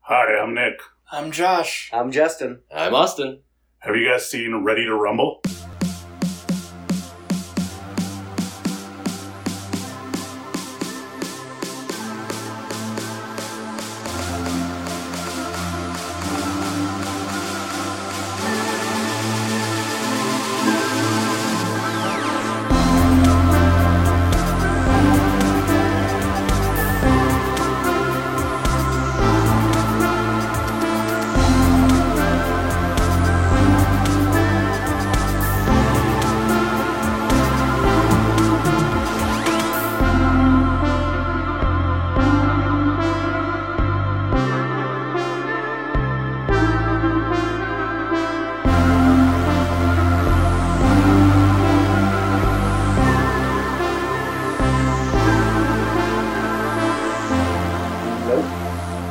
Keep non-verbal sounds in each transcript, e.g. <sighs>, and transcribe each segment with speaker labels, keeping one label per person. Speaker 1: Hi, I'm Nick.
Speaker 2: I'm Josh.
Speaker 3: I'm Justin.
Speaker 4: I'm Austin.
Speaker 1: Have you guys seen Ready to Rumble?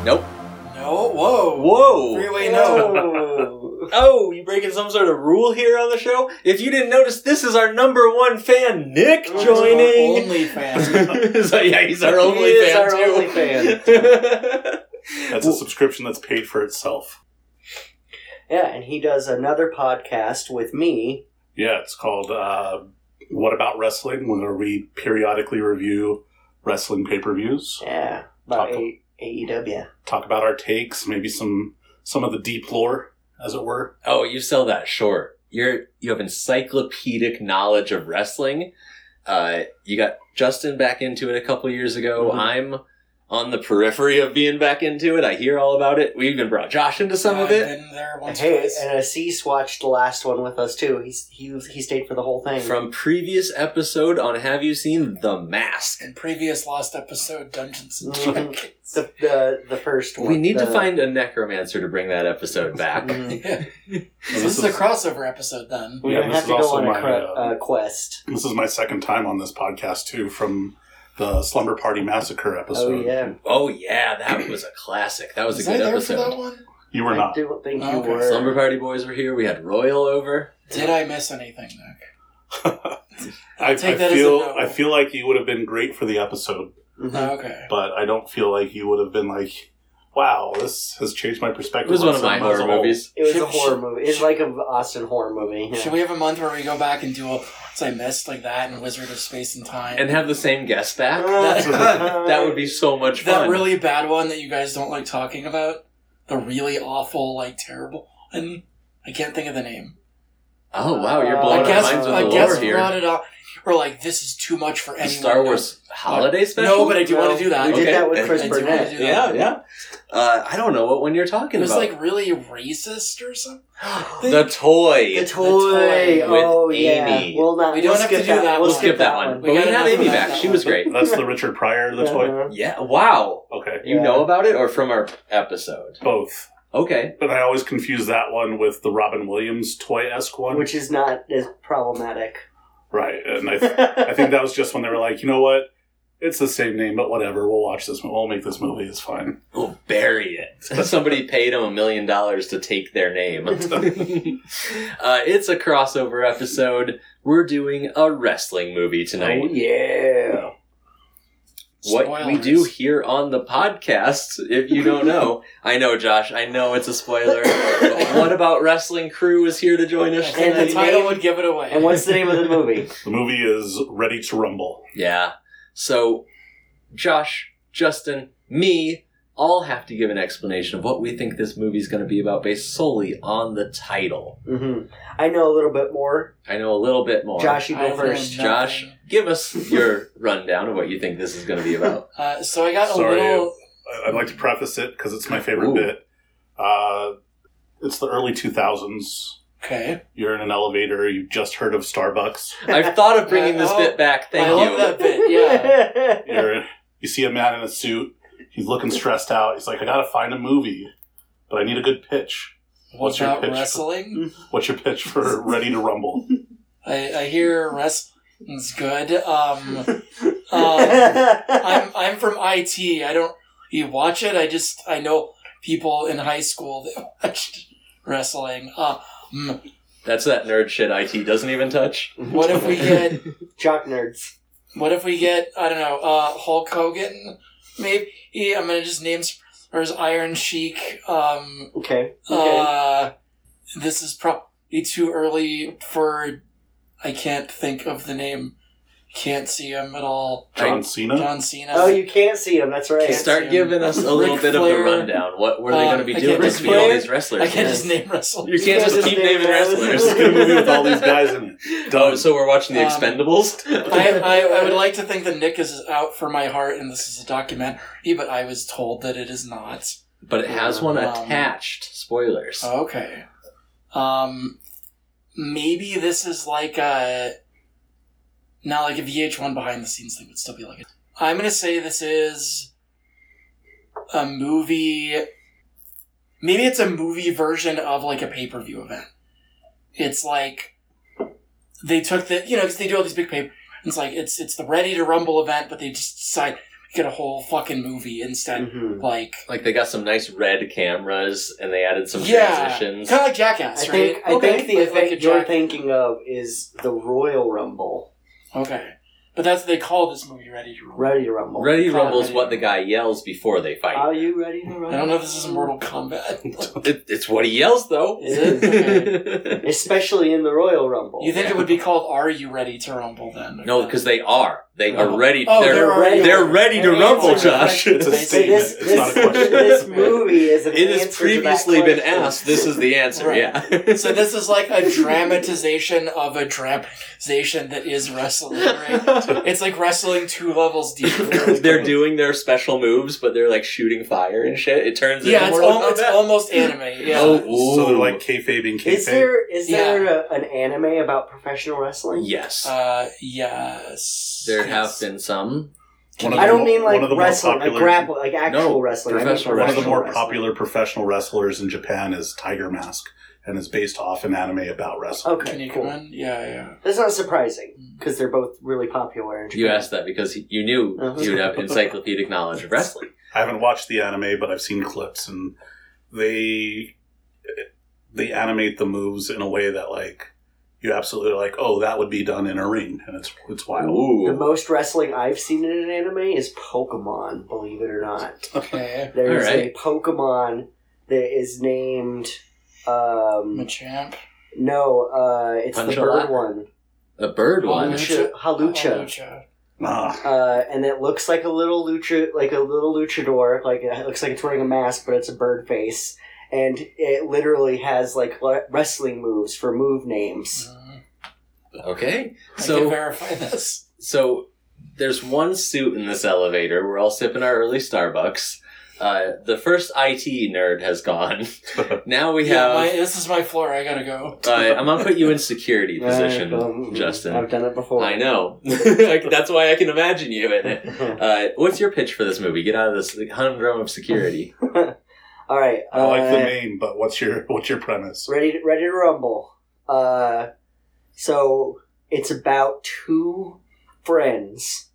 Speaker 4: Nope.
Speaker 2: No, whoa.
Speaker 4: Whoa.
Speaker 2: Three way no.
Speaker 3: Whoa.
Speaker 4: Oh, you breaking some sort of rule here on the show? If you didn't notice, this is our number one fan, Nick, <laughs> joining.
Speaker 2: Only
Speaker 4: <laughs>
Speaker 2: fan.
Speaker 4: so, yeah, he's our
Speaker 3: He
Speaker 4: only
Speaker 3: is
Speaker 4: fan
Speaker 3: our
Speaker 4: too.
Speaker 3: only fan.
Speaker 1: That's a subscription that's paid for itself.
Speaker 3: yeah, and he does another podcast with me.
Speaker 1: Yeah, it's called uh, What About Wrestling, where we periodically review wrestling pay per views,
Speaker 3: Yeah, about
Speaker 1: Talk-
Speaker 3: a-
Speaker 4: E
Speaker 3: AEW.
Speaker 1: talk about our takes, maybe some some of the deep lore, as it were.
Speaker 4: <laughs> oh, you sell that short. You're you have encyclopedic knowledge of wrestling. Uh, you got Justin back into it a couple years ago.
Speaker 3: Mm-hmm.
Speaker 1: Mhm.
Speaker 4: I'm on the periphery of being back into it. I hear all about it. We even brought Josh into some of
Speaker 2: I've
Speaker 4: it.
Speaker 2: been there once.
Speaker 3: Hey,
Speaker 2: twice.
Speaker 3: and Assis watched the last one with us too. He's he he stayed for the whole thing.
Speaker 4: from previous episode on Have You Seen the Mask?
Speaker 2: In previous lost episode, Dungeons
Speaker 3: <laughs>
Speaker 2: and
Speaker 3: Mhm.
Speaker 2: Dragons.
Speaker 3: the, the the first one.
Speaker 4: We need to
Speaker 3: the-
Speaker 4: find a necromancer to bring
Speaker 2: <laughs>
Speaker 4: that episode back.
Speaker 3: Mhm.
Speaker 2: Yeah. So
Speaker 1: this
Speaker 2: this is a
Speaker 1: is-
Speaker 2: crossover episode then.
Speaker 3: We're
Speaker 1: Yeah,
Speaker 3: gonna
Speaker 1: this is
Speaker 3: have to go
Speaker 1: also
Speaker 3: on a
Speaker 1: my,
Speaker 3: cre-
Speaker 1: uh,
Speaker 3: uh, quest.
Speaker 1: This is my second time on this podcast, too, from the Slumber Party Massacre
Speaker 3: Oh
Speaker 1: episode.
Speaker 3: yeah,
Speaker 4: oh yeah, that was a classic. That was,
Speaker 2: Was
Speaker 4: a
Speaker 2: I
Speaker 4: good
Speaker 2: there for
Speaker 4: episode.
Speaker 2: that one?
Speaker 1: You were
Speaker 3: I
Speaker 1: not.
Speaker 3: don't think
Speaker 2: Oh,
Speaker 3: you
Speaker 2: okay.
Speaker 3: were.
Speaker 4: Slumber Party Boys were here. We had Royal over.
Speaker 2: Did I miss anything, Nick?
Speaker 1: I, I
Speaker 2: Take that as a
Speaker 1: feel
Speaker 2: no.
Speaker 1: I feel like you would have been great for the episode.
Speaker 3: Mhm.
Speaker 2: Oh, okay.
Speaker 1: but I don't feel like you would have been like, "Wow, this has changed my
Speaker 4: It
Speaker 1: perspective."
Speaker 4: was
Speaker 1: on
Speaker 4: one of my
Speaker 1: cinema as
Speaker 4: horror
Speaker 1: a whole."
Speaker 4: movies.
Speaker 3: It was
Speaker 2: Should-
Speaker 3: a horror
Speaker 2: should-
Speaker 3: movie. It's like an Austin horror movie. yeah.
Speaker 2: Should we have a month where we go back and do a so I missed like that and Wizard of Space and Time
Speaker 4: And have the same
Speaker 2: <laughs>
Speaker 4: guest back.
Speaker 3: Uh,
Speaker 4: that would be so much
Speaker 2: that
Speaker 4: fun.
Speaker 2: really bad one that you guys don't like talking about? The really awful, like terrible one? I can't think of the name.
Speaker 4: oh wow, you're
Speaker 3: Uh,
Speaker 4: blowing
Speaker 2: I
Speaker 4: our
Speaker 2: guess
Speaker 4: minds with
Speaker 2: I
Speaker 4: the
Speaker 2: guess
Speaker 4: lore here.
Speaker 2: brought it up. Or like this is too much for
Speaker 4: The
Speaker 2: anyone.
Speaker 4: Star Wars holiday special.
Speaker 2: No, but I do
Speaker 3: No,
Speaker 2: want to do that.
Speaker 3: We
Speaker 4: Okay.
Speaker 3: did that
Speaker 4: I
Speaker 3: with Chris
Speaker 2: do wanna
Speaker 3: Burnett.
Speaker 2: do that.
Speaker 4: yeah, yeah. Uh, I don't know what one you're
Speaker 2: It
Speaker 4: talking
Speaker 2: was
Speaker 4: about.
Speaker 2: like really racist or something.
Speaker 4: <gasps> the toy.
Speaker 3: The toy.
Speaker 2: toy
Speaker 4: with
Speaker 3: oh
Speaker 4: Amy.
Speaker 3: yeah. We'll not.
Speaker 2: We don't
Speaker 3: we'll
Speaker 2: have
Speaker 3: skip
Speaker 2: to do that.
Speaker 3: We'll
Speaker 4: We'll skip that one. But we
Speaker 2: gotta
Speaker 4: have
Speaker 2: talk
Speaker 4: Amy
Speaker 2: about
Speaker 4: back.
Speaker 2: that
Speaker 4: She
Speaker 2: one. <laughs>
Speaker 4: was great.
Speaker 1: <laughs> That's the Richard Pryor the toy.
Speaker 3: Uh-huh.
Speaker 4: Yeah. Wow.
Speaker 1: Okay,
Speaker 4: You
Speaker 3: Yeah.
Speaker 4: know about it or from our episode?
Speaker 1: both.
Speaker 4: Okay.
Speaker 1: But I always confuse that one with the Robin Williams toy esque one,
Speaker 3: Which is not as problematic.
Speaker 1: right? And I, th- I think that was just when they were like, you know what? It's the same name, but whatever. We'll watch this. mo- We'll make this movie. It's fine.
Speaker 4: We'll bury it. <laughs> Somebody paid him a million dollars to take their name. uh, it's a crossover episode. We're doing a wrestling movie tonight.
Speaker 3: <laughs> Oh yeah.
Speaker 4: what we
Speaker 2: Spoilers.
Speaker 4: do here on the podcast, if you don't know. I know, Josh, I know it's a spoiler. but what about Wrestling Crew is here to join us?
Speaker 2: And
Speaker 3: And
Speaker 2: the
Speaker 3: the
Speaker 2: title
Speaker 3: name-
Speaker 2: would give it away.
Speaker 3: And what's the name of the movie?
Speaker 1: The movie is Ready to Rumble.
Speaker 4: Yeah. So, Josh, Justin, me, all have to give an explanation of what we think this movie's going to be about based solely on the title.
Speaker 3: hmm I know a little bit more.
Speaker 4: I know a little bit more.
Speaker 3: Josh, you
Speaker 2: I
Speaker 3: go
Speaker 2: don't
Speaker 3: first.
Speaker 2: know.
Speaker 4: Josh, give us
Speaker 2: <laughs>
Speaker 4: your rundown of what you think this is going to be about.
Speaker 2: Uh, so I got
Speaker 1: Sorry,
Speaker 2: a little.
Speaker 1: I- I'd like to preface it because it's my favorite
Speaker 4: Ooh.
Speaker 1: bit. Uh, it's the early two thousands.
Speaker 2: Okay.
Speaker 1: You're in an elevator. You just heard of Starbucks.
Speaker 4: I've thought of bringing this
Speaker 2: Oh,
Speaker 4: bit back. Thank
Speaker 2: I
Speaker 4: you.
Speaker 2: love that bit. Yeah.
Speaker 1: <laughs>
Speaker 3: <laughs>
Speaker 1: You're, you see a man in a suit. He's looking stressed out. He's like, I gotta find a movie, but I need a good pitch. What's your
Speaker 2: About
Speaker 1: pitch?
Speaker 2: wrestling,
Speaker 1: What's your pitch for Ready to Rumble?
Speaker 2: I, I hear wrestling's good. Um,
Speaker 4: <laughs>
Speaker 2: um, I'm I'm from IT. I don't you watch it. I just I know people in high school that <laughs> watched wrestling. Uh, mm,
Speaker 4: That's that nerd shit IT doesn't even touch.
Speaker 2: what if
Speaker 3: <laughs>
Speaker 2: we get
Speaker 3: Jock nerds.
Speaker 2: What if we get I don't know uh, Hulk Hogan? Maybe I'm gonna just name There's Iron Sheik. Um,
Speaker 3: Okay. Okay.
Speaker 2: uh, this is probably too early for. I can't think of the name. Can't see him at all.
Speaker 1: John
Speaker 4: I-
Speaker 1: Cena.
Speaker 2: John Cena.
Speaker 3: oh, you can't see him. That's right.
Speaker 2: Can't
Speaker 4: Start
Speaker 2: see him.
Speaker 4: giving us a little
Speaker 2: Ric
Speaker 4: bit of
Speaker 2: Flair.
Speaker 4: the rundown. What, what are they
Speaker 2: Uh,
Speaker 4: going to be
Speaker 2: I
Speaker 4: doing?
Speaker 2: can't
Speaker 4: There's
Speaker 2: just
Speaker 4: gonna be all
Speaker 2: Flair.
Speaker 4: these wrestlers.
Speaker 2: I can't
Speaker 4: in.
Speaker 2: just name wrestle.
Speaker 4: <laughs> you can't
Speaker 3: Just
Speaker 4: just keep
Speaker 3: name
Speaker 4: naming
Speaker 3: wrestlers.
Speaker 4: wrestlers.
Speaker 2: <laughs>
Speaker 1: It's a good movie with all these guys in <laughs> it.
Speaker 4: <laughs> Oh,
Speaker 1: Done.
Speaker 4: so we're watching the
Speaker 2: Um, <laughs>
Speaker 4: Expendables.
Speaker 2: I, I, I would like to think that Nick is out for my heart and this is a documentary, but I was told that it is not.
Speaker 4: <laughs> but it has one
Speaker 2: Um, uh,
Speaker 4: attached. Spoilers.
Speaker 2: Okay. Um, maybe this is like a not like a VH1 behind the scenes thing, would still be like it. I'm gonna say this is a movie. Maybe it's a movie version of like a pay per view event. It's like they took the you know 'cause they do all these big pay. It's like it's it's the Ready to Rumble event, but they just decide to get a whole fucking movie instead.
Speaker 3: Mhm.
Speaker 2: Like
Speaker 4: like they got some nice red cameras and they added some
Speaker 2: Yeah.
Speaker 4: transitions.
Speaker 2: Kind of like Jackass,
Speaker 3: I
Speaker 2: right?
Speaker 3: think I think the
Speaker 2: like- like a
Speaker 3: event you're
Speaker 2: Jack-
Speaker 3: thinking of is the Royal Rumble,
Speaker 2: Okay, but that's they call this movie Ready to Rumble.
Speaker 3: Ready to Rumble.
Speaker 4: Ready
Speaker 2: Kinda
Speaker 4: Rumble's
Speaker 2: ready.
Speaker 4: what the guy yells before they fight. <laughs>
Speaker 3: Are you ready to rumble?
Speaker 2: I don't know if this is Mortal Kombat.
Speaker 4: It, it's what he yells though.
Speaker 2: <laughs>
Speaker 3: It
Speaker 4: <laughs>
Speaker 3: Especially in the Royal Rumble.
Speaker 2: you think it would be called Are You Ready to Rumble then?
Speaker 4: no, because they are. They are
Speaker 2: Oh.
Speaker 4: ready.
Speaker 2: Oh,
Speaker 4: they're,
Speaker 2: they're
Speaker 3: already-
Speaker 4: they're ready to
Speaker 3: They're
Speaker 4: rumble,
Speaker 3: answering the
Speaker 4: Josh.
Speaker 1: It's a
Speaker 2: They say
Speaker 3: So
Speaker 1: statement.
Speaker 3: this,
Speaker 1: it's not a
Speaker 3: this-
Speaker 1: question.
Speaker 3: this movie is an
Speaker 4: It has
Speaker 3: answer to that
Speaker 4: previously been
Speaker 3: question.
Speaker 4: asked. This is the answer.
Speaker 2: Right.
Speaker 4: Yeah.
Speaker 2: So
Speaker 4: <laughs>
Speaker 2: this is like a dramatization of a dramatization that is wrestling. Right? It's like wrestling two levels deep.
Speaker 4: <laughs> they're doing their special moves, but they're like shooting fire and shit. It turns
Speaker 2: yeah,
Speaker 4: into
Speaker 2: it's,
Speaker 4: Mortal
Speaker 2: al- it's
Speaker 4: Kombat.
Speaker 2: almost anime. Yeah.
Speaker 4: Oh,
Speaker 1: So they're
Speaker 4: ooh.
Speaker 1: like kayfabing kayfabe.
Speaker 3: Is there is
Speaker 2: Yeah.
Speaker 3: there a, an anime about professional wrestling?
Speaker 4: yes.
Speaker 2: Uh, yes.
Speaker 4: there have
Speaker 2: Yes.
Speaker 4: been some.
Speaker 1: One of
Speaker 3: I
Speaker 1: the
Speaker 3: don't
Speaker 1: mo-
Speaker 3: mean like
Speaker 1: one of the more
Speaker 3: wrestling, like
Speaker 1: popular-
Speaker 3: grapple, like actual
Speaker 4: No,
Speaker 3: wrestling. I mean
Speaker 4: professional
Speaker 1: One of the
Speaker 3: professional
Speaker 1: more
Speaker 3: wrestling.
Speaker 1: popular professional wrestlers in Japan is Tiger Mask, and is based off an anime about wrestling.
Speaker 2: Can
Speaker 3: Okay,
Speaker 2: you Mm.
Speaker 3: cool.
Speaker 2: come in? Yeah, yeah.
Speaker 3: That's not surprising because they're both really popular. In Japan.
Speaker 4: You asked that because you knew
Speaker 3: Uh-huh.
Speaker 4: you'd have encyclopedic knowledge of wrestling.
Speaker 1: I haven't watched the anime, but I've seen clips, and they they animate the moves in a way that like you absolutely are like, oh, that would be done in a ring, and it's it's wild.
Speaker 3: The
Speaker 4: Ooh.
Speaker 3: most wrestling I've seen in an anime is Pokemon. Believe it or not,
Speaker 2: <laughs> Okay.
Speaker 3: there is
Speaker 4: Alright.
Speaker 3: a Pokemon that is named. Um,
Speaker 2: Machamp.
Speaker 3: no, uh, it's the
Speaker 4: Punch-A-Lot?
Speaker 3: bird one,
Speaker 4: The bird
Speaker 2: Oh,
Speaker 4: one.
Speaker 3: Halucha. Halucha.
Speaker 2: Halucha.
Speaker 1: Ah,
Speaker 3: uh, and it looks like a little lucha, like a little luchador, like it looks like it's wearing a mask, but it's a bird face, and it literally has like le- wrestling moves for move names.
Speaker 2: Mhm.
Speaker 4: Okay.
Speaker 2: I
Speaker 4: So
Speaker 2: can verify this.
Speaker 4: So there's one suit in this elevator. We're all sipping our early Starbucks. Uh, the first IT nerd has gone. now <laughs> we
Speaker 2: Yeah, my,
Speaker 4: have.
Speaker 2: this is my floor. I gotta go.
Speaker 4: uh, I'm gonna put you in
Speaker 3: <laughs>
Speaker 4: security position,
Speaker 3: Uh, um,
Speaker 4: Justin.
Speaker 3: I've done it before.
Speaker 4: I know. <laughs> That's why I can imagine you in it. Uh, what's your pitch for this movie? Get out of this humdrum of security.
Speaker 3: <laughs> All right,
Speaker 1: I like the
Speaker 3: uh,
Speaker 1: name, but what's your what's your premise?
Speaker 3: Ready, to, ready to rumble. Uh, so it's about two friends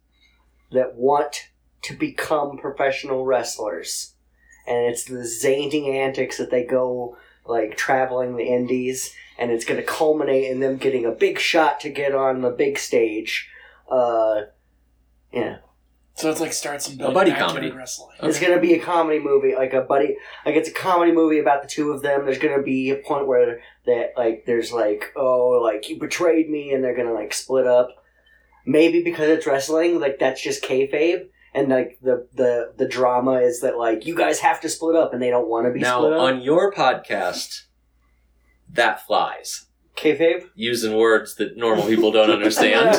Speaker 3: that want to become professional wrestlers, and it's the zany antics that they go like traveling the indies, and it's going to culminate in them getting a big shot to get on the big stage. Uh, yeah,
Speaker 2: So it's like starts and
Speaker 4: A buddy
Speaker 2: back to
Speaker 4: comedy.
Speaker 2: wrestling.
Speaker 3: it's going to be a comedy movie, like a buddy, like it's a comedy movie about the two of them. There's going to be a point where that like there's like oh like you betrayed me, and they're going to like split up. Maybe because it's wrestling, like that's just kayfabe, and like the the the drama is that like you guys have to split up, and they don't want to be
Speaker 4: Now
Speaker 3: split up.
Speaker 4: on your podcast, that flies.
Speaker 3: kayfabe.
Speaker 4: Using words that normal people don't
Speaker 3: <laughs>
Speaker 4: understand.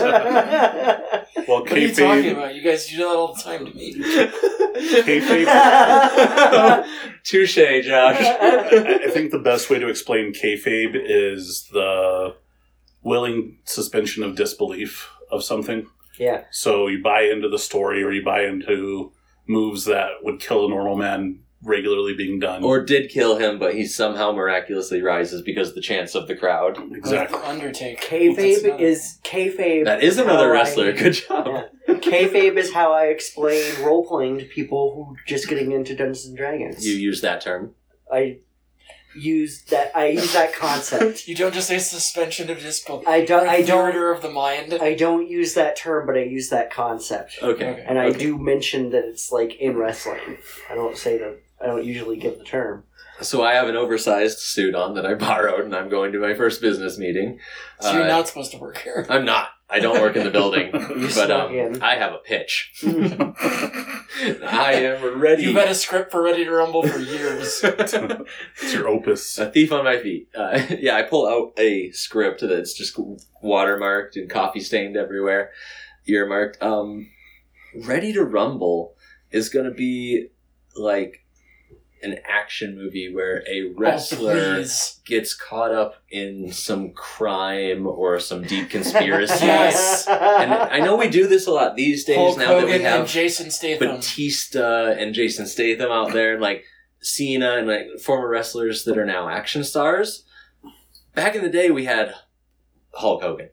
Speaker 1: Well,
Speaker 2: What are you talking
Speaker 1: kayfabe,
Speaker 2: about? You guys do that all the time to me.
Speaker 1: kayfabe.
Speaker 4: <laughs> Touche, Josh.
Speaker 1: I I think the best way to explain kayfabe is the willing suspension of disbelief of something.
Speaker 3: yeah,
Speaker 1: So you buy into the story or you buy into moves that would kill a normal man regularly being done.
Speaker 4: <laughs> Or did kill him, but he somehow miraculously rises because of the chance of the crowd.
Speaker 1: exactly.
Speaker 2: Like Undertaker. That's
Speaker 3: <laughs> kayfabe
Speaker 2: another-
Speaker 3: is kayfabe.
Speaker 4: That is another
Speaker 3: how Oh, I-
Speaker 4: wrestler. Good job.
Speaker 3: Yeah. Kayfabe is how I explain role playing to people who are just getting into Dungeons and Dragons.
Speaker 4: You use that term.
Speaker 3: I use that. I use that concept.
Speaker 2: You don't just say suspension of disbelief.
Speaker 3: I don't. I
Speaker 2: Like the
Speaker 3: don't.
Speaker 2: order of the mind.
Speaker 3: I don't use that term, but I use that concept,
Speaker 4: Okay.
Speaker 2: Okay.
Speaker 3: and I do mention that it's like in wrestling. I don't say the I don't usually give the term.
Speaker 4: So I have an oversized suit on that I <laughs> borrowed, and I'm going to my first business meeting.
Speaker 2: So you're
Speaker 4: Uh,
Speaker 2: not supposed to work here.
Speaker 4: I'm not. I don't work in the building,
Speaker 3: <laughs> You
Speaker 4: but
Speaker 3: snuck
Speaker 4: um,
Speaker 3: in.
Speaker 4: I have a
Speaker 3: <laughs>
Speaker 4: pitch. <laughs>
Speaker 1: it's
Speaker 4: I am ready.
Speaker 2: You've had a script for Ready to Rumble for years.
Speaker 3: <laughs>
Speaker 1: your opus.
Speaker 4: a thief on my feet. Uh, <laughs> yeah, I pull out a script that's just watermarked and coffee stained everywhere, earmarked. Um, Ready to Rumble is going to be like an action movie where a
Speaker 2: Oh,
Speaker 4: wrestler
Speaker 2: please.
Speaker 4: gets caught up in some crime or
Speaker 2: <laughs>
Speaker 4: some deep conspiracy.
Speaker 3: <laughs>
Speaker 2: Yes.
Speaker 4: And I know we do this a lot these days
Speaker 2: Hulk
Speaker 4: now
Speaker 2: Hogan
Speaker 4: that we have
Speaker 2: and Jason Statham.
Speaker 4: Batista and Jason Statham out there, and like Cena and like former wrestlers that are now action stars. Back in the day, we had Hulk Hogan,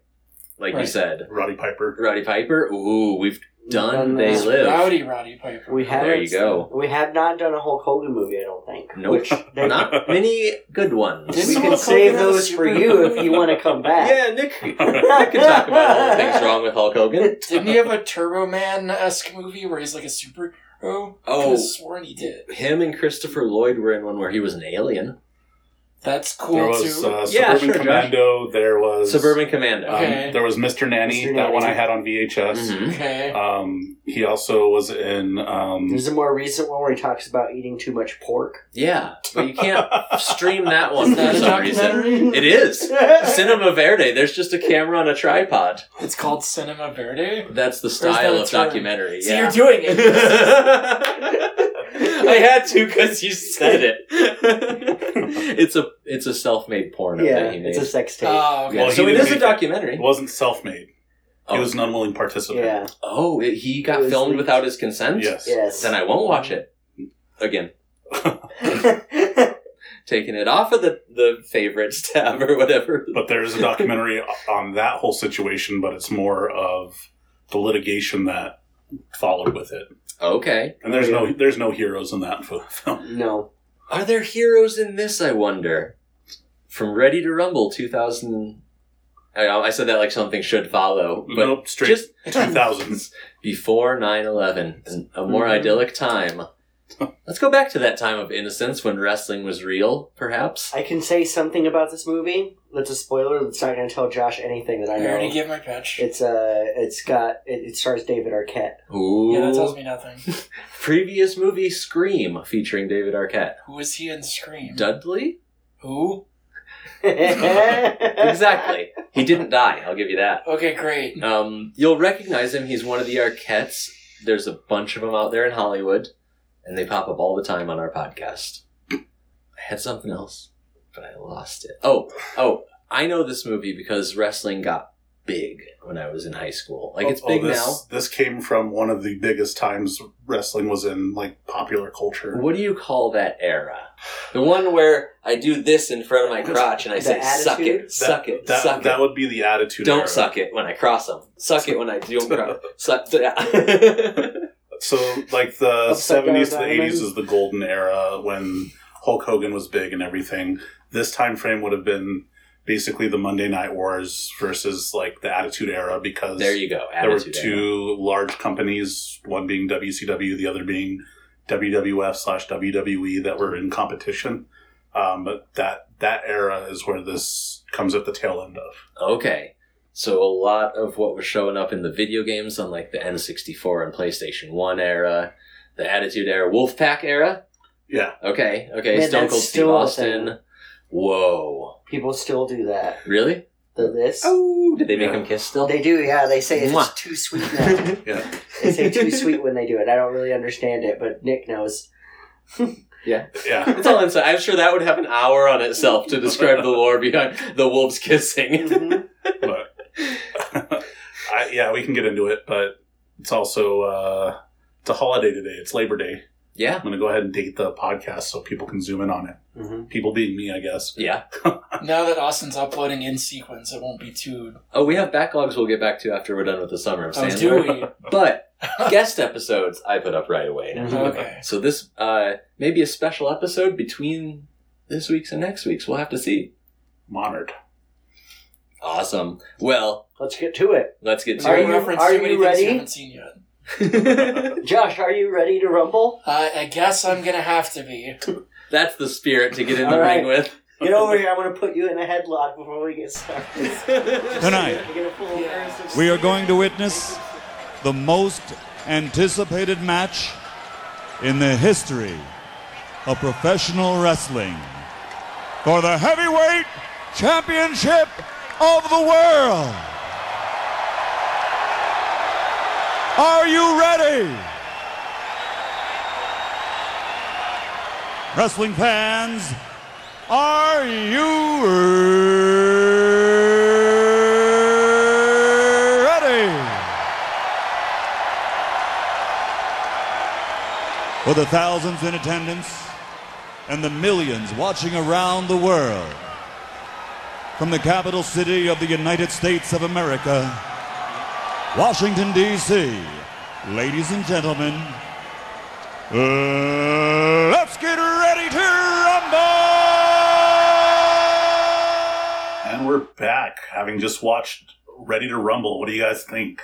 Speaker 4: like you
Speaker 2: Right.
Speaker 4: said,
Speaker 1: Roddy Piper.
Speaker 4: Rowdy Piper. Ooh, we've done.
Speaker 3: Done
Speaker 4: They
Speaker 3: that.
Speaker 4: live.
Speaker 2: Rowdy Roddy Piper.
Speaker 3: we haven't.
Speaker 4: There you go.
Speaker 3: We have not done a Hulk Hogan movie. I don't think.
Speaker 4: Nope.
Speaker 3: Which they,
Speaker 2: <laughs>
Speaker 4: Not many good ones.
Speaker 2: Didn't
Speaker 3: we can
Speaker 2: Hulk
Speaker 3: save
Speaker 2: Hogan have a
Speaker 3: those for
Speaker 2: super-
Speaker 3: you if you want to come back.
Speaker 4: yeah, Nick, Nick can talk about
Speaker 2: <laughs>
Speaker 4: all the things wrong with Hulk Hogan.
Speaker 2: Didn't he have a Turbo Man esque movie where he's like a superhero? I could
Speaker 4: Oh,
Speaker 2: have sworn he did.
Speaker 4: him and Christopher Lloyd were in one where he was an alien.
Speaker 2: That's cool
Speaker 1: There was
Speaker 2: too.
Speaker 1: uh,
Speaker 4: Yeah,
Speaker 1: Suburban
Speaker 4: sure, Josh.
Speaker 1: Commando. There was
Speaker 4: Suburban Commando.
Speaker 1: Um,
Speaker 2: Okay.
Speaker 1: There was Mr. Nanny.
Speaker 3: Mr.
Speaker 1: That one I
Speaker 3: Nanny.
Speaker 1: had on VHS.
Speaker 4: Mhm.
Speaker 2: okay.
Speaker 1: Um, he also was in. Um, <laughs>
Speaker 3: There's a more recent one where he talks about eating too much pork.
Speaker 4: Yeah, but you can't stream that one
Speaker 2: Is
Speaker 4: for
Speaker 2: that a
Speaker 4: some reason.
Speaker 2: documentary?
Speaker 4: It is.
Speaker 3: <laughs>
Speaker 4: Cinema Verde. There's just a camera on a tripod.
Speaker 2: It's called Cinema Verde.
Speaker 4: That's the
Speaker 2: that
Speaker 4: style
Speaker 2: a
Speaker 4: of
Speaker 2: term?
Speaker 4: documentary.
Speaker 2: So
Speaker 4: yeah.
Speaker 2: you're doing
Speaker 4: <laughs>
Speaker 2: it.
Speaker 4: I had to because you said it.
Speaker 2: <laughs>
Speaker 4: it's a it's a self made porno
Speaker 3: yeah,
Speaker 4: that he made.
Speaker 3: it's a sex tape.
Speaker 2: oh, okay. <laughs>
Speaker 4: Yeah,
Speaker 1: Well,
Speaker 4: so
Speaker 1: he
Speaker 4: it
Speaker 1: didn't
Speaker 4: is a
Speaker 1: make that.
Speaker 4: documentary.
Speaker 1: It wasn't self-made.
Speaker 4: Oh.
Speaker 1: He was an unwilling participant.
Speaker 3: yeah.
Speaker 4: Oh, it, he got
Speaker 3: It was
Speaker 4: filmed
Speaker 3: leaked.
Speaker 4: without his consent.
Speaker 1: Yes.
Speaker 3: Yes.
Speaker 4: Then I won't watch it again. Taking it off of the the favorites <laughs> tab or whatever.
Speaker 1: But there is a
Speaker 4: <laughs>
Speaker 1: documentary on that whole situation, but it's more of the litigation that followed with it.
Speaker 4: Okay.
Speaker 1: And there's no there's no heroes in that <laughs> fil- film.
Speaker 3: <laughs> no.
Speaker 4: Are there heroes in this? I wonder. From Ready to Rumble, two thousand. I, I said that like something should follow, but
Speaker 1: nope, straight
Speaker 4: just
Speaker 1: 2000s.
Speaker 4: before 9-11 a more
Speaker 1: Mm-hmm.
Speaker 3: Mhm.
Speaker 1: <laughs>
Speaker 4: idyllic time let's go back to that time of innocence when wrestling was real perhaps
Speaker 3: I can say something about this movie that's a spoiler that's not going to tell Josh anything that I
Speaker 2: I
Speaker 3: know.
Speaker 2: already gave my pitch.
Speaker 3: It's uh, it's got it, it stars David <laughs> Arquette.
Speaker 4: Ooh.
Speaker 2: Yeah, that tells me nothing.
Speaker 4: previous movie scream featuring
Speaker 2: <laughs>
Speaker 4: david arquette
Speaker 2: Who is he in Scream?
Speaker 4: dudley
Speaker 2: Who?
Speaker 4: exactly he didn't die i'll give you that
Speaker 2: Okay, great.
Speaker 4: um, you'll recognize him he's one of the arquettes there's a bunch of them out there in hollywood and they pop up all the time on our podcast i had something else but i lost it oh oh i know this movie because wrestling got big when i was in high school like it's
Speaker 1: Oh,
Speaker 4: big
Speaker 1: this,
Speaker 4: now
Speaker 1: This came from one of the biggest times wrestling was in like popular culture.
Speaker 4: What do you call that era? The one where I do this in front of my crotch and I
Speaker 3: The
Speaker 4: say, "Suck
Speaker 3: attitude?
Speaker 4: it, suck it,
Speaker 1: that,
Speaker 4: suck
Speaker 1: that
Speaker 4: it."
Speaker 1: would be the attitude.
Speaker 4: Don't
Speaker 1: era.
Speaker 4: suck it when I cross them. Suck it when I do
Speaker 1: <laughs>
Speaker 4: cross. Suck. Yeah.
Speaker 1: So like the
Speaker 3: Upside down
Speaker 1: seventies to the
Speaker 3: diamond.
Speaker 1: eighties is the golden era when Hulk Hogan was big and everything. This time frame would have been basically the Monday Night Wars versus like the Attitude Era because
Speaker 4: <laughs> there you go.
Speaker 1: there were
Speaker 4: Attitude era.
Speaker 1: two large companies, one being WCW, the other being WWF slash WWE, that were in competition. Um, but that that era is where this comes at the tail end of.
Speaker 4: Okay. So a lot of what was showing up in the video games on like the N64 and PlayStation 1 era, the Attitude era, Wolfpack era.
Speaker 1: Yeah,
Speaker 4: Okay. Okay.
Speaker 3: Man,
Speaker 4: Stone
Speaker 3: that's
Speaker 4: Cold Steve
Speaker 3: still a
Speaker 4: Austin.
Speaker 3: thing.
Speaker 4: Whoa.
Speaker 3: People still do that.
Speaker 4: Really?
Speaker 3: The this.
Speaker 4: Oh, did they make
Speaker 1: Yeah.
Speaker 4: him kiss still? <laughs>
Speaker 3: They do, yeah. They say it's
Speaker 4: Mwah.
Speaker 3: too sweet now.
Speaker 1: yeah.
Speaker 3: they say too sweet when they do it. I don't really understand it, but
Speaker 4: <laughs>
Speaker 3: Nick knows.
Speaker 1: <laughs> Yeah.
Speaker 4: It's all inside. I'm sure that would have an hour on itself to describe the lore behind the wolves kissing.
Speaker 3: Mhm.
Speaker 1: but <laughs> I, yeah, we can get into it, but it's also uh, it's a holiday today. It's Labor Day.
Speaker 4: yeah.
Speaker 1: I'm going to go ahead and date the podcast so people can zoom in on it.
Speaker 3: Mhm.
Speaker 1: People being me, I guess.
Speaker 4: Yeah.
Speaker 2: Now that Austin's uploading in sequence, it won't be too.
Speaker 4: Oh, we have backlogs we'll get back to after we're done with the summer of
Speaker 2: Oh,
Speaker 4: Sandler.
Speaker 2: do we?
Speaker 4: But guest episodes I put up right away. now.
Speaker 2: Oh, Okay.
Speaker 4: So this uh maybe a special episode between this week's and next week's. We'll have to see.
Speaker 1: I'm honored.
Speaker 4: Awesome. Well,
Speaker 3: Let's get to it.
Speaker 4: let's get to
Speaker 2: Are
Speaker 3: Are
Speaker 4: it.
Speaker 2: you,
Speaker 3: you-
Speaker 2: reference
Speaker 3: are
Speaker 2: too many
Speaker 3: you
Speaker 2: things you
Speaker 3: ready?
Speaker 2: haven't seen yet.
Speaker 3: <laughs> Josh, are you ready to rumble?
Speaker 2: I, Uh, I guess I'm gonna have to be.
Speaker 4: <laughs> That's the spirit to get in the
Speaker 3: All right.
Speaker 4: ring with.
Speaker 3: Get over here. I'm going to put you in a headlock before we get started.
Speaker 5: Tonight.
Speaker 3: You're gonna pull
Speaker 2: Yeah.
Speaker 3: Curtis'
Speaker 5: We are going to witness the most anticipated match in the history of professional wrestling for the heavyweight championship of the world. Are you ready? Wrestling fans, are you ready? For the thousands in attendance and the millions watching around the world, from the capital city of the United States of America, Washington, D.C., ladies and gentlemen, uh, let's get ready to rumble!
Speaker 1: And we're back, having just watched Ready to Rumble. What do you guys think?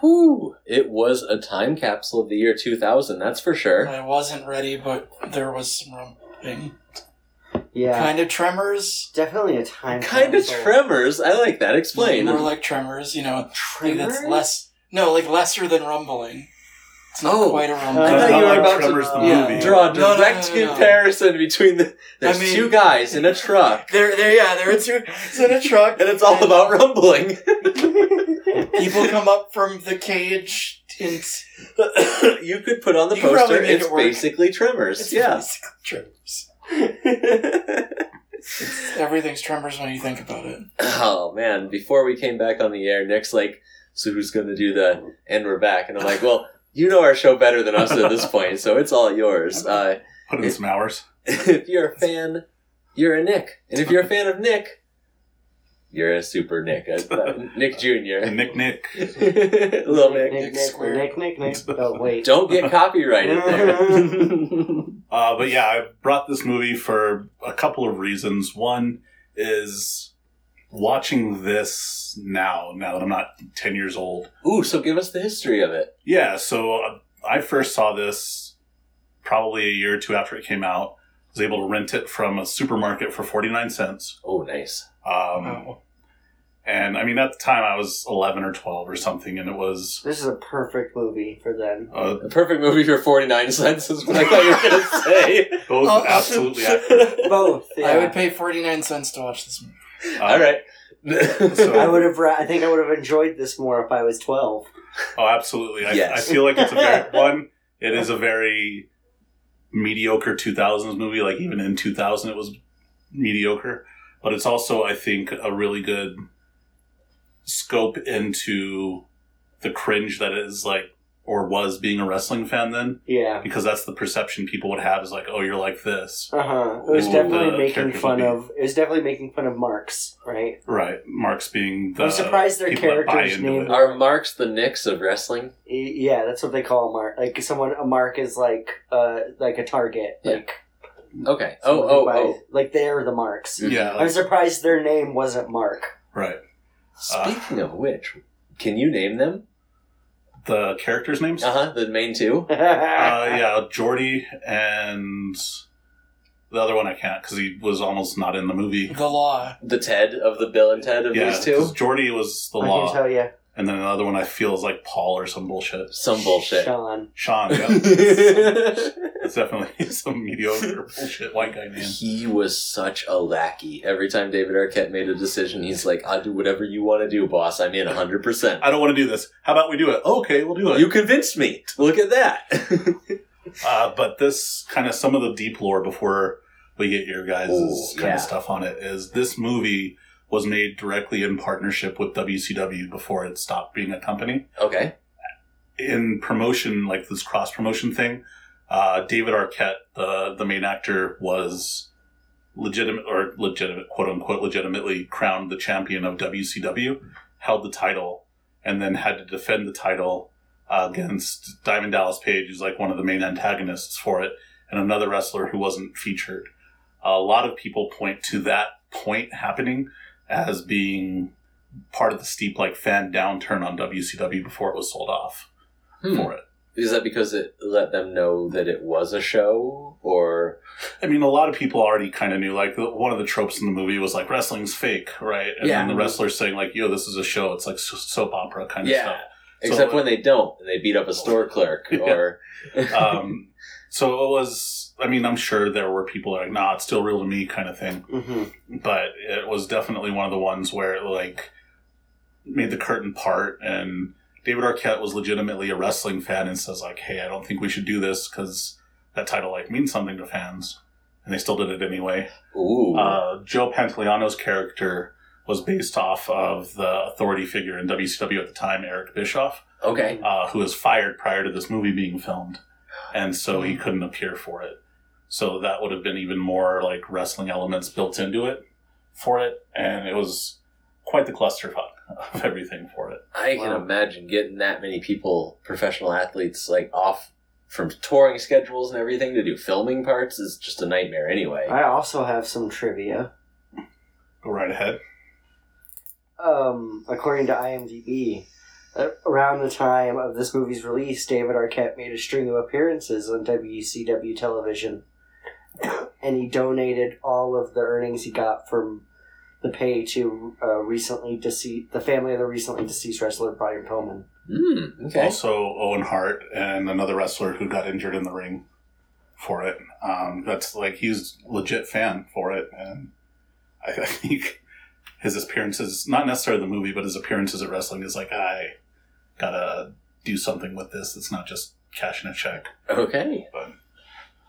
Speaker 4: Whew. It was a time capsule of the year 2000, that's for sure.
Speaker 2: I wasn't ready, but there was some rumbling.
Speaker 3: Yeah.
Speaker 2: Kind of tremors.
Speaker 3: Definitely a time.
Speaker 4: Kind of
Speaker 3: capsule.
Speaker 4: tremors. I like that. Explain.
Speaker 2: More like tremors, you know. Like that's
Speaker 3: <laughs> Tremors?
Speaker 2: less. No, like lesser than rumbling. It's not
Speaker 4: Oh.
Speaker 2: quite a
Speaker 3: I
Speaker 2: rumbling.
Speaker 4: thought you were about to-
Speaker 1: Tremors the
Speaker 2: yeah,
Speaker 1: movie.
Speaker 4: Draw a
Speaker 2: No, no, no,
Speaker 4: direct
Speaker 2: no, no.
Speaker 4: comparison between the. There's
Speaker 2: mean-
Speaker 4: two guys in a truck,
Speaker 2: There, there, yeah, there are two. It's in a truck,
Speaker 4: <laughs> and it's all about rumbling.
Speaker 2: <laughs>
Speaker 4: <laughs>
Speaker 2: people come up from the cage. And
Speaker 4: you could put on the
Speaker 2: You could probably
Speaker 4: poster.
Speaker 2: make
Speaker 4: It's
Speaker 2: it work.
Speaker 4: basically tremors.
Speaker 2: it's
Speaker 4: Yeah.
Speaker 2: basically tremors. Everything's tremors when you think about it.
Speaker 4: <coughs> oh man! Before we came back on the air, Nick's like, "So who's going to do the?" And we're back, and I'm like, "Well, you know our show better than us at
Speaker 1: <laughs>
Speaker 4: this point, so it's all yours." Uh, <laughs>
Speaker 1: Put in some hours.
Speaker 4: if you're a fan, you're a Nick, and if you're a fan of Nick, you're a super Nick, uh,
Speaker 1: <laughs>
Speaker 4: Nick Junior,
Speaker 1: And Nick Nick.
Speaker 4: little Nick.
Speaker 3: Nick, Nick,
Speaker 2: Square.
Speaker 3: Nick, Nick, Nick. Oh wait.
Speaker 4: Don't get copyrighted there.
Speaker 1: <laughs> Uh, but yeah, I brought this movie for a couple of reasons. One is watching this now, now that I'm not 10 years old.
Speaker 4: Ooh, so give us the history of it.
Speaker 1: Yeah, so uh, I first saw this probably a year or two after it came out. was able to rent it from a supermarket for 49 cents.
Speaker 4: Oh, nice.
Speaker 1: Um,
Speaker 2: Oh,
Speaker 1: And I mean, at the time I was 11 or 12 or something, and it was.
Speaker 3: This is a perfect movie for them.
Speaker 1: Uh,
Speaker 4: The perfect movie for 49 cents is what I thought you were
Speaker 1: <laughs>
Speaker 4: going to say.
Speaker 1: both
Speaker 2: Oh.
Speaker 1: absolutely accurate.
Speaker 3: Both. <laughs> Yeah.
Speaker 2: I would pay forty nine cents to watch this movie.
Speaker 1: <laughs> Uh,
Speaker 4: All right.
Speaker 1: So-
Speaker 4: <laughs>
Speaker 3: I would have. Ra- I think I would have enjoyed this more if I was twelve.
Speaker 1: Oh, absolutely. I,
Speaker 4: Yes.
Speaker 1: I feel like it's a very one. It is a very mediocre 2000s movie. Like even in 2000, it was mediocre. But it's also, I think, a really good scope into the cringe that is like or was being a wrestling fan then,
Speaker 3: Yeah.
Speaker 1: because that's the perception people would have is like, oh, you're like this,
Speaker 3: Uh huh. It was
Speaker 1: Ooh,
Speaker 3: definitely
Speaker 1: the
Speaker 3: making
Speaker 1: characters
Speaker 3: fun
Speaker 1: would be-
Speaker 3: of. It was definitely making fun of Marx, right?
Speaker 1: right? Marks being the.
Speaker 3: I'm surprised their
Speaker 1: people that buy
Speaker 3: characters'
Speaker 1: into
Speaker 3: name
Speaker 1: it.
Speaker 4: Are Marks the Knicks of wrestling?
Speaker 3: Y- Yeah, that's what they call a mark. Like someone, a mark is like, uh, like a target.
Speaker 4: Yeah.
Speaker 3: Like
Speaker 4: Okay. Oh,
Speaker 3: someone who
Speaker 4: oh,
Speaker 3: buys-
Speaker 4: oh.
Speaker 3: Like they are the marks.
Speaker 1: Yeah,
Speaker 3: I'm
Speaker 1: like-
Speaker 3: surprised their name wasn't Mark. <laughs>
Speaker 1: right.
Speaker 4: Speaking of which, can you name them?
Speaker 1: The characters' names.
Speaker 4: Uh huh. The main two?
Speaker 1: Uh, yeah, Jordy and the other one I can't because he was almost not in the movie.
Speaker 2: The law.
Speaker 4: The Ted of the Bill and Ted of
Speaker 1: yeah,
Speaker 4: these two?
Speaker 1: 'cause Jordy was the
Speaker 3: I
Speaker 1: law,
Speaker 3: can tell you,
Speaker 1: and then another one I feel is like Paul or some bullshit. <laughs>
Speaker 4: Some bullshit.
Speaker 3: Sean.
Speaker 1: Sean,
Speaker 4: <laughs>
Speaker 1: yeah, it's definitely <laughs> some mediocre bullshit white guy name.
Speaker 4: He was such a lackey. Every time David Arquette made a decision, he's like, I'll do whatever you want to do, boss. I'm
Speaker 1: <laughs>
Speaker 4: in 100%.
Speaker 1: I don't want to do this. How about we do it? Okay, we'll do it.
Speaker 4: You convinced me. Look at that. <laughs>
Speaker 1: Uh, but this kind of some of the deep lore before we get your guys'
Speaker 4: Ooh,
Speaker 1: kind
Speaker 4: yeah.
Speaker 1: of stuff on it is this movie was made directly in partnership with WCW before it stopped being a company.
Speaker 4: okay.
Speaker 1: in promotion, like this cross promotion thing, uh, David Arquette, the the main actor, was legitimate or legitimate, quote unquote, legitimately crowned the champion of WCW, held the title, and then had to defend the title uh, against Diamond Dallas Page, who's like one of the main antagonists for it, and another wrestler who wasn't featured. A lot of people point to that point happening as being part of the steep like fan downturn on WCW before it was sold off.
Speaker 4: Hmm.
Speaker 1: for it.
Speaker 4: Is that because it let them know that it was a show, or
Speaker 1: I mean, a lot of people already kind of knew. Like the- one of the tropes in the movie was like wrestling's fake, right? And
Speaker 4: Yeah.
Speaker 1: then the wrestler saying like, "Yo, this is a show." It's like so- soap opera kind of
Speaker 4: Yeah.
Speaker 1: So-
Speaker 4: except when they don't and they beat up a store <laughs> clerk,
Speaker 1: Yeah.
Speaker 4: or Uh,
Speaker 1: stuff.
Speaker 4: <laughs>
Speaker 1: Um, so it was. I mean, I'm sure there were people like, "Nah, it's still real to me," kind of thing.
Speaker 3: Mm-hmm.
Speaker 1: But it was definitely one of the ones where it, like made the curtain part, and David Arquette was legitimately a wrestling fan and says like, "Hey, I don't think we should do this because that title like means something to fans," and they still did it anyway.
Speaker 4: ooh,
Speaker 1: Uh, Joe Pantoliano's character was based off of the authority figure in WCW at the time, Eric Bischoff,
Speaker 4: okay,
Speaker 1: uh, who was fired prior to this movie being filmed, and so he couldn't appear for it. So that would have been even more like wrestling elements built into it for it, and it was quite the clusterfuck <laughs> of everything for it.
Speaker 4: I can
Speaker 3: Wow.
Speaker 4: imagine getting that many people, professional athletes, like off from touring schedules and everything to do filming parts is just a nightmare anyway.
Speaker 3: I also have some trivia.
Speaker 1: Go right ahead.
Speaker 3: Um, according to IMDb, uh, around the time of this movie's release, David Arquette made a string of appearances on WCW television, <coughs> and he donated all of the earnings he got from the pay to uh, recently deceased the family of the recently deceased wrestler Brian Pillman.
Speaker 4: Hmm, okay,
Speaker 1: Also, Owen Hart and another wrestler who got injured in the ring for it. Um, that's like he's legit fan for it, and I, <laughs> I think his appearances, not necessarily the movie, but his appearances at wrestling is like I gotta do something with this. It's not just cashing a check.
Speaker 4: okay.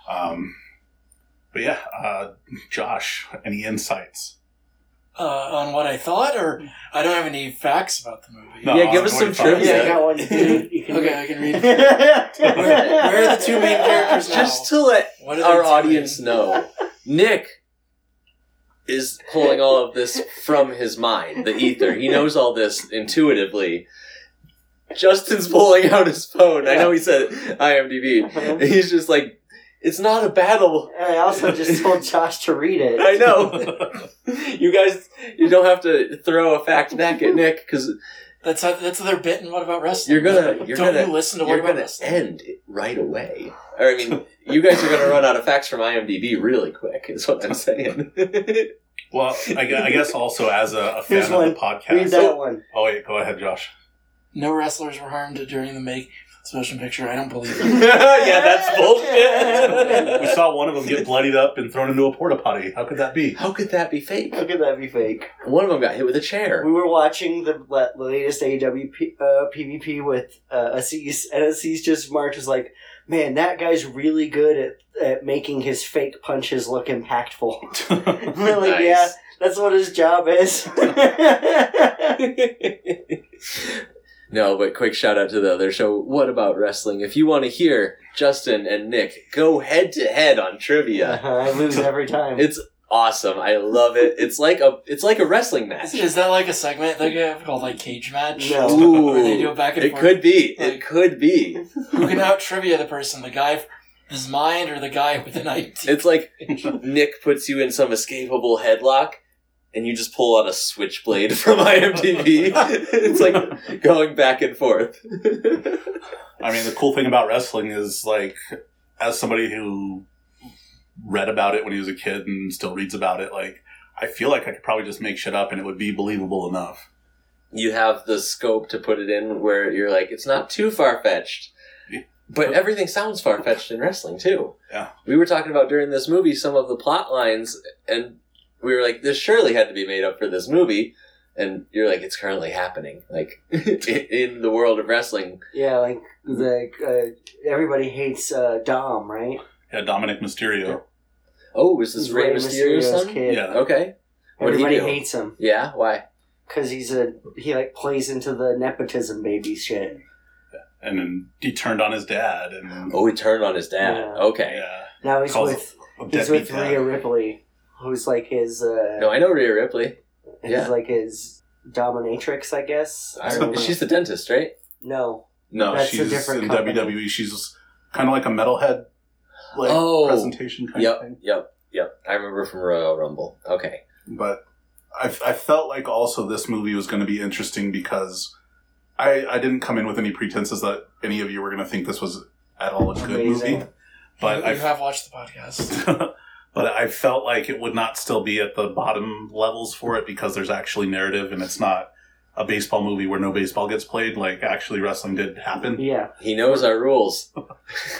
Speaker 1: Um, but yeah, uh, Josh, any insights?
Speaker 2: Uh, on what I thought, or I don't have any facts about the movie.
Speaker 1: No,
Speaker 4: yeah, give
Speaker 1: I
Speaker 4: us
Speaker 1: know
Speaker 4: some
Speaker 1: you thought.
Speaker 4: trivia.
Speaker 3: Yeah, I got one. You can
Speaker 2: Okay, I can read.
Speaker 3: Where
Speaker 2: where are the two
Speaker 3: <laughs>
Speaker 2: main characters now?
Speaker 4: Just to let
Speaker 2: What are they
Speaker 4: our
Speaker 2: doing?
Speaker 4: audience know,
Speaker 2: <laughs>
Speaker 4: Nick is pulling all of this from his mind, the ether. He knows all this intuitively. Justin's pulling out his phone. I know he said
Speaker 2: Uh-huh.
Speaker 4: IMDb. He's just like, it's not a battle.
Speaker 3: And I also just told Josh to read it.
Speaker 2: <laughs>
Speaker 4: I know. you guys, you don't have to throw a fact back at Nick because
Speaker 2: That's how, that's their bit. And what about wrestling?
Speaker 4: you're gonna, you're
Speaker 2: don't
Speaker 4: gonna,
Speaker 2: you listen to what
Speaker 4: you're
Speaker 2: about
Speaker 4: gonna
Speaker 2: wrestling?
Speaker 4: end it right away. Or I mean, you guys are gonna run out of facts from IMDb really quick. Is what I'm saying. <laughs>
Speaker 1: Well, I, gue- I guess also as a, a fan
Speaker 3: Here's
Speaker 1: of
Speaker 3: one.
Speaker 1: the
Speaker 3: Read
Speaker 1: podcast.
Speaker 3: that one.
Speaker 1: Oh wait, go ahead, Josh.
Speaker 2: No wrestlers were harmed during the make of the motion picture. I don't believe
Speaker 4: <laughs>
Speaker 2: it.
Speaker 4: yeah,
Speaker 2: <laughs>
Speaker 4: that's
Speaker 1: We
Speaker 4: bullshit.
Speaker 1: saw one of them get bloodied up and thrown into a porta potty. How could that be?
Speaker 3: <laughs>
Speaker 4: How could that be fake?
Speaker 3: How could that be fake?
Speaker 4: One of them got hit with a
Speaker 3: We
Speaker 4: chair.
Speaker 3: were watching the la- the latest AEW P- uh, PvP with uh, Assis, and Assis just marked was like, "Man, that guy's really good at, at making his fake punches look impactful." <laughs> And we're like,
Speaker 4: Nice.
Speaker 3: yeah, that's what his job is. <laughs>
Speaker 4: No, but quick shout out to the other show. What about wrestling? If you want to hear Justin and Nick go head to head on trivia,
Speaker 3: Uh-huh, I lose every time.
Speaker 4: it's awesome. I love it. It's like a it's like a wrestling
Speaker 2: Is,
Speaker 4: match.
Speaker 2: is that like a segment they have called like cage match?
Speaker 3: No.
Speaker 4: Ooh,
Speaker 2: Where they do a back and
Speaker 4: it
Speaker 2: forth.
Speaker 4: could be.
Speaker 2: Like-
Speaker 4: It could be.
Speaker 2: Who can out trivia the person? The guy with his mind or the guy with an idea?
Speaker 4: <laughs> It's like Nick puts you in some escapable headlock, and you just pull out a switchblade from IMDb. it's like going back and forth.
Speaker 1: I mean, the cool thing about wrestling is like, as somebody who read about it when he was a kid and still reads about it, like, I feel like I could probably just make shit up and it would be believable enough.
Speaker 4: you have the scope to put it in where you're like, it's not too far fetched. But everything sounds far fetched in wrestling too.
Speaker 1: Yeah.
Speaker 4: We were talking about during this movie some of the plot lines, and we were like, this surely had to be made up for this movie. And you're like, it's currently happening, like <laughs> in the world of wrestling.
Speaker 3: yeah, like the uh, everybody hates uh, Dom, right?
Speaker 1: Yeah, Dominic Mysterio.
Speaker 4: Oh, is this Rey
Speaker 3: Rey
Speaker 4: Mysterio's son?
Speaker 1: Yeah.
Speaker 3: kid.
Speaker 4: Okay. What'd he
Speaker 3: Everybody
Speaker 4: do?
Speaker 3: hates him.
Speaker 4: Yeah. Why?
Speaker 3: because he's a he like plays into the nepotism baby shit.
Speaker 1: And then he turned on his dad and
Speaker 4: Oh, he turned on his dad.
Speaker 3: Yeah.
Speaker 4: Okay.
Speaker 1: yeah,
Speaker 3: Now he's
Speaker 1: Calls
Speaker 3: with
Speaker 1: a
Speaker 3: he's
Speaker 1: deadbeat
Speaker 3: with Rhea
Speaker 1: dad.
Speaker 3: Ripley, who's like his uh,
Speaker 4: No, I know Rhea Ripley.
Speaker 3: his
Speaker 4: yeah.
Speaker 3: like his dominatrix, I guess. I don't know.
Speaker 4: She's the dentist, right?
Speaker 3: no,
Speaker 1: No,
Speaker 3: That's a
Speaker 1: Oh, she's
Speaker 3: different
Speaker 1: in
Speaker 3: company.
Speaker 1: WWE. She's kind of like a metalhead like
Speaker 4: Oh.
Speaker 1: presentation kind of
Speaker 4: Yep.
Speaker 1: thing.
Speaker 4: Yep. Yep. I remember from Royal Rumble. Okay.
Speaker 1: but I, I felt like also this movie was going to be interesting because I, I didn't come in with any pretenses that any of you were going to think this was at all a good
Speaker 3: Amazing.
Speaker 1: movie, but
Speaker 2: you,
Speaker 1: I
Speaker 2: you have watched the podcast.
Speaker 1: <laughs> but I felt like it would not still be at the bottom levels for it because there's actually narrative and it's not a baseball movie where no baseball gets played. Like actually, wrestling did happen.
Speaker 4: <laughs>
Speaker 3: Yeah,
Speaker 4: He knows our rules.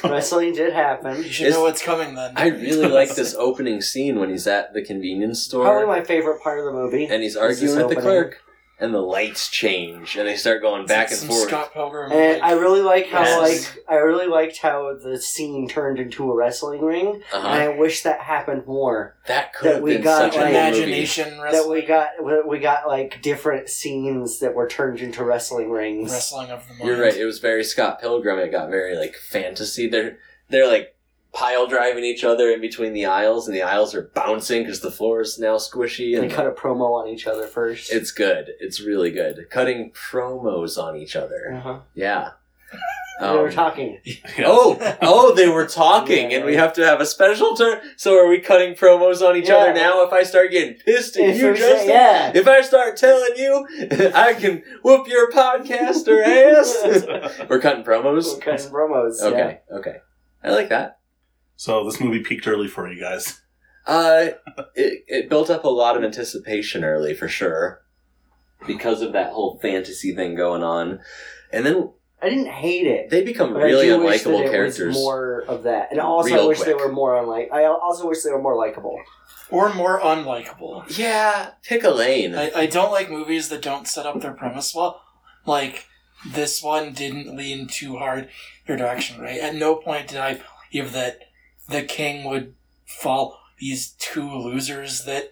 Speaker 3: wrestling did happen.
Speaker 2: You should
Speaker 4: It's-
Speaker 2: know what's coming then.
Speaker 3: <laughs>
Speaker 4: I really like this opening scene when he's at the convenience store
Speaker 3: Probably my favorite part of the movie.
Speaker 4: and he's
Speaker 3: is this
Speaker 4: arguing with the
Speaker 3: opening.
Speaker 4: clerk, and the lights change and they start going
Speaker 2: It's
Speaker 4: back
Speaker 2: like
Speaker 4: and
Speaker 2: some
Speaker 4: forth.
Speaker 2: Scott Pilgrim.
Speaker 3: And I
Speaker 2: like,
Speaker 3: really like how
Speaker 2: Yes.
Speaker 3: like I really liked how the scene turned into a wrestling ring,
Speaker 4: Uh-huh.
Speaker 3: and I wish that happened more.
Speaker 4: that
Speaker 3: that
Speaker 4: could have
Speaker 3: we
Speaker 4: been
Speaker 3: got,
Speaker 4: such a
Speaker 3: like,
Speaker 4: imagination.
Speaker 2: imagination
Speaker 3: That
Speaker 2: wrestling,
Speaker 3: we got we got like different scenes that were turned into wrestling rings.
Speaker 2: wrestling of the mind.
Speaker 4: You're right. It was very Scott Pilgrim. It got very like fantasy. They're they're like pile driving each other in between the aisles, and the aisles are bouncing because the floor is now squishy.
Speaker 3: They
Speaker 4: And
Speaker 3: cut a promo on each other first.
Speaker 4: it's good. It's really good. Cutting promos on each other.
Speaker 3: uh-huh.
Speaker 4: Yeah.
Speaker 3: <laughs> they
Speaker 4: Um, <laughs>
Speaker 3: were talking.
Speaker 1: Yeah.
Speaker 3: <laughs>
Speaker 4: Oh, oh, they were talking, and we have to have a special turn. So are we cutting promos on each other
Speaker 3: Yeah.
Speaker 4: now? If I start getting pissed at
Speaker 3: If
Speaker 4: you,
Speaker 3: we say-
Speaker 4: Justin,
Speaker 3: yeah.
Speaker 4: <laughs> if I start telling you, <laughs> I can whoop your
Speaker 3: <laughs>
Speaker 4: podcaster ass. <laughs> we're cutting promos.
Speaker 3: We're cutting promos. yeah.
Speaker 4: Okay, okay, I like that.
Speaker 1: So this movie peaked early for you guys.
Speaker 3: <laughs>
Speaker 4: Uh, it it built up a lot of anticipation early for sure, because of that whole fantasy thing going on, and then
Speaker 3: I didn't hate it.
Speaker 4: they become
Speaker 3: But
Speaker 4: really
Speaker 3: I do wish that
Speaker 4: unlikable
Speaker 3: it
Speaker 4: characters.
Speaker 3: Was more of that, and also I
Speaker 4: Real
Speaker 3: wish
Speaker 4: quick.
Speaker 3: they were more unlike. I also wish they were more likable.
Speaker 2: Or more unlikable.
Speaker 4: Yeah, pick a lane.
Speaker 2: I, I don't like movies that don't set up their premise well. Like this one didn't lean too hard your direction, right? At no point did I believe that the king would fall these two losers that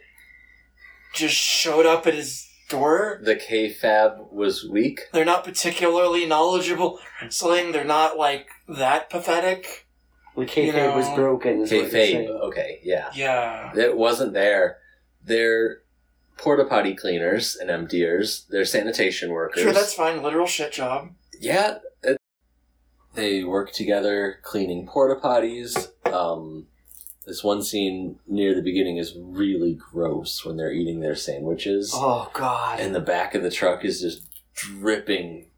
Speaker 2: just showed up at his door.
Speaker 4: the KFAB was weak.
Speaker 2: They're not particularly knowledgeable in wrestling. They're not like that pathetic.
Speaker 3: The kayfabe
Speaker 2: You know,
Speaker 3: was broken. Is what you're
Speaker 4: Kayfabe. uh,
Speaker 3: saying.
Speaker 4: Okay, yeah.
Speaker 2: Yeah.
Speaker 4: It wasn't there. They're porta potty cleaners and emptiers. They're sanitation workers.
Speaker 2: Sure, that's fine. Literal shit job.
Speaker 4: yeah. it- they work together cleaning porta potties. Um, this one scene near the beginning is really gross when they're eating their sandwiches,
Speaker 3: Oh God!
Speaker 4: and the back of the truck is just dripping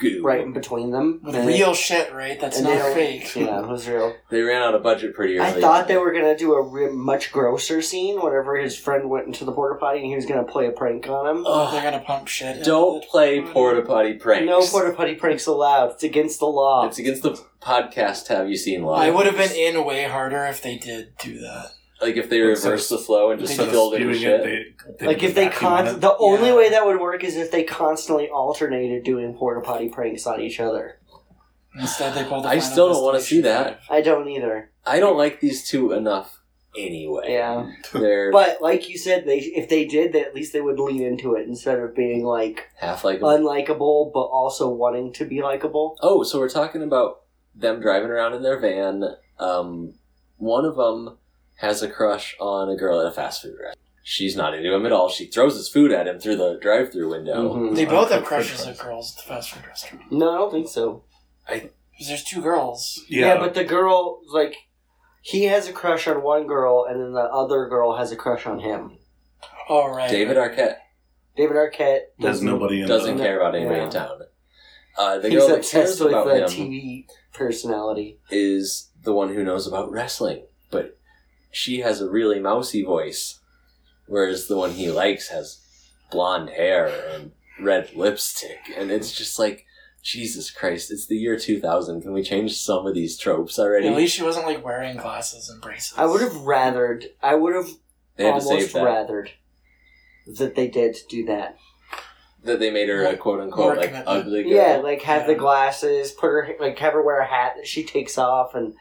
Speaker 4: goo.
Speaker 3: right in between them.
Speaker 2: With
Speaker 3: And they-
Speaker 2: real shit, right? That's
Speaker 3: and they
Speaker 2: not
Speaker 3: don't-
Speaker 2: fake.
Speaker 3: Yeah, it was real.
Speaker 4: They ran out of budget pretty early.
Speaker 3: I thought they were gonna do a re- much grosser scene whenever his friend went into the porta potty and he was gonna play a prank on him.
Speaker 4: Ugh.
Speaker 2: They're gonna pump shit. in.
Speaker 4: Don't play porta potty pranks.
Speaker 3: No porta potty pranks allowed. It's against the law.
Speaker 4: It's against the podcast. Have you seen live?
Speaker 2: I would have been in way harder if they did do that.
Speaker 4: like if they
Speaker 1: Like,
Speaker 4: reversed
Speaker 1: so-
Speaker 4: the flow and just
Speaker 1: Instead of
Speaker 4: filled it with
Speaker 1: spewing it,
Speaker 4: shit.
Speaker 1: they- they
Speaker 3: like if they
Speaker 1: vacuum it.
Speaker 3: con, the only
Speaker 2: Yeah.
Speaker 3: way that would work is if they constantly alternated doing porta potty pranks on each other.
Speaker 2: Instead, they pulled. The
Speaker 4: I
Speaker 2: Final
Speaker 4: still don't wanna see
Speaker 2: Destination
Speaker 3: I don't either.
Speaker 4: I don't like these two enough anyway.
Speaker 3: Yeah,
Speaker 4: They're
Speaker 3: <laughs> but like you said, they if they did, they, at least they would lean into it instead of being like
Speaker 4: half like.
Speaker 3: unlikable, but also wanting to be likable.
Speaker 4: oh, so we're talking about them driving around in their van. Um, one of them has a crush on a girl at a fast food restaurant. She's not into him at all. She throws his food at him through the drive-through window.
Speaker 3: Mhm.
Speaker 2: five. They both have
Speaker 1: Uncooked
Speaker 2: crushes
Speaker 1: french
Speaker 2: at girls at the fast food restaurant.
Speaker 3: No, I don't think so.
Speaker 2: 'Cause there's two girls.
Speaker 1: Yeah,
Speaker 3: yeah, but the girl like he has a crush on one girl, and then the other girl has a crush on him.
Speaker 2: All Oh, right.
Speaker 4: David Arquette
Speaker 3: David Arquette
Speaker 1: there's nobody in
Speaker 4: doesn't
Speaker 1: the,
Speaker 4: care about anybody in
Speaker 3: Yeah.
Speaker 4: town. Uh, the
Speaker 3: He's
Speaker 4: girl that cares
Speaker 3: obsessed with
Speaker 4: about
Speaker 3: the
Speaker 4: him.
Speaker 3: TV personality.
Speaker 4: is the one who knows about wrestling, but she has a really mousy voice, whereas the one he likes has blonde hair and red lipstick, and it's just like Jesus Christ! It's the year two thousand. Can we change some of these tropes already?
Speaker 2: At least she wasn't like wearing glasses and braces.
Speaker 3: I would have rathered. I would have
Speaker 4: they had to save
Speaker 3: almost
Speaker 4: that
Speaker 3: rathered that they did do that.
Speaker 4: that they made her a quote
Speaker 2: More
Speaker 4: unquote like
Speaker 2: commitment.
Speaker 4: ugly girl.
Speaker 3: Yeah, like have the
Speaker 2: Yeah.
Speaker 3: glasses, put her like have her wear a hat that she takes off, and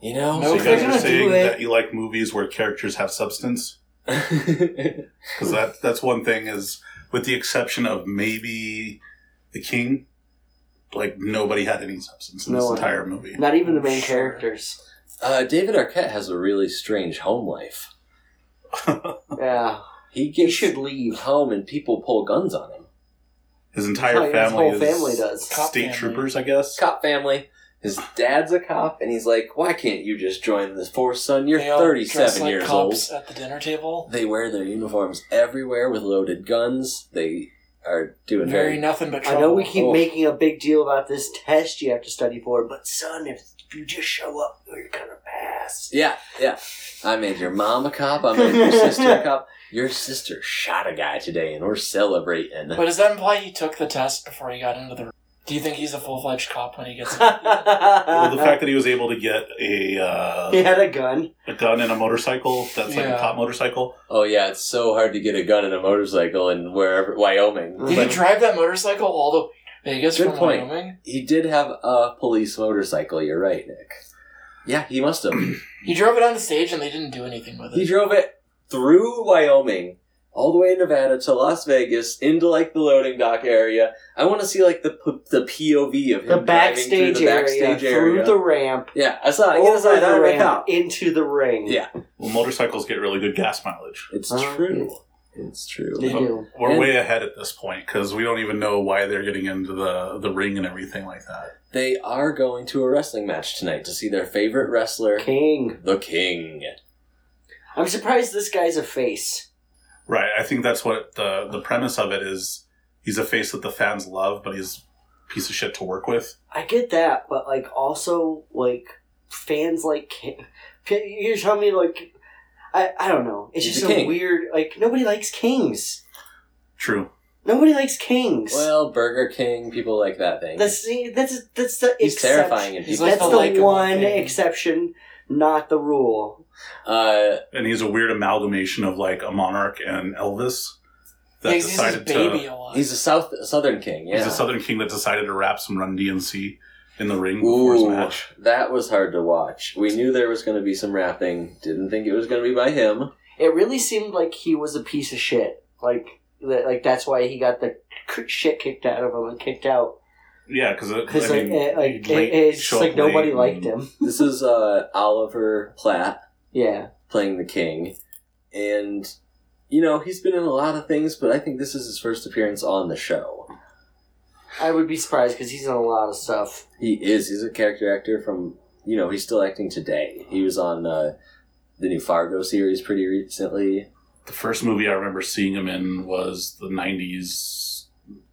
Speaker 4: you
Speaker 1: So
Speaker 4: know.
Speaker 2: No,
Speaker 1: you
Speaker 2: they're
Speaker 1: guys
Speaker 2: gonna
Speaker 1: are
Speaker 2: do
Speaker 1: saying
Speaker 2: it.
Speaker 1: that you like movies where characters have substance because that that's one thing is with the exception of maybe the king, like nobody had any substance in
Speaker 3: No
Speaker 1: this
Speaker 3: one.
Speaker 1: entire movie.
Speaker 3: not even the main
Speaker 2: Sure.
Speaker 3: characters.
Speaker 4: <laughs> uh, David Arquette has a really strange home life.
Speaker 3: Yeah,
Speaker 4: He
Speaker 3: he
Speaker 4: gets
Speaker 3: should leave.
Speaker 4: home and people pull guns on him.
Speaker 1: His
Speaker 3: Like,
Speaker 1: entire
Speaker 3: his
Speaker 1: family,
Speaker 3: whole
Speaker 1: is
Speaker 3: family does.
Speaker 2: Cop
Speaker 1: state
Speaker 2: family.
Speaker 1: troopers, I guess.
Speaker 4: cop family. His dad's a cop, and he's like, "Why can't you just join the force, son? You're
Speaker 2: They all
Speaker 4: 37
Speaker 2: dress like
Speaker 4: years
Speaker 2: cops At the dinner table.
Speaker 4: old." They wear their uniforms everywhere with loaded guns. They are doing
Speaker 2: Very
Speaker 4: very.
Speaker 2: nothing but
Speaker 3: I
Speaker 2: trouble.
Speaker 3: know we keep
Speaker 4: Oh.
Speaker 3: making a big deal about this test you have to study for, but son, if you just show up, you're gonna pass.
Speaker 4: yeah, yeah. I made your mom a cop.
Speaker 2: <laughs>
Speaker 4: I made your sister a cop. Your sister shot a guy today, and we're celebrating.
Speaker 2: But does that imply he took the test before he got into the? Do you think he's a full fledged cop when he gets?
Speaker 4: <laughs>
Speaker 1: Well,
Speaker 3: Uh,
Speaker 1: the fact that he was able to get a uh,
Speaker 3: <laughs> he had a gun.
Speaker 1: a gun and a motorcycle that's like
Speaker 2: Yeah.
Speaker 1: a cop motorcycle.
Speaker 4: oh yeah, it's so hard to get a gun and a motorcycle in wherever Wyoming.
Speaker 2: Did he
Speaker 4: But
Speaker 2: drive that motorcycle all the way to Vegas
Speaker 4: Good
Speaker 2: from
Speaker 4: point.
Speaker 2: Wyoming?
Speaker 4: he did have a police motorcycle. You're right, Nick. Yeah, he must have.
Speaker 2: He drove it on the stage and they didn't do anything with it.
Speaker 4: He drove it through Wyoming, all the way to Nevada to Las Vegas, into like the loading dock area. I want to see like the p- the POV of him
Speaker 3: The
Speaker 4: driving through
Speaker 3: backstage,
Speaker 4: the
Speaker 3: area,
Speaker 4: backstage area.
Speaker 3: through the ramp,
Speaker 4: yeah, I saw. it.
Speaker 3: over
Speaker 4: Yeah, I saw
Speaker 3: the
Speaker 4: that right
Speaker 3: ramp,
Speaker 4: now.
Speaker 3: into the ring.
Speaker 4: Yeah.
Speaker 1: Well, motorcycles get really good gas mileage.
Speaker 4: It's
Speaker 3: Uh,
Speaker 4: true. It's true.
Speaker 3: They do.
Speaker 1: We're
Speaker 4: And-
Speaker 1: way ahead at this point because we don't even know why they're getting into the the ring and everything like that.
Speaker 4: They are going to a wrestling match tonight to see their favorite wrestler,
Speaker 3: King.
Speaker 4: the King.
Speaker 3: I'm surprised this guy's a face.
Speaker 1: Right. I think that's what the the premise of it is. He's a face that the fans love, but he's a piece of shit to work with.
Speaker 3: I get that, but like also like fans like King. You're telling me like I I don't know. It's
Speaker 4: He's
Speaker 3: just
Speaker 4: a
Speaker 3: a
Speaker 4: king.
Speaker 3: weird like nobody likes kings.
Speaker 1: True.
Speaker 3: Nobody likes kings.
Speaker 4: Well, Burger King, people like that thing.
Speaker 3: that's the- that's that's the
Speaker 4: He's
Speaker 3: exception.
Speaker 4: terrifying in
Speaker 2: He's
Speaker 4: people.
Speaker 2: like
Speaker 3: That's
Speaker 2: the
Speaker 3: the,
Speaker 2: likable
Speaker 3: one
Speaker 2: king.
Speaker 3: exception, not the rule.
Speaker 4: uh,
Speaker 1: And he's a weird amalgamation of like a monarch and Elvis that
Speaker 2: He's- he's his
Speaker 1: decided to.
Speaker 2: baby a lot.
Speaker 4: he's a South Southern King. Yeah.
Speaker 1: He's a Southern King that decided to rap some Run DMC in the ring before his
Speaker 4: Ooh,
Speaker 1: match.
Speaker 4: that was hard to watch. We knew there was going to be some rapping. Didn't think it was going to be by him.
Speaker 3: It really seemed like he was a piece of shit. Like that, like that's why he got the k- shit kicked out of him and kicked out
Speaker 1: Yeah, uh, because
Speaker 3: because like, eh, like it- it's just like nobody liked him.
Speaker 1: <laughs>
Speaker 4: This is uh, Oliver Platt
Speaker 3: Yeah,
Speaker 4: playing the king, and you know he's been in a lot of things, but I think this is his first appearance on the show.
Speaker 3: I would be surprised because he's in a lot of stuff.
Speaker 4: He is. He's a character actor from. You know he's still acting today. He was on uh, the new Fargo series pretty recently.
Speaker 1: The first movie I remember seeing him in was the '90s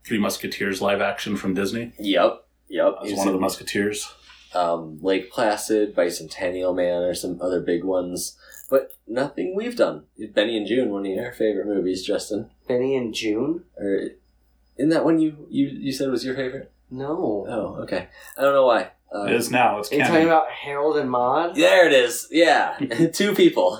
Speaker 1: Three Musketeers live action from Disney.
Speaker 4: Yep. Yep.
Speaker 1: I
Speaker 4: He
Speaker 1: was one of the
Speaker 4: in-
Speaker 1: Musketeers.
Speaker 4: um, Lake Placid, Bicentennial Man, or some other big ones, but nothing we've done. Benny and June, one of your favorite movies, Justin,
Speaker 3: Benny and June.
Speaker 4: or isn't that one you you, you said was your favorite?
Speaker 3: No.
Speaker 4: Oh, okay. I don't know why. Uh,
Speaker 1: it is now. It's
Speaker 3: Are you talking
Speaker 1: canon.
Speaker 3: about Harold and Maude?
Speaker 4: there it is.
Speaker 1: <laughs>
Speaker 4: Yeah, two people.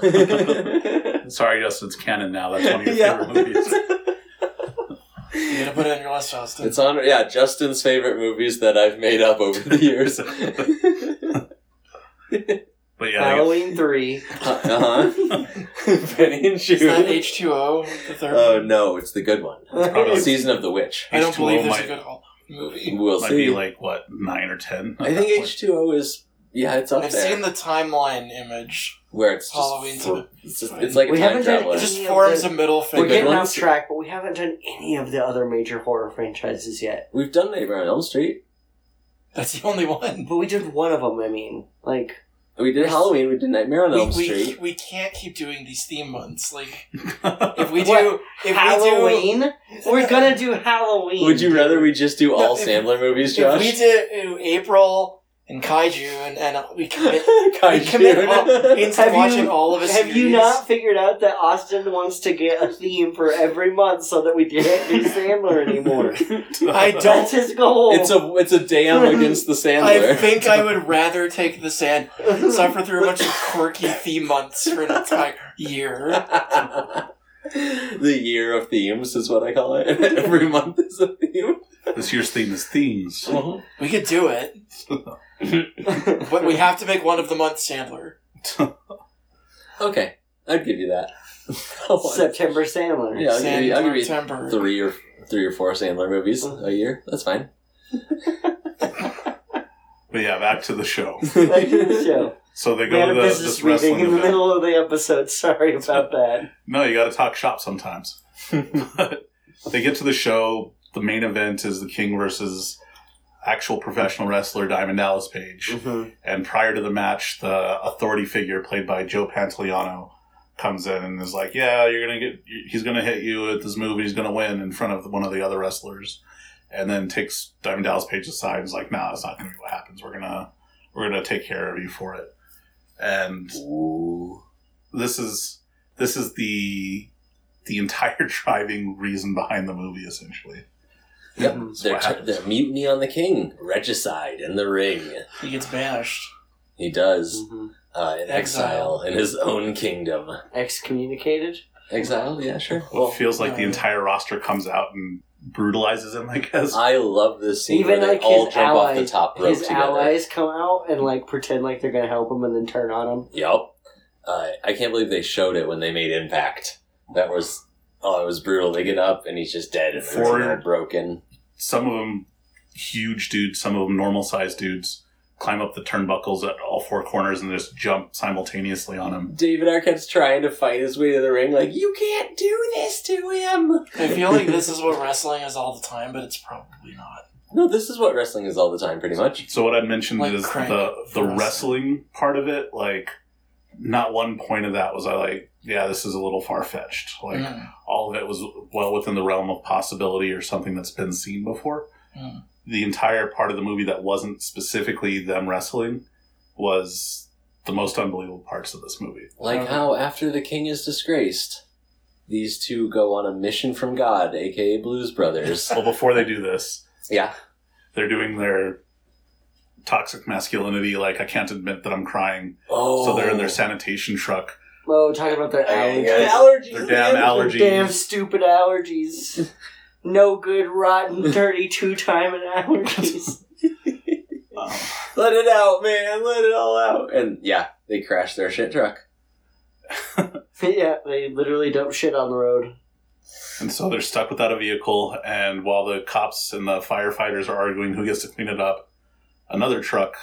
Speaker 1: Sorry, Justin. It's canon now. That's
Speaker 3: <laughs>
Speaker 1: one of your
Speaker 4: Yeah.
Speaker 1: favorite movies.
Speaker 2: You gotta put it on your list, Austin.
Speaker 4: <laughs> It's on. Yeah, Justin's favorite movies that I've made up over
Speaker 1: <laughs>
Speaker 4: the years.
Speaker 1: But yeah, I guess-
Speaker 3: Halloween 3.
Speaker 1: <laughs>
Speaker 4: uh huh. <laughs> Benny and
Speaker 2: Is that
Speaker 4: June.
Speaker 2: H two O the third?
Speaker 4: Oh
Speaker 2: one?
Speaker 4: no, it's the good
Speaker 2: <laughs>
Speaker 4: one. Oh,
Speaker 1: probably-
Speaker 4: Season of the Witch.
Speaker 2: I don't
Speaker 1: H2O
Speaker 2: believe there's
Speaker 1: might-
Speaker 2: a good Hall movie.
Speaker 4: We'll
Speaker 1: might
Speaker 4: see.
Speaker 1: be like what nine or ten. at
Speaker 4: I think
Speaker 1: that point.
Speaker 4: H two O is yeah, it's up
Speaker 2: I've
Speaker 4: there
Speaker 2: seen the timeline image.
Speaker 4: where it's just
Speaker 2: Halloween
Speaker 4: fr-
Speaker 2: to-
Speaker 4: it's, just, it's like a
Speaker 3: We
Speaker 4: time
Speaker 3: haven't done-
Speaker 4: traveler.
Speaker 2: It just
Speaker 3: Yeah,
Speaker 2: forms a
Speaker 3: but-
Speaker 2: middle
Speaker 3: We're
Speaker 4: good
Speaker 2: figure.
Speaker 3: getting
Speaker 4: ones.
Speaker 3: off track, but we haven't done any of the other major horror franchises yet.
Speaker 4: We've done Nightmare on Elm Street.
Speaker 2: That's the only one.
Speaker 3: But we did one of them, I mean. Like,
Speaker 4: We did Halloween. We did Nightmare on
Speaker 2: We,
Speaker 4: Elm
Speaker 2: we,
Speaker 4: Street.
Speaker 2: we can't keep doing these theme months. Like <laughs> if we do,
Speaker 3: What?
Speaker 2: if we do,
Speaker 3: Halloween?
Speaker 2: <laughs>
Speaker 3: We're gonna do Halloween.
Speaker 4: Would you rather we just do all
Speaker 2: if-
Speaker 4: Sandler movies,
Speaker 2: if
Speaker 4: <laughs> Josh?
Speaker 2: we do April and Kaiju and, and we commit, <laughs> we
Speaker 4: Kaiju.
Speaker 2: commit <laughs> all, into
Speaker 3: Have
Speaker 2: watching
Speaker 3: you-
Speaker 2: all of us.
Speaker 3: Have you not figured out that Austin wants to get a theme for every month so that we can't do Sandler anymore?
Speaker 4: <laughs>
Speaker 2: I don't
Speaker 3: That's his goal.
Speaker 4: It's a it's a
Speaker 2: <laughs>
Speaker 4: damn against the Sandler.
Speaker 2: I think I would rather take the sand suffer through a bunch of quirky theme months for an entire year.
Speaker 4: <laughs>
Speaker 2: <laughs>
Speaker 4: the year of themes is what I call it. <laughs> Every month is a theme.
Speaker 1: this year's theme is themes.
Speaker 2: We could do it,
Speaker 4: <laughs>
Speaker 2: but we have to make one of the month Sandler.
Speaker 4: Okay, I'd give you that. <laughs> I'll
Speaker 3: September Sandler.
Speaker 4: Yeah, I'll give you- I'll give
Speaker 2: Sandler
Speaker 4: you
Speaker 2: temper.
Speaker 4: three or three or four Sandler movies a year. That's fine.
Speaker 1: But yeah, back to the show.
Speaker 3: Back to
Speaker 4: <laughs>
Speaker 3: the show.
Speaker 1: So
Speaker 3: <laughs>
Speaker 1: they
Speaker 3: We
Speaker 1: go
Speaker 3: had
Speaker 1: to
Speaker 3: a
Speaker 1: the,
Speaker 3: business
Speaker 1: this wrestling
Speaker 3: meeting in the
Speaker 1: event.
Speaker 3: middle of the episode. Sorry about that.
Speaker 1: No, you got to talk shop
Speaker 3: <laughs>
Speaker 1: sometimes. they get to the show. The main event is the King versus actual professional wrestler Diamond Dallas Page. And prior to the match, the authority figure played by Joe Pantoliano comes in and is like, "Yeah, you're gonna get. He's gonna hit you at this move. He's gonna win in front of one of the other wrestlers." And then takes Diamond Dallas Page aside and is like, "Nah, it's not gonna be what happens. We're gonna we're gonna take care of you for it." And this is this is the the entire <laughs> driving reason behind the movie, essentially.
Speaker 4: Yep.
Speaker 1: That's
Speaker 4: They're,
Speaker 1: what
Speaker 4: t-
Speaker 1: happens.
Speaker 4: they're mutiny on the king, regicide in the ring.
Speaker 2: He gets bashed.
Speaker 4: He does
Speaker 3: Mhm.
Speaker 4: uh, in exile. in his own kingdom.
Speaker 3: Excommunicated?
Speaker 4: Exile,
Speaker 1: <laughs>
Speaker 4: yeah, sure.
Speaker 1: Well, it feels like the
Speaker 2: uh,
Speaker 1: entire roster comes out and brutalizes him. I guess.
Speaker 4: I love this scene
Speaker 3: Even
Speaker 4: where
Speaker 3: like
Speaker 4: they all
Speaker 3: his
Speaker 4: jump off the
Speaker 3: allies,
Speaker 4: top rope
Speaker 3: his
Speaker 4: together.
Speaker 3: allies come out and like pretend like they're gonna help him and then turn on him.
Speaker 4: Yep. Uh, I can't believe they showed it when they made Impact. That was oh, it was brutal. They get up and he's just dead and it's
Speaker 1: Forward.
Speaker 4: all broken.
Speaker 1: some of them huge dudes, some of them normal sized dudes climb up the turnbuckles at all four corners and just jump simultaneously on him.
Speaker 4: David Arquette's trying to fight his way to the ring, like you can't do this to him.
Speaker 2: I feel like this is what wrestling is all the time, but it's probably not.
Speaker 4: No, this is what wrestling is all the time, pretty much.
Speaker 1: So what I'd mentioned
Speaker 2: Like
Speaker 1: is
Speaker 2: crank
Speaker 1: the the
Speaker 2: wrestling.
Speaker 1: wrestling part of it, like not one point of that was I like, yeah, this is a little far fetched. Like
Speaker 2: Mm.
Speaker 1: all of it was well within the realm of possibility or something that's been seen before.
Speaker 2: Mm.
Speaker 1: The entire part of the movie that wasn't specifically them wrestling was the most unbelievable parts of this movie.
Speaker 4: Like how after the king is disgraced, these two go on a mission from God, aka
Speaker 1: <laughs>
Speaker 4: Blues Brothers.
Speaker 1: Well, before they do this,
Speaker 4: yeah.
Speaker 1: they're doing their toxic masculinity like i can't admit that i'm crying
Speaker 4: Oh,
Speaker 1: so they're in their sanitation truck
Speaker 3: Oh, talking about their
Speaker 4: Hey,
Speaker 3: allergies.
Speaker 4: guys.
Speaker 3: allergies.
Speaker 1: Their damn
Speaker 3: Their
Speaker 1: allergies.
Speaker 3: Damn stupid allergies. <laughs> no good, rotten, dirty two time <laughs> allergies.
Speaker 4: let it out, man, let it all out. And yeah, they crash their shit truck.
Speaker 3: <laughs> yeah, they literally dump shit on the road.
Speaker 1: and so they're stuck without a vehicle and while the cops and the firefighters are arguing who gets to clean it up another truck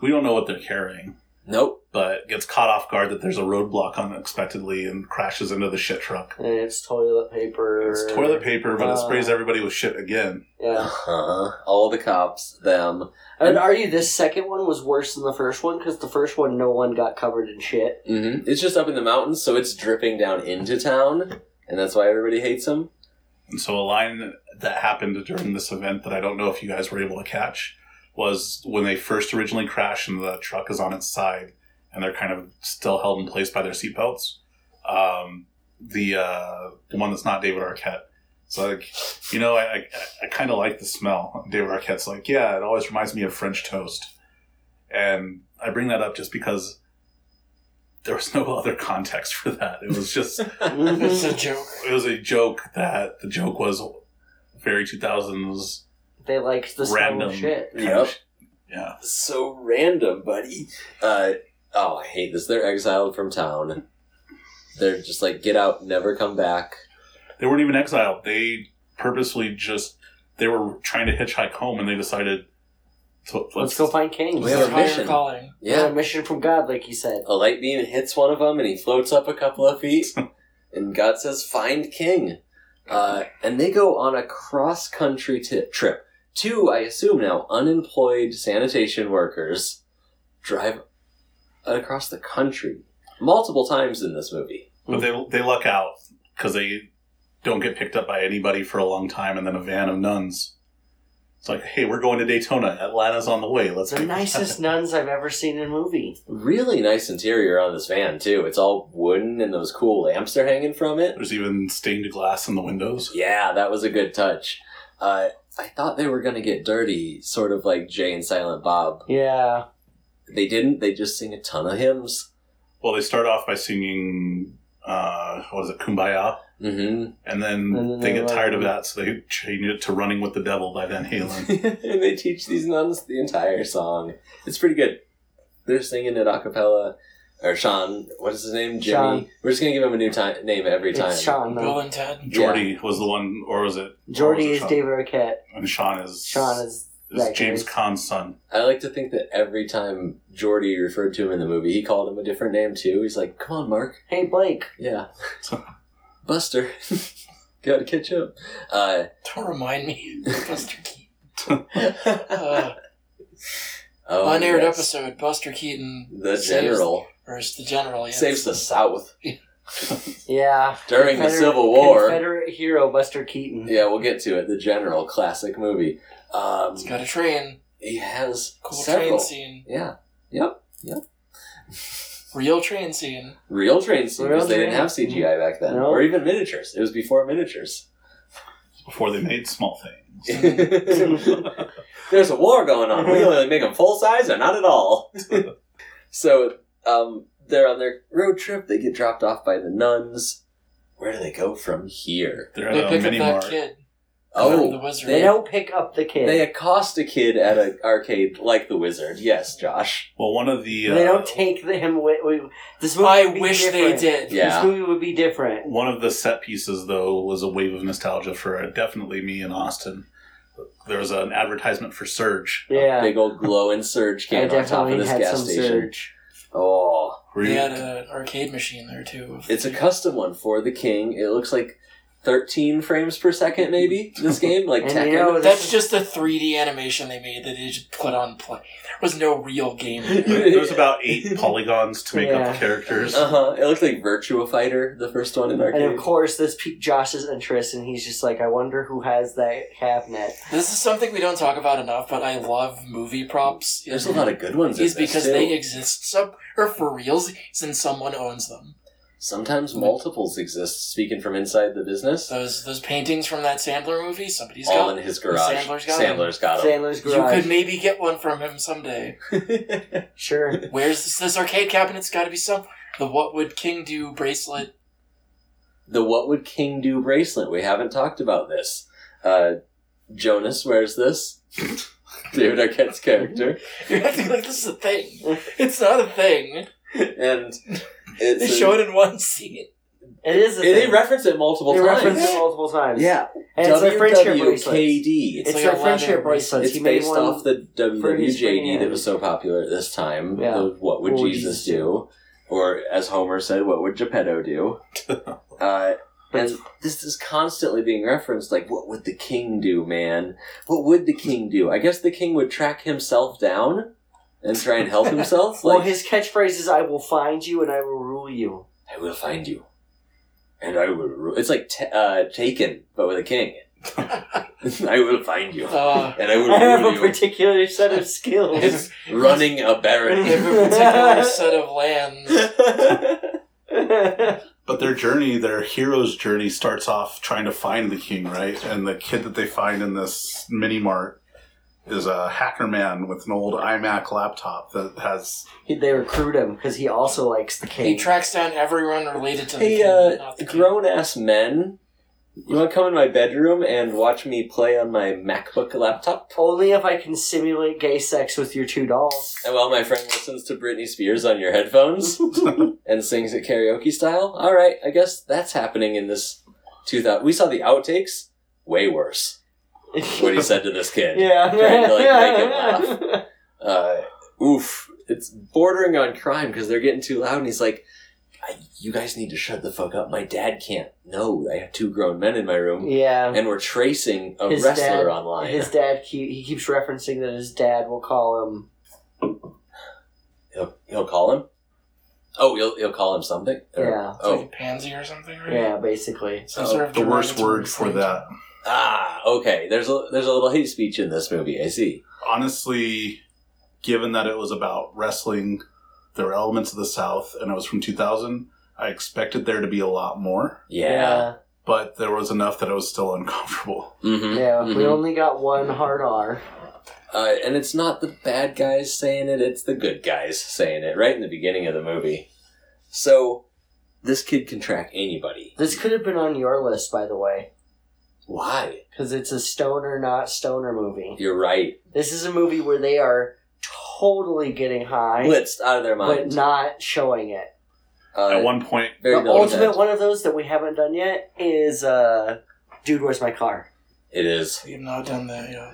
Speaker 1: we don't know what they're carrying
Speaker 4: Nope.
Speaker 1: but gets caught off guard that there's a roadblock unexpectedly and crashes into the shit truck
Speaker 3: And it's toilet paper.
Speaker 1: it's toilet paper but
Speaker 3: Uh.
Speaker 1: it sprays everybody with shit again
Speaker 4: Uh
Speaker 3: Yeah.
Speaker 4: huh. All the cops, them.
Speaker 3: And would argue this second one was worse than the first one because the first one, no one got covered in
Speaker 1: <laughs>
Speaker 3: shit.
Speaker 4: hmm It's just up in the mountains, so it's dripping down into town, and that's why everybody hates them.
Speaker 1: And so a line that happened during this event that I don't know if you guys were able to catch was when they first originally crashed and the truck is on its side and they're kind of still held in place by their seatbelts. Um, the uh, the one that's not David Arquette. It's like, you know, I, I, I kind of like the smell. David Arquette's like, yeah, it always reminds me of French toast. And I bring that up just because there was no other context for that. It was just
Speaker 2: It's
Speaker 3: Mm-hmm.
Speaker 2: a joke.
Speaker 1: it was a joke that the joke was very 2000s
Speaker 3: They liked the smell
Speaker 1: random
Speaker 3: of shit.
Speaker 1: kind
Speaker 4: Yep.
Speaker 1: of sh- yeah
Speaker 4: So random, buddy. Uh, oh, I hate this. They're exiled from town. They're just like, get out, never come back.
Speaker 1: they weren't even exiled they purposely just they were trying to hitchhike home and they decided to, let's,
Speaker 3: Let's go find King.
Speaker 4: We have a
Speaker 2: It's higher
Speaker 4: mission.
Speaker 2: calling.
Speaker 3: Yeah.
Speaker 4: Yeah.
Speaker 3: a mission from God, like you said.
Speaker 4: A light beam hits one of them, and he floats up a couple of feet, and God says, find King. Uh, and they go on a cross country ti trip. Two, I assume now, unemployed sanitation workers drive across the country multiple times in this movie.
Speaker 1: but they, they luck out because they don't get picked up by anybody for a long time and then a van of nuns it's like hey we're going to daytona atlanta's on the way let's
Speaker 3: The
Speaker 1: make- <laughs>
Speaker 3: nicest nuns I've ever seen in a movie.
Speaker 4: Really nice interior on this van, too. It's all wooden, and those cool lamps are hanging from it.
Speaker 1: there's even stained glass in the windows
Speaker 4: Yeah, that was a good touch. Uh, I thought they were going to get dirty, sort of like Jay and Silent Bob.
Speaker 3: Yeah.
Speaker 4: They didn't. They just sing a ton of hymns.
Speaker 1: well they start off by singing uh what is it kumbaya
Speaker 4: Mm-hmm. <laughs>
Speaker 1: And then,
Speaker 3: And then
Speaker 1: they
Speaker 3: they
Speaker 1: get
Speaker 3: run.
Speaker 1: tired of that, so they change it to "Running with the Devil" by Van
Speaker 3: <laughs>
Speaker 1: Halen.
Speaker 4: and they teach these nuns the entire song. It's pretty good. They're singing it a cappella. Or Sean, what is his name? Jimmy.
Speaker 3: Sean.
Speaker 4: We're just gonna give him a new ti- name every time.
Speaker 3: It's Sean,
Speaker 2: Bill
Speaker 3: though.
Speaker 2: and Ted.
Speaker 1: Jordy was the one, or was it?
Speaker 3: Jordy
Speaker 1: or was it
Speaker 3: is
Speaker 1: Sean?
Speaker 3: David Arquette.
Speaker 1: and Sean is
Speaker 3: Sean is.
Speaker 1: is
Speaker 3: that
Speaker 1: James
Speaker 3: guy's-
Speaker 1: Kahn's son.
Speaker 4: I like to think that every time Jordy referred to him in the movie, he called him a different name too. He's like, "Come on, Mark,
Speaker 3: Hey, Blake.
Speaker 4: yeah,
Speaker 2: <laughs>
Speaker 4: Buster, <laughs> gotta catch up."
Speaker 2: <laughs>
Speaker 4: Uh,
Speaker 2: Don't remind
Speaker 4: <laughs>
Speaker 2: me. Buster Keaton. Uh,
Speaker 4: oh,
Speaker 2: unaired
Speaker 4: yes.
Speaker 2: episode. Buster Keaton.
Speaker 4: oh, The
Speaker 2: saves-
Speaker 4: general.
Speaker 2: versus the general. Yes.
Speaker 4: Saves the South
Speaker 3: Yeah.
Speaker 4: during the
Speaker 3: Confederate-
Speaker 4: Civil War.
Speaker 3: Confederate hero Buster Keaton.
Speaker 4: Yeah, we'll get to it. The General, classic movie. Um,
Speaker 2: It's got a train.
Speaker 4: he has
Speaker 2: Cool
Speaker 4: several.
Speaker 2: train scene.
Speaker 4: Yeah. Yep.
Speaker 2: Real train scene.
Speaker 4: Real train scene
Speaker 3: Real
Speaker 4: because they
Speaker 3: train.
Speaker 4: didn't have CGI back then,
Speaker 3: No.
Speaker 4: or even miniatures. It was before miniatures.
Speaker 1: before they made small things.
Speaker 4: <laughs> There's a war going on. We only make them full size or not at all. <laughs> so um, they're on their road trip. They get dropped off by the nuns. Where do they go from here?
Speaker 1: They're
Speaker 2: They
Speaker 1: at a
Speaker 2: pick
Speaker 1: mini
Speaker 2: up that
Speaker 1: mart.
Speaker 2: kid. from the
Speaker 4: Oh,
Speaker 2: wizard.
Speaker 3: They don't pick up the kid.
Speaker 4: they accost a kid at an arcade like the wizard. Yes, Josh.
Speaker 1: Well, one of the uh,
Speaker 3: They don't take the, him with. We, this movie
Speaker 2: I
Speaker 3: would be
Speaker 2: wish they
Speaker 3: different.
Speaker 2: did.
Speaker 4: Yeah.
Speaker 3: This movie would be different.
Speaker 1: one of the set pieces though was a wave of nostalgia for uh, definitely me in Austin. There was an advertisement for Surge.
Speaker 3: Yeah.
Speaker 4: Big old glow and surge
Speaker 3: I
Speaker 4: can on top of
Speaker 3: definitely
Speaker 4: this
Speaker 3: had
Speaker 4: gas
Speaker 3: some
Speaker 4: station.
Speaker 3: surge.
Speaker 4: Oh,
Speaker 2: They had an arcade machine there too.
Speaker 4: It's a custom one for the king. It looks like 13 frames per second, maybe,
Speaker 3: <laughs>
Speaker 4: this game. Like
Speaker 3: And
Speaker 4: Tekken.
Speaker 3: you know,
Speaker 2: That's just a 3D animation they made that they just put on play. There was no real game.
Speaker 4: <laughs>
Speaker 1: There-
Speaker 2: <laughs>
Speaker 1: There's about eight polygons to make up
Speaker 3: Yeah.
Speaker 1: the characters.
Speaker 4: Uh-huh. It looks like Virtua Fighter, the first one in
Speaker 3: And
Speaker 4: arcade.
Speaker 3: of course, this piqued Josh's interest, and he's just like, I wonder who has that cabinet.
Speaker 2: This is something we don't talk about enough, but I love movie props.
Speaker 4: There's a lot of good ones. in
Speaker 2: Is
Speaker 4: this,
Speaker 2: because
Speaker 4: too.
Speaker 2: they exist some, or for reals, since someone owns them.
Speaker 4: sometimes multiples exist. Speaking from inside the
Speaker 3: Uh,
Speaker 4: business,
Speaker 2: Those those paintings from that Sandler movie, somebody's
Speaker 4: all
Speaker 2: got.
Speaker 4: in his garage.
Speaker 2: Sandler's got 'em.
Speaker 4: Sandler's got 'em.
Speaker 3: Sandler's
Speaker 2: You
Speaker 3: garage.
Speaker 2: could maybe get one from him someday.
Speaker 3: sure.
Speaker 2: Where's this, this arcade cabinet's got to be some. The What Would King Do bracelet.
Speaker 4: <laughs>
Speaker 2: <laughs>
Speaker 4: the What Would King Do bracelet. We haven't talked about this. Uh, Jonas wears this. <laughs> David Arquette's character,
Speaker 2: You're acting like this is a thing. It's not a thing.
Speaker 4: and
Speaker 2: They
Speaker 4: it's
Speaker 2: show it in one scene.
Speaker 3: It is. A
Speaker 4: They
Speaker 3: thing.
Speaker 4: reference it multiple
Speaker 3: They
Speaker 4: times.
Speaker 3: reference it multiple times.
Speaker 4: Yeah,
Speaker 3: And it's a friendship bracelet.
Speaker 4: WWKD.
Speaker 3: It's,
Speaker 4: It's,
Speaker 2: like
Speaker 3: their
Speaker 2: a
Speaker 3: friendship
Speaker 2: leather
Speaker 3: bracelet.
Speaker 4: it's
Speaker 3: he made
Speaker 4: based
Speaker 3: one
Speaker 4: off the
Speaker 3: for his
Speaker 4: WWJD that
Speaker 3: friend.
Speaker 4: was so popular at this time.
Speaker 3: Yeah.
Speaker 4: the what would
Speaker 3: What would
Speaker 4: Jesus
Speaker 3: Jesus
Speaker 4: do? Or as Homer said, what would Geppetto do? uh, and this is constantly being referenced. Like, what would the king do, man? What would the king do? I guess the king would track himself down and try and
Speaker 3: <laughs>
Speaker 4: help himself.
Speaker 3: Well,
Speaker 4: Like,
Speaker 3: his catchphrase is, "I will find you and I will rule you."
Speaker 4: I will find you, and I will. Ru-. It's like t- uh, Taken, but with a king. <laughs> I will find you.
Speaker 2: Uh,
Speaker 4: and I would
Speaker 3: I have
Speaker 4: ruin
Speaker 3: a
Speaker 4: you
Speaker 3: particular set of skills.
Speaker 2: it's,
Speaker 4: <laughs> running
Speaker 2: they
Speaker 4: a
Speaker 2: have
Speaker 4: barrack.
Speaker 2: a
Speaker 4: <laughs>
Speaker 2: particular set of lands.
Speaker 1: But their journey, their hero's journey, starts off trying to find the king, right? And the kid that they find in this mini mart is a hacker man with an old iMac laptop that has.
Speaker 3: <laughs> He- they recruit him because he also likes the king.
Speaker 2: He tracks down everyone related to the
Speaker 4: <laughs> hey,
Speaker 2: king, but
Speaker 4: uh,
Speaker 2: not the king.
Speaker 4: grown ass men, you want to come in my bedroom and watch me play on my MacBook laptop?
Speaker 3: Only if I can simulate gay sex with your two dolls.
Speaker 4: And while my friend listens to Britney Spears on your headphones and sings it karaoke style, all right, I guess that's happening in this 2000. We saw the outtakes, way worse. What he said to this kid.
Speaker 3: <laughs> yeah.
Speaker 4: Trying to, like, make him laugh. uh, oof, it's bordering on crime because they're getting too loud. And he's like, I, you guys need to shut the fuck up. My dad can't. No, I have two grown men in my room.
Speaker 3: <laughs> Yeah.
Speaker 4: And we're tracing a
Speaker 3: His
Speaker 4: wrestler
Speaker 3: dad-
Speaker 4: online.
Speaker 3: His dad, he, he keeps referencing that his dad will call him.
Speaker 4: He'll, he'll call him? Oh, he'll, he'll call him something? Or-
Speaker 3: Yeah.
Speaker 2: It's like
Speaker 4: Oh,
Speaker 2: a pansy or something, right?
Speaker 3: Yeah, basically.
Speaker 2: Some
Speaker 4: Oh,
Speaker 2: sort of
Speaker 1: The worst
Speaker 2: derogatory
Speaker 1: word for
Speaker 2: thing.
Speaker 1: that.
Speaker 4: ah, okay. There's a, there's a little hate speech in this movie. I see.
Speaker 1: Honestly, given that it was about wrestling, there were elements of the South, and it was from 2000, I expected there to be a lot more,
Speaker 4: Yeah.
Speaker 1: but there was enough that it was still uncomfortable.
Speaker 4: Mm-hmm.
Speaker 3: Yeah. yeah, We only got one hard R.
Speaker 4: uh, and it's not the bad guys saying it, it's the good guys saying it right in the beginning of the movie. So this kid can track anybody.
Speaker 3: This could have been on your list, by the way,
Speaker 4: Why?
Speaker 3: because it's a stoner, not stoner movie.
Speaker 4: You're right.
Speaker 3: This is a movie where they are totally getting high,
Speaker 4: Blitzed out of their
Speaker 3: but
Speaker 4: mind.
Speaker 3: not showing it.
Speaker 4: uh,
Speaker 1: At one point,
Speaker 4: very
Speaker 3: the
Speaker 4: well
Speaker 3: ultimate
Speaker 4: done.
Speaker 3: one of those that we haven't done yet is uh, Dude, Where's My Car?
Speaker 4: It is.
Speaker 2: We've not done that yet.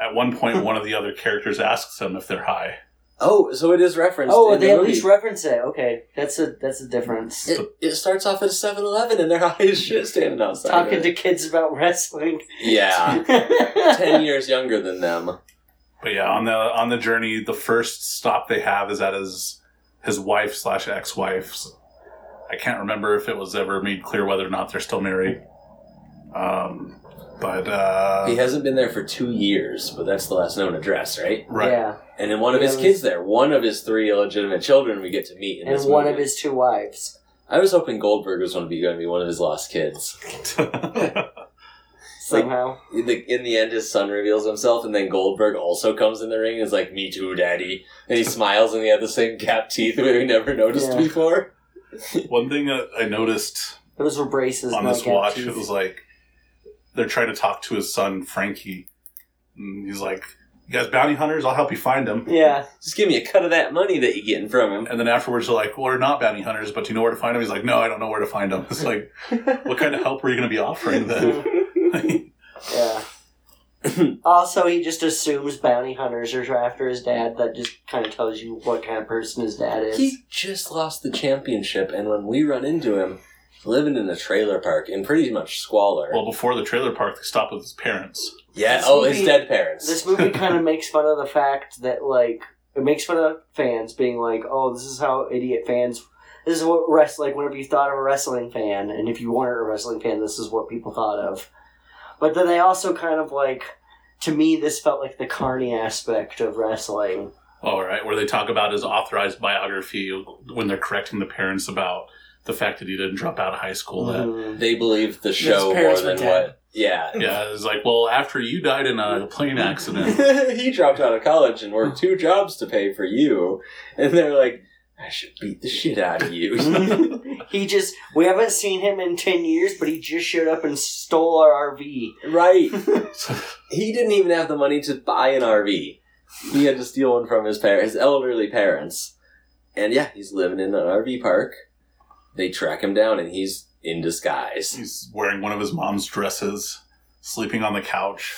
Speaker 1: at one point, one of the other characters asks them if they're high.
Speaker 4: Oh, so it is referenced.
Speaker 3: Oh,
Speaker 4: in
Speaker 3: they
Speaker 4: the
Speaker 3: at
Speaker 4: movie.
Speaker 3: least reference it. Okay, that's a that's a difference.
Speaker 4: it, it starts off at 7 Eleven <laughs> and they're high as shit standing outside. of
Speaker 3: Talking to
Speaker 4: it.
Speaker 3: kids about wrestling. <laughs>
Speaker 4: Yeah. 10 years younger than them.
Speaker 1: But yeah, on the on the journey, the first stop they have is at his his wife slash ex wife. I can't remember if it was ever made clear whether or not they're still married. Um, but uh,
Speaker 4: He hasn't been there for two years, but that's the last known address, right?
Speaker 1: right,
Speaker 3: Yeah.
Speaker 4: And then one of his
Speaker 3: Yeah,
Speaker 4: kids there, one of his three illegitimate children, we get to meet. In
Speaker 3: and
Speaker 4: this
Speaker 3: one
Speaker 4: movie.
Speaker 3: of his two wives.
Speaker 4: I was hoping Goldberg was going to be going to be one of his lost kids.
Speaker 3: Somehow.
Speaker 4: In the, in the end, his son reveals himself, and then Goldberg also comes in the ring and is like, "Me too, daddy." And he smiles, and he had the same gap teeth <laughs> we never noticed
Speaker 3: Yeah.
Speaker 4: before.
Speaker 1: <laughs> one thing that I noticed
Speaker 3: Those were braces.
Speaker 1: on
Speaker 3: not
Speaker 1: this
Speaker 3: gap
Speaker 1: watch.
Speaker 3: teeth.
Speaker 1: It was like they're trying to talk to his son Frankie. And he's like, "You guys, bounty hunters, I'll help you find him."
Speaker 3: yeah.
Speaker 4: Just give me a cut of that money that you're getting from him.
Speaker 1: And then afterwards, they're like, "Well, we're not bounty hunters, but do you know where to find him?" He's like, "No, I don't know where to find him." It's like, what kind of help are you going to be offering
Speaker 3: <laughs>
Speaker 1: then?
Speaker 3: yeah. <laughs> also, he just assumes bounty hunters are after his dad. That just kind of tells you what kind of person his dad is.
Speaker 4: He just lost the championship, and when we run into him, living in a trailer park in pretty much squalor.
Speaker 1: well, before the trailer park, they stopped with his parents.
Speaker 4: yeah.
Speaker 3: this
Speaker 4: Oh,
Speaker 3: movie-
Speaker 4: his dead parents.
Speaker 3: this movie kind of makes fun of the fact that, like, it makes fun of fans being like, oh, this is how idiot fans. This is what rest like whenever you thought of a wrestling fan, and if you weren't a wrestling fan, this is what people thought of. But then they also kind of like, to me, this felt like the carny aspect of wrestling.
Speaker 1: All right, where they talk about his authorized biography when they're correcting the parents about the fact that he didn't drop out of high school. That
Speaker 3: Mhm.
Speaker 4: they believe the show more
Speaker 2: parents
Speaker 4: than
Speaker 2: were dead.
Speaker 4: what. Yeah.
Speaker 1: yeah, it's like, well, after you died in a plane accident,
Speaker 4: <laughs> he dropped out of college and worked two jobs to pay for you. And they're like, I should beat the shit out of you.
Speaker 3: He just, we haven't seen him in 10 years, but he just showed up and stole our RV.
Speaker 4: right. He didn't even have the money to buy an RV. He had to steal one from his parents, his elderly parents. And yeah, he's living in an RV park. They track him down and he's in disguise. <laughs>
Speaker 1: he's wearing one of his mom's dresses, sleeping on the couch.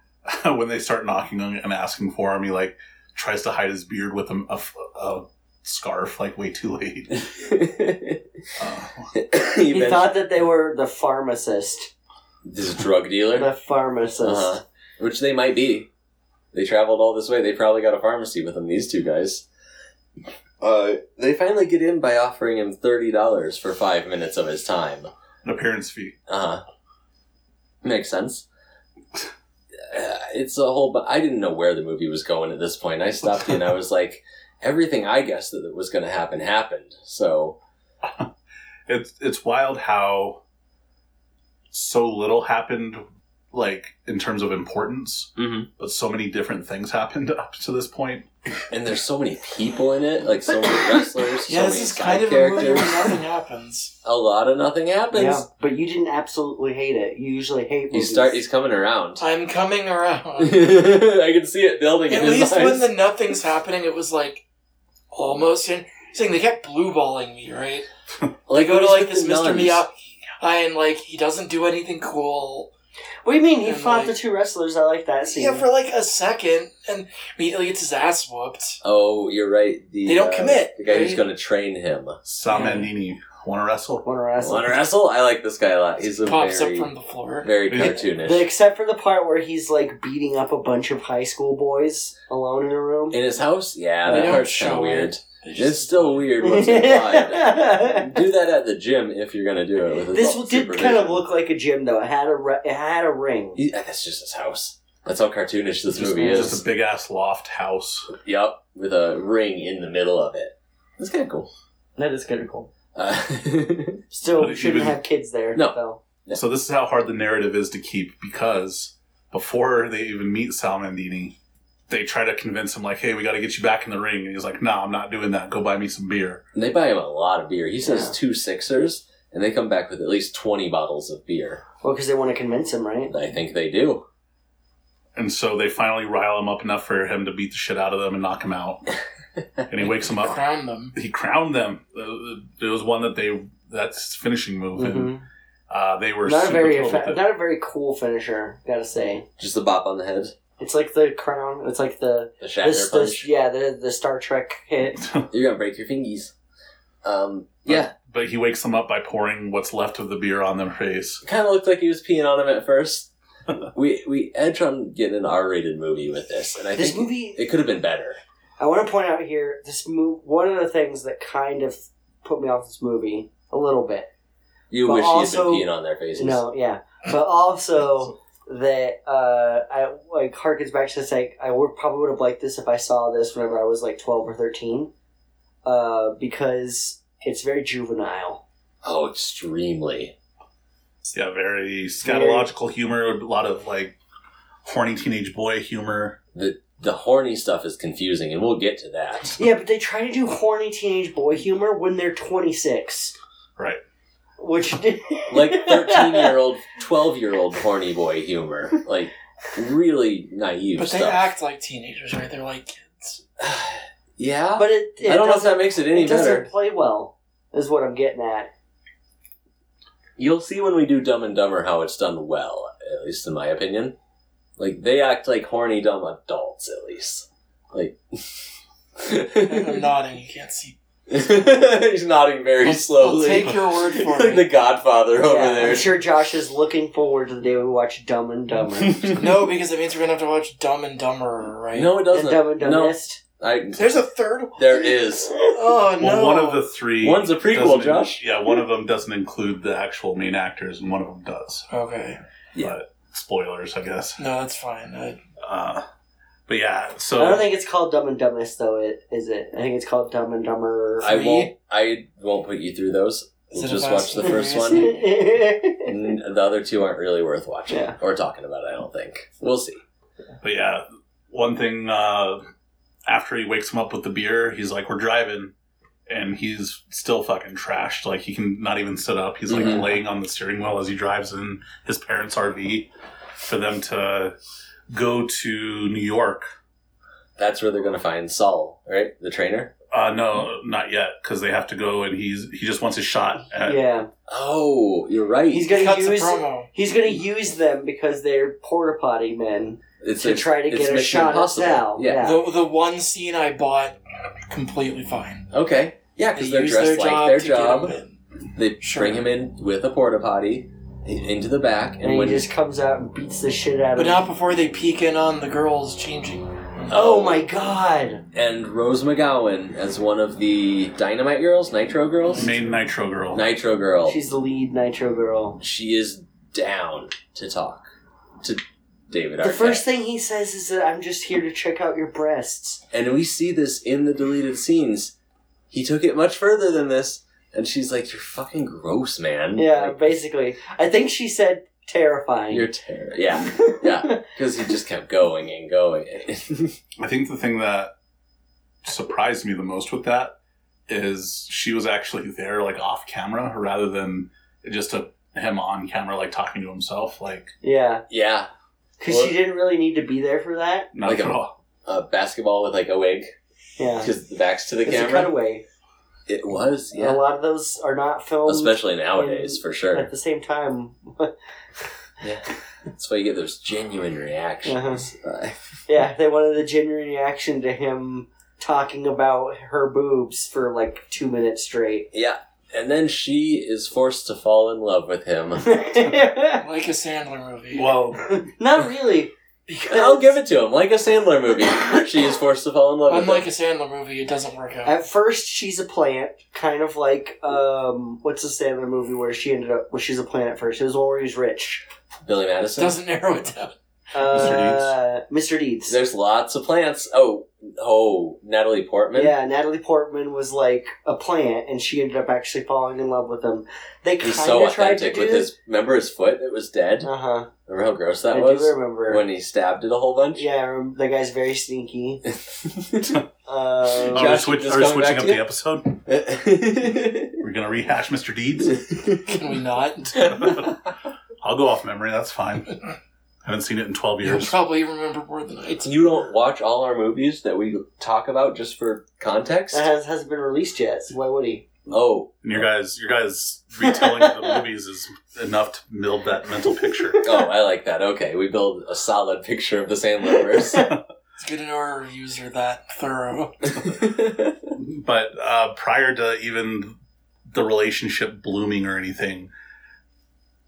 Speaker 1: <laughs> when they start knocking on and asking for him, he like tries to hide his beard with a, a- a scarf, like way too
Speaker 4: <laughs>
Speaker 1: late. Uh,
Speaker 4: he
Speaker 3: He thought that they were the pharmacist.
Speaker 4: this drug dealer.
Speaker 3: The pharmacist.
Speaker 4: Uh-huh. Which they might be. They traveled all this way. They probably got a pharmacy with them, these two guys. Uh, they finally get in by offering him $30 for five minutes of his time.
Speaker 1: an appearance fee.
Speaker 4: Uh huh. Makes sense. Uh, it's a whole. Bu- I didn't know where the movie was going at this point. I stopped and
Speaker 2: <laughs>
Speaker 4: I was like, everything I guessed that was going to happen happened. So,
Speaker 1: it's it's wild how so little happened like in terms of importance
Speaker 4: Mm-hmm.
Speaker 1: but so many different things happened <laughs> up to this point
Speaker 4: and there's so many people in it, like
Speaker 2: <coughs>
Speaker 4: so many wrestlers.
Speaker 2: yeah,
Speaker 4: so
Speaker 2: this
Speaker 4: many
Speaker 2: is
Speaker 4: side
Speaker 2: kind of a movie
Speaker 4: characters.
Speaker 2: where nothing happens.
Speaker 4: a lot of nothing happens.
Speaker 3: yeah, but you didn't absolutely hate it. You usually hate
Speaker 4: You
Speaker 3: movies.
Speaker 4: start. He's coming around.
Speaker 2: I'm coming around.
Speaker 4: <laughs> I can see <laughs> it building.
Speaker 2: At
Speaker 4: in his
Speaker 2: least when
Speaker 4: eyes.
Speaker 2: the nothing's happening, it was like almost in. Saying they kept blue balling me, right? They
Speaker 4: like
Speaker 2: go to
Speaker 4: when
Speaker 2: like
Speaker 4: he's
Speaker 2: this
Speaker 4: with the
Speaker 2: Mr.
Speaker 4: nuns.
Speaker 2: Miyagi guy, and like he doesn't do anything cool.
Speaker 3: what do you mean? He
Speaker 2: And,
Speaker 3: fought
Speaker 2: like-
Speaker 3: the two wrestlers. I like that scene.
Speaker 2: Yeah, for like a second, and immediately gets his ass whooped.
Speaker 4: Oh, you're right. The, uh,
Speaker 2: They don't commit,
Speaker 4: The guy who's
Speaker 2: right?
Speaker 4: going to train him.
Speaker 1: sam
Speaker 2: Yeah.
Speaker 1: mandini want to wrestle
Speaker 3: Want to wrestle.
Speaker 4: Want to wrestle? I like this guy a lot. He's a
Speaker 2: Pops
Speaker 4: very,
Speaker 2: up from the floor.
Speaker 4: very
Speaker 1: Yeah.
Speaker 4: cartoonish.
Speaker 3: The- except for the part where he's like beating up a bunch of high school boys alone in
Speaker 4: <laughs>
Speaker 3: a room.
Speaker 4: in his house, yeah,
Speaker 2: They
Speaker 4: that
Speaker 2: don't
Speaker 4: part's kind of
Speaker 2: show
Speaker 4: weird.
Speaker 2: it. They just-
Speaker 4: It's still weird what's
Speaker 2: <laughs>
Speaker 4: implied. do that at the gym if you're going to do it. With
Speaker 3: <laughs> this
Speaker 4: adult
Speaker 3: did kind of
Speaker 4: supervision.
Speaker 3: look like a gym, though. It had a re- it had a ring.
Speaker 4: He- eh, that's just his house. That's how cartoonish this
Speaker 1: Just-
Speaker 4: movie
Speaker 1: just a
Speaker 4: is.
Speaker 1: big ass loft house
Speaker 4: Yep, with a ring in the middle of it. That's kind of cool.
Speaker 3: That is kind of cool.
Speaker 4: Uh, <laughs>
Speaker 1: But
Speaker 3: Still,
Speaker 1: it
Speaker 3: shouldn't
Speaker 1: even-
Speaker 3: have kids there.
Speaker 4: No.
Speaker 3: though.
Speaker 4: Yeah.
Speaker 1: so this is how hard the narrative is to keep because before they even meet sam mandini they try to convince him like hey we got to get you back in the ring and he's like no i'm not doing that go buy me some beer
Speaker 4: And they buy him a lot of beer. He says
Speaker 3: Yeah.
Speaker 4: two sixers, and they come back with at least 20 bottles of beer.
Speaker 3: Well, because they want to convince him, right?
Speaker 4: I think they do.
Speaker 1: And so they finally rile him up enough for him to beat the shit out of them and knock him
Speaker 3: <laughs>
Speaker 1: out. and he wakes him up.
Speaker 2: crown them.
Speaker 1: He crowned them. Uh, There was one that they that's his finishing move, and
Speaker 3: Mhm.
Speaker 1: uh, they were
Speaker 3: Not a
Speaker 1: super
Speaker 3: very
Speaker 1: thrilled
Speaker 3: effe-
Speaker 1: with it.
Speaker 3: not a very cool finisher, gotta say.
Speaker 4: Just the bop on the head,
Speaker 3: It's like the crown. It's like the
Speaker 4: the shatter
Speaker 3: this,
Speaker 4: punch.
Speaker 3: this yeah the the Star Trek hit.
Speaker 4: You're going to break your fingies. Um, yeah,
Speaker 1: <laughs> But he wakes them up by pouring what's left of the beer on their face.
Speaker 4: kind of looked like he was peeing on him at <laughs> first. we we edge on getting an R-rated movie with this, and I
Speaker 3: This
Speaker 4: think
Speaker 3: movie
Speaker 4: it could have been better.
Speaker 3: I want to point out here this move. One of the things that kind of put me off this movie a little bit.
Speaker 4: You
Speaker 3: But
Speaker 4: wish
Speaker 3: also-
Speaker 4: you'd been peeing on their faces.
Speaker 3: No, yeah, but
Speaker 1: <laughs>
Speaker 3: also that uh, I like harkens back to this. Like I would probably would have liked this if I saw this whenever I was like twelve or thirteen, uh, because it's very juvenile.
Speaker 4: Oh, extremely.
Speaker 1: Yeah, very scatological humor, a lot of like horny teenage boy humor.
Speaker 4: The the horny stuff is confusing, and we'll get to that.
Speaker 3: Yeah, but they try to do horny teenage boy humor when they're twenty six,
Speaker 1: Right.
Speaker 3: which <laughs>
Speaker 4: Like thirteen year old, twelve year old horny boy humor. Like really naive
Speaker 2: But they
Speaker 4: stuff.
Speaker 2: act like teenagers, right? They're like kids.
Speaker 4: <sighs> yeah.
Speaker 3: But it, it
Speaker 4: I don't know if
Speaker 3: doesn't-
Speaker 4: that makes it any
Speaker 3: it doesn't
Speaker 4: better.
Speaker 3: play well. Is what I'm getting at.
Speaker 4: You'll see when we do Dumb and Dumber how it's done well, at least in my opinion. Like they act like horny dumb adults, at least. Like <laughs>
Speaker 2: I'm nodding. You can't see.
Speaker 4: he's nodding very
Speaker 2: I'll-
Speaker 4: slowly.
Speaker 2: I'll take your word for
Speaker 4: like
Speaker 2: it.
Speaker 4: <laughs> the Godfather over
Speaker 3: Yeah,
Speaker 4: there.
Speaker 3: I'm sure Josh is looking forward to the day we watch Dumb
Speaker 4: <laughs>
Speaker 3: and Dumber. and
Speaker 2: No, because that means we're gonna have to watch Dumb and Dumber, right?
Speaker 4: no, it doesn't.
Speaker 3: Dumb and
Speaker 4: no,
Speaker 3: Dumbest.
Speaker 4: I,
Speaker 2: There's a third one.
Speaker 4: there is.
Speaker 2: Oh no.
Speaker 1: Well, one of the three.
Speaker 4: One's a prequel,
Speaker 1: doesn't-
Speaker 4: Josh.
Speaker 1: Yeah, one of them doesn't include the actual main actors, and one of them does.
Speaker 2: Okay.
Speaker 4: Yeah.
Speaker 1: But spoilers, I guess.
Speaker 2: No, that's fine. I,
Speaker 1: Uh, but yeah, so
Speaker 3: I don't think it's called Dumb and Dumbest though. It is it. I think it's called Dumb and Dumber.
Speaker 4: I
Speaker 2: Three?
Speaker 4: won't. I won't put you through those.
Speaker 2: Is
Speaker 4: We'll
Speaker 2: it
Speaker 4: just
Speaker 2: a
Speaker 4: watch the
Speaker 2: Fast and
Speaker 4: first
Speaker 2: Furious?
Speaker 4: one. And the other two aren't really worth watching
Speaker 3: Yeah.
Speaker 4: or talking about. I don't think we'll see.
Speaker 1: But yeah, one thing uh, after he wakes him up with the beer, he's like, "We're driving," and he's still fucking trashed. Like he can not even sit up. He's like
Speaker 4: Mhm.
Speaker 1: laying on the steering wheel as he drives in his parents' RV for them to go to New York.
Speaker 4: That's where they're gonna find Saul, right? The trainer.
Speaker 1: Uh, no, not yet, because they have to go, and he's he just wants a shot. At,
Speaker 3: <laughs> yeah,
Speaker 4: Oh, you're right.
Speaker 3: he's gonna
Speaker 2: cuts a
Speaker 3: use
Speaker 2: promo.
Speaker 3: he's gonna use them because they're porta potty men.
Speaker 4: it's
Speaker 3: to try to
Speaker 4: it's
Speaker 3: get a
Speaker 4: Mission
Speaker 3: shot at Sal, yeah.
Speaker 2: The, the one scene I bought completely fine.
Speaker 4: Okay. Yeah,
Speaker 2: They
Speaker 4: because they're
Speaker 2: use
Speaker 4: dressed
Speaker 2: their
Speaker 4: like
Speaker 2: job
Speaker 4: their
Speaker 2: to get
Speaker 4: job.
Speaker 2: him in.
Speaker 4: They
Speaker 2: Sure.
Speaker 4: bring him in with a porta potty i- into the back, and,
Speaker 3: And, he
Speaker 4: when
Speaker 3: just comes out and beats the shit out
Speaker 2: But
Speaker 3: of.
Speaker 2: not before they peek in on the girls changing.
Speaker 3: Oh my god!
Speaker 4: and Rose McGowan as one of the Dynamite Girls, Nitro Girls,
Speaker 1: Main Nitro Girl.
Speaker 4: Nitro Girl.
Speaker 3: She's the lead Nitro girl.
Speaker 4: she is down to talk to David
Speaker 3: The
Speaker 4: Arquette.
Speaker 3: first thing he says is that I'm just here to check out your breasts.
Speaker 4: and we see this in the deleted scenes. He took it much further than this, and she's like, "You're fucking gross, man."
Speaker 3: Yeah,
Speaker 4: Like,
Speaker 3: basically. I think she said terrifying. <laughs>
Speaker 4: You're terror. Yeah, yeah. Because he just kept going and going. <laughs>
Speaker 1: I think the thing that surprised me the most with that is she was actually there, like off camera, rather than just a him on camera, like talking to himself, like
Speaker 3: yeah,
Speaker 4: yeah,
Speaker 3: because
Speaker 4: Well-
Speaker 3: she didn't really need to be there for that.
Speaker 1: not
Speaker 4: Like
Speaker 1: at
Speaker 4: a-
Speaker 1: all. <laughs>
Speaker 4: a basketball with like a wig
Speaker 3: Yeah,
Speaker 4: because the back's to the
Speaker 3: it's a
Speaker 4: camera.
Speaker 3: cutaway.
Speaker 4: it was,
Speaker 3: A
Speaker 4: yeah.
Speaker 3: lot of those are not filmed
Speaker 4: Especially nowadays, for
Speaker 3: at
Speaker 4: sure.
Speaker 3: the same time.
Speaker 4: Yeah, that's why you get those genuine reactions.
Speaker 3: Uh-huh.
Speaker 4: Uh,
Speaker 3: yeah, they wanted the genuine reaction to him talking about her boobs for like two minutes straight. <laughs>
Speaker 4: yeah, and then she is forced to fall in love with him.
Speaker 3: not
Speaker 2: Like a Sandler movie.
Speaker 1: Well,
Speaker 3: really. Because
Speaker 4: I'll give it to him, like a Sandler
Speaker 3: <coughs>
Speaker 4: movie. she is forced to fall in love with
Speaker 2: Unlike
Speaker 4: him.
Speaker 2: a Sandler movie, it doesn't work out.
Speaker 3: At first, she's a plant, kind of like um, what's the Sandler movie where she ended up? Well, she's a plant at first. It was the one where he's rich.
Speaker 4: Billy
Speaker 2: It
Speaker 4: Madison.
Speaker 2: doesn't <laughs> narrow it down.
Speaker 3: Uh, Mr. Deeds.
Speaker 4: There's lots of plants. Oh, oh, Natalie Portman.
Speaker 3: Yeah, Natalie Portman was like a plant, and she ended up actually falling in love with him. They kind
Speaker 4: He's
Speaker 3: of
Speaker 4: so
Speaker 3: tried to
Speaker 4: authentic
Speaker 3: do
Speaker 4: with his. Remember his foot that was dead?
Speaker 3: Uh huh.
Speaker 4: Remember how gross that
Speaker 3: I
Speaker 4: was?
Speaker 3: do remember.
Speaker 4: When he stabbed it a whole bunch? <laughs>
Speaker 3: yeah, I remember the guy's very sneaky.
Speaker 1: are
Speaker 3: Uh,
Speaker 1: we,
Speaker 4: Josh,
Speaker 1: switch,
Speaker 4: just
Speaker 1: are we
Speaker 4: going
Speaker 1: switching
Speaker 4: back
Speaker 1: up
Speaker 4: to
Speaker 1: the
Speaker 4: you?
Speaker 1: episode? We're gonna rehash Mr. <laughs> Deeds.
Speaker 2: Can we not?
Speaker 1: I'll go off memory. That's <laughs> fine. I haven't seen it in twelve
Speaker 2: You'll
Speaker 1: years.
Speaker 2: probably remember more than I do.
Speaker 4: you don't watch all our movies that we talk about just for context?
Speaker 3: that has, hasn't been released yet. So why would he?
Speaker 4: oh,
Speaker 1: And your guys, your guys retelling of the movies is enough to build that mental picture.
Speaker 4: oh, I like that. Okay, we build a solid picture of the Sandlerverse.
Speaker 2: It's good to know our reviews are that thorough.
Speaker 3: <laughs>
Speaker 1: but uh, prior to even the relationship blooming or <laughs> anything,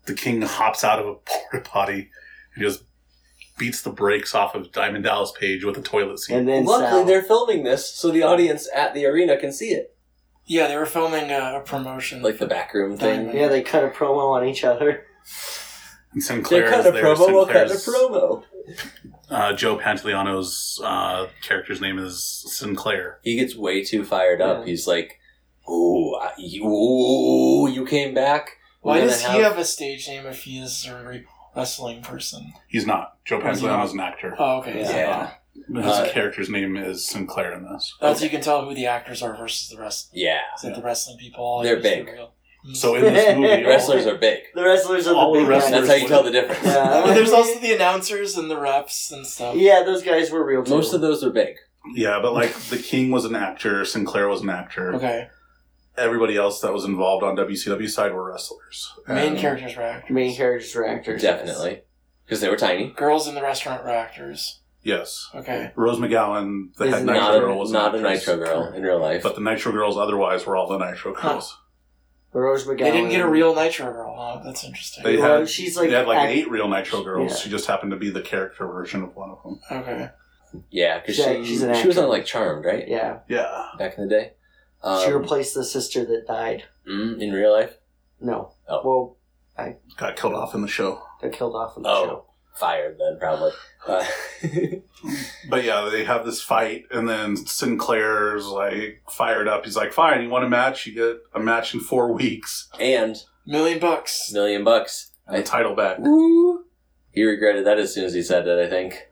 Speaker 1: the king hops out of a porta potty and just beats the brakes off of Diamond Dallas Page with a toilet seat.
Speaker 3: And then
Speaker 4: Luckily,
Speaker 3: Sal.
Speaker 4: they're filming this so the audience at the arena can see it.
Speaker 2: Yeah, they were filming a, a promotion.
Speaker 4: Like the backroom thing.
Speaker 3: yeah, they cut a promo on each other. <laughs>
Speaker 1: And
Speaker 4: They
Speaker 1: Sinclair
Speaker 4: cut
Speaker 1: is
Speaker 4: a
Speaker 1: there.
Speaker 4: promo, we'll cut a
Speaker 1: Sinclair's-
Speaker 4: promo.
Speaker 1: uh, Joe Pantoliano's uh, character's name is Sinclair.
Speaker 4: He gets way too fired up.
Speaker 3: Yeah.
Speaker 4: He's like, "Ooh, I- you, ooh, you came back." We're
Speaker 2: Why
Speaker 4: gonna
Speaker 2: does he have a stage name if he is a re- wrestling person?
Speaker 1: He's not. Uh, Joe Pantoliano's an actor.
Speaker 2: Oh, okay.
Speaker 4: Yeah.
Speaker 2: so-
Speaker 4: Yeah.
Speaker 1: His
Speaker 4: Uh,
Speaker 1: character's name is Sinclair in this.
Speaker 2: That's how you can tell who the actors are versus the rest.
Speaker 4: Yeah.
Speaker 2: Is it the Mm. wrestling people? all
Speaker 4: They're
Speaker 2: used to
Speaker 4: big.
Speaker 2: real-
Speaker 1: So
Speaker 4: <laughs>
Speaker 1: in this movie,
Speaker 4: Wrestlers are big.
Speaker 3: The wrestlers are the
Speaker 1: All the
Speaker 3: big
Speaker 1: wrestlers-
Speaker 4: That's
Speaker 3: guys.
Speaker 4: how you tell the difference.
Speaker 3: Yeah.
Speaker 4: <laughs>
Speaker 2: But Uh, there's also the announcers and the reps and stuff.
Speaker 3: Yeah, those guys were real too.
Speaker 4: Most of those are big.
Speaker 1: yeah, but like the King was an actor, Sinclair was an actor.
Speaker 2: Okay.
Speaker 1: Everybody else that was involved on WCW side were wrestlers.
Speaker 2: Main
Speaker 4: Um,
Speaker 1: And
Speaker 2: characters were actors.
Speaker 3: main characters were actors. yes.
Speaker 4: Definitely. Because they were tiny.
Speaker 2: Girls in the restaurant were actors.
Speaker 1: Yes,
Speaker 2: Okay.
Speaker 1: Rose McGowan, the
Speaker 3: Is
Speaker 1: head
Speaker 3: not
Speaker 1: Nitro
Speaker 4: Not
Speaker 1: Girl,
Speaker 4: a,
Speaker 1: was
Speaker 4: not a
Speaker 1: an actress.
Speaker 4: Nitro Girl in real life.
Speaker 1: But the Nitro Girls otherwise were all the Nitro
Speaker 2: Huh.
Speaker 1: Girls.
Speaker 3: Rose McGowan.
Speaker 2: They didn't get a real Nitro Girl. Oh, that's interesting.
Speaker 1: They
Speaker 3: Well,
Speaker 1: had-
Speaker 3: she's like,
Speaker 1: they had like
Speaker 3: act-
Speaker 1: eight real Nitro Girls.
Speaker 3: Yeah.
Speaker 1: She just happened to be the character version of one of them.
Speaker 2: okay.
Speaker 4: yeah, because
Speaker 3: Yeah,
Speaker 4: she,
Speaker 3: she's an
Speaker 4: she was
Speaker 3: actor.
Speaker 4: on like Charmed, right?
Speaker 3: Yeah,
Speaker 1: Yeah.
Speaker 4: Back in the day. Um,
Speaker 3: she replaced the sister that died.
Speaker 4: mm, in real life.
Speaker 3: No,
Speaker 4: Oh.
Speaker 3: well,
Speaker 1: Got killed off in the show.
Speaker 3: they're killed off in the
Speaker 4: Oh.
Speaker 3: show.
Speaker 4: Fired then, probably. Uh, <laughs>
Speaker 1: But yeah, they have this fight, and then Sinclair's like fired up. He's like, "Fine, you want a match? You get a match in four weeks,
Speaker 4: and
Speaker 2: Million bucks.
Speaker 4: million bucks.
Speaker 1: and the
Speaker 4: I-
Speaker 1: title back."
Speaker 4: Woo. He regretted that as soon as he said it, I think.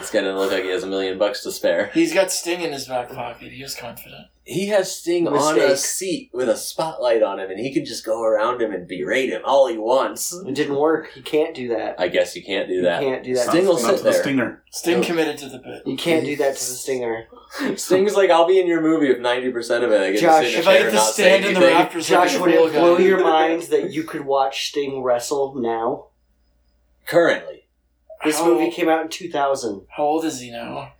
Speaker 4: It's going to look like he has a million bucks to spare.
Speaker 2: He's got Sting in his back pocket. He was confident.
Speaker 4: He has Sting on a
Speaker 3: Mistake.
Speaker 4: seat with a spotlight on him, and he can just go around him and berate him all he wants.
Speaker 3: It didn't work. You can't do that.
Speaker 4: I guess you can't do
Speaker 3: You
Speaker 4: that.
Speaker 3: can't do that.
Speaker 4: Sting will
Speaker 1: Not to
Speaker 4: sit
Speaker 1: the
Speaker 4: there.
Speaker 1: stinger.
Speaker 2: Sting
Speaker 4: Oh.
Speaker 2: committed to the bit.
Speaker 3: You can't do that to the stinger.
Speaker 4: <laughs> Sting's like, I'll be in your movie if 90% of it I get
Speaker 3: Josh,
Speaker 4: to sit in a
Speaker 2: If I
Speaker 4: chair
Speaker 2: get
Speaker 4: and
Speaker 2: to
Speaker 4: not say
Speaker 2: stand in the
Speaker 4: anything.
Speaker 2: Raptors, I'll be
Speaker 3: Josh,
Speaker 2: a
Speaker 3: would
Speaker 2: cool
Speaker 3: it
Speaker 2: guy.
Speaker 3: blow your mind that you could watch Sting wrestle now?
Speaker 4: <laughs> Currently.
Speaker 3: This
Speaker 2: How-
Speaker 3: movie came out in 2000.
Speaker 2: How old is he now?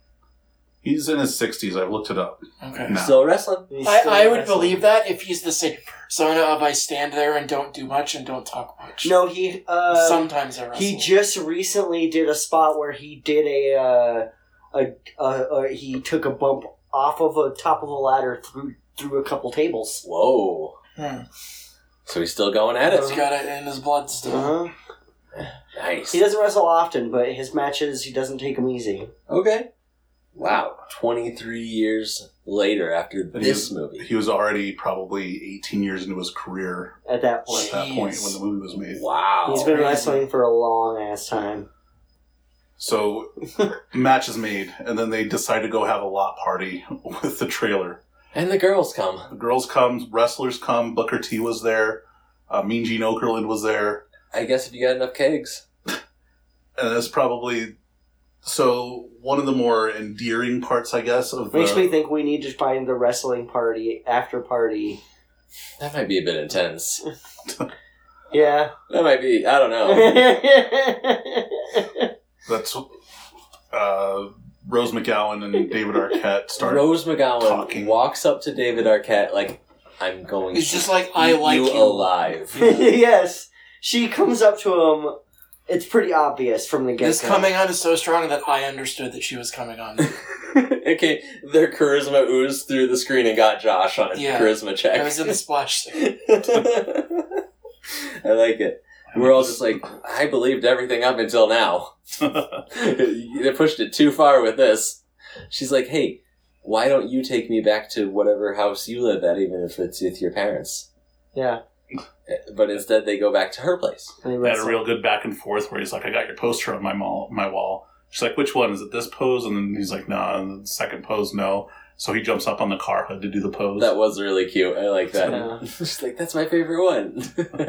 Speaker 1: He's in his sixties. I've looked it up.
Speaker 2: Okay.
Speaker 1: No.
Speaker 4: Still wrestling.
Speaker 3: and he's
Speaker 2: I,
Speaker 3: still
Speaker 2: I would
Speaker 3: wrestling.
Speaker 2: believe that if he's the same persona of I stand there and don't do much and don't talk much.
Speaker 3: No, he uh,
Speaker 2: Sometimes I wrestle.
Speaker 3: he just recently did a spot where he did a, uh, a, a, a he took a bump off of a top of a ladder through through a couple tables.
Speaker 4: Whoa.
Speaker 2: Hmm. Uh-huh.
Speaker 4: So he's still going at
Speaker 2: He's
Speaker 4: it.
Speaker 2: got it in his blood still.
Speaker 3: Uh-huh.
Speaker 4: Nice.
Speaker 3: He doesn't wrestle often, but his matches he doesn't take them easy.
Speaker 4: Okay. Wow. 23 years later after
Speaker 1: he
Speaker 4: this
Speaker 1: was-
Speaker 4: movie.
Speaker 1: He was already probably eighteen years into his career
Speaker 3: At that
Speaker 1: at
Speaker 3: point,
Speaker 1: that point
Speaker 2: Jeez.
Speaker 1: when the movie was made.
Speaker 4: Wow.
Speaker 3: he's been
Speaker 2: crazy.
Speaker 3: wrestling for a long ass time.
Speaker 4: <laughs>
Speaker 1: So, match is made, and then they decide to go have a lot party <laughs> with the trailer.
Speaker 4: and the girls come.
Speaker 1: The girls come, wrestlers come. Booker T was there. Uh, mean Gene Okerlund was there.
Speaker 4: I guess if you got enough kegs.
Speaker 1: and that's probably so one of the more endearing parts, I guess. Of
Speaker 3: Makes
Speaker 1: the,
Speaker 3: me think we need to find the wrestling party after party.
Speaker 4: That might be a bit intense.
Speaker 3: Yeah.
Speaker 4: That might be, I don't know.
Speaker 3: yeah.
Speaker 1: that's uh, Rose McGowan
Speaker 4: <laughs>
Speaker 1: and David Arquette started.
Speaker 4: Rose McGowan
Speaker 1: talking.
Speaker 4: walks up to David Arquette like, I'm going
Speaker 2: It's
Speaker 4: to
Speaker 2: just like I
Speaker 4: eat
Speaker 2: like you.
Speaker 4: you alive.
Speaker 3: <laughs>
Speaker 4: <laughs>
Speaker 3: yes. She comes up to him. It's pretty obvious from the get
Speaker 2: This coming on is so strong that I understood that she was coming
Speaker 4: <laughs>
Speaker 2: on.
Speaker 4: okay, their charisma oozed through the screen and got Josh on a
Speaker 2: Yeah.
Speaker 4: charisma check.
Speaker 2: I was in the
Speaker 4: <laughs>
Speaker 2: splash scene.
Speaker 4: I like it. We're all just like, I believed everything up
Speaker 1: <laughs>
Speaker 4: until now. they pushed it too far with this. She's like, hey, why don't you take me back to whatever house you live at, even if it's with your parents? Eh,
Speaker 3: Yeah.
Speaker 4: But instead, they go back to her place.
Speaker 3: And they
Speaker 1: They had a
Speaker 3: wrestle.
Speaker 1: real good back and forth where he's like, "I got your poster on my mall, my wall." She's like, "Which one is it? This pose?" And then he's like, "No." Nah. And the second pose, no. So he jumps up on the car hood to do the pose,
Speaker 4: That was really cute. I like that.
Speaker 3: Yeah.
Speaker 4: <laughs> She's like, that's my favorite
Speaker 3: <laughs>
Speaker 4: one.
Speaker 1: and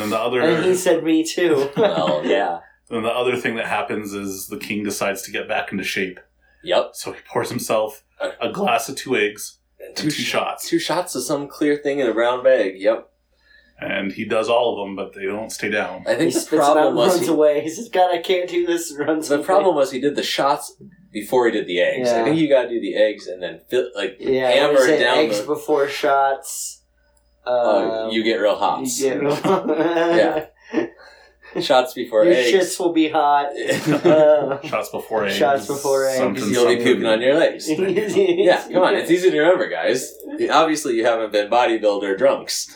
Speaker 1: then the other,
Speaker 3: And he said
Speaker 4: <laughs>
Speaker 3: me too.
Speaker 4: well, yeah.
Speaker 1: then the other thing that happens is the king decides to get back into shape,
Speaker 4: Yep.
Speaker 1: so he pours himself a glass of two eggs and two,
Speaker 4: sh-
Speaker 1: shots.
Speaker 4: Uh, Two shots of some clear thing in a brown bag. Yep.
Speaker 1: and he does all of them, but they don't stay down.
Speaker 4: I
Speaker 3: he
Speaker 4: think
Speaker 3: spits
Speaker 4: the
Speaker 3: it out
Speaker 4: problem
Speaker 3: and
Speaker 4: was
Speaker 3: runs
Speaker 4: he
Speaker 3: away. He says, God, I can't do this and runs
Speaker 4: The
Speaker 3: away.
Speaker 4: problem was he did the shots before he did the eggs. I
Speaker 3: Yeah.
Speaker 4: think you gotta do the eggs and then fill, like
Speaker 3: Yeah,
Speaker 4: hammer
Speaker 3: what is
Speaker 4: it
Speaker 3: it?
Speaker 4: down.
Speaker 3: eggs
Speaker 4: the,
Speaker 3: before shots.
Speaker 4: uh,
Speaker 3: Um,
Speaker 4: you get real <laughs>
Speaker 3: you
Speaker 4: hops.
Speaker 3: <laughs> get-
Speaker 4: Yeah.
Speaker 3: <laughs>
Speaker 4: Shots before
Speaker 3: Your
Speaker 4: eggs. <laughs>
Speaker 3: shits <laughs> will be hot. Uh, <laughs>
Speaker 1: Shots before eggs.
Speaker 3: Shots before eggs.
Speaker 1: something,
Speaker 4: Because you'll be
Speaker 1: something.
Speaker 4: puking on your <laughs> legs. Yeah,
Speaker 3: yeah,
Speaker 4: come on. It's easy to remember, guys. Obviously, you haven't been bodybuilder drunks.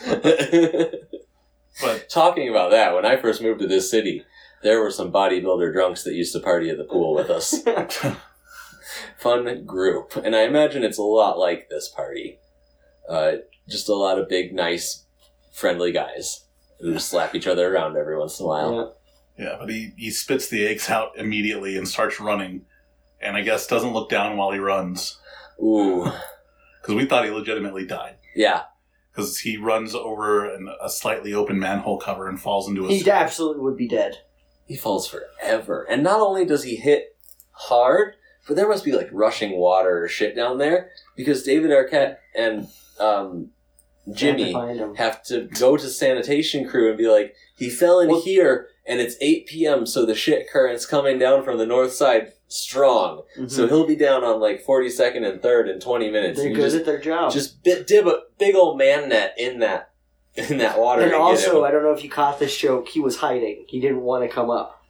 Speaker 1: But
Speaker 4: <laughs> Talking about that, when I first moved to this city, there were some bodybuilder drunks that used to party at the pool with <laughs> us. Fun group. And I imagine it's a lot like this party. Uh, just a lot of big, nice, friendly guys who slap each other around every once in a while.
Speaker 1: yeah, but he, he spits the eggs out immediately and starts running, and I guess doesn't look down while he runs
Speaker 4: Ooh.
Speaker 1: because we thought he legitimately died
Speaker 4: Yeah.
Speaker 1: because he runs over an, a slightly open manhole cover and falls into a.
Speaker 3: He
Speaker 1: sewer.
Speaker 3: absolutely would be dead.
Speaker 4: He falls forever. And not only does he hit hard, but there must be like rushing water or shit down there because David Arquette and um, Jimmy
Speaker 3: Had to find him.
Speaker 4: have to go to sanitation crew and be like, he fell in
Speaker 3: Well-
Speaker 4: here and it's 8 p.m., so the shit current's coming down from the north side strong.
Speaker 3: Mhm.
Speaker 4: So he'll be down on like 42nd and 3rd in 20 minutes.
Speaker 3: They're
Speaker 4: You
Speaker 3: good
Speaker 4: just
Speaker 3: at their job.
Speaker 4: just bi- dib a big old man net in that in that water.
Speaker 3: and
Speaker 4: get
Speaker 3: also,
Speaker 4: him.
Speaker 3: I don't know if you caught this joke. He was hiding. He didn't want to come up.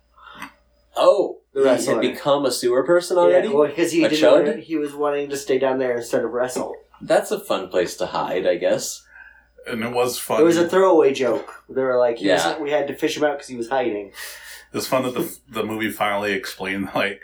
Speaker 4: oh,
Speaker 3: the
Speaker 4: he
Speaker 3: wrestler.
Speaker 4: had become a sewer person already.
Speaker 3: Yeah, well, because he
Speaker 4: A
Speaker 3: didn't.
Speaker 4: chud?
Speaker 3: wanna- he was wanting to stay down there instead of wrestle.
Speaker 4: That's a fun place to hide, I guess.
Speaker 1: and it was fun.
Speaker 3: It was a throwaway joke. They were like, he was-
Speaker 4: Yeah.
Speaker 3: we had to fish him out because he was hiding.
Speaker 1: It was fun that the the movie finally explained like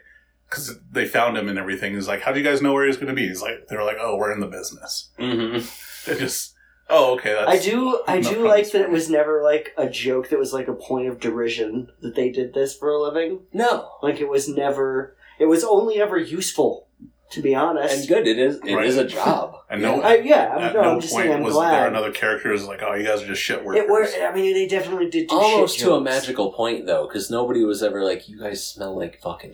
Speaker 1: because they found him and everything. He's like, "How do you guys know where he's going to be?" He's like, "They were like, oh, we're in the business."
Speaker 4: Mm-hmm.
Speaker 1: They just, oh, okay. That's,
Speaker 3: I do. I
Speaker 1: No
Speaker 3: do
Speaker 1: problem.
Speaker 3: like that it was never like a joke. That was like a point of derision that they did this for a living.
Speaker 4: No,
Speaker 3: Like it was never. It was only ever useful, to be honest.
Speaker 4: and good. It is. It is
Speaker 1: Right.
Speaker 2: <laughs>
Speaker 4: a job.
Speaker 1: And no,
Speaker 3: I, yeah, I'm,
Speaker 1: at
Speaker 3: no,
Speaker 1: no
Speaker 3: I'm
Speaker 1: point
Speaker 3: just saying. I'm
Speaker 1: was
Speaker 3: glad.
Speaker 1: there another character who's like, "Oh, you guys are just shit workers."
Speaker 3: It was. I mean, they definitely did do
Speaker 4: Almost
Speaker 3: shit
Speaker 4: to a
Speaker 3: jokes. <laughs>
Speaker 4: magical point though, because nobody was ever like, "You guys smell like fucking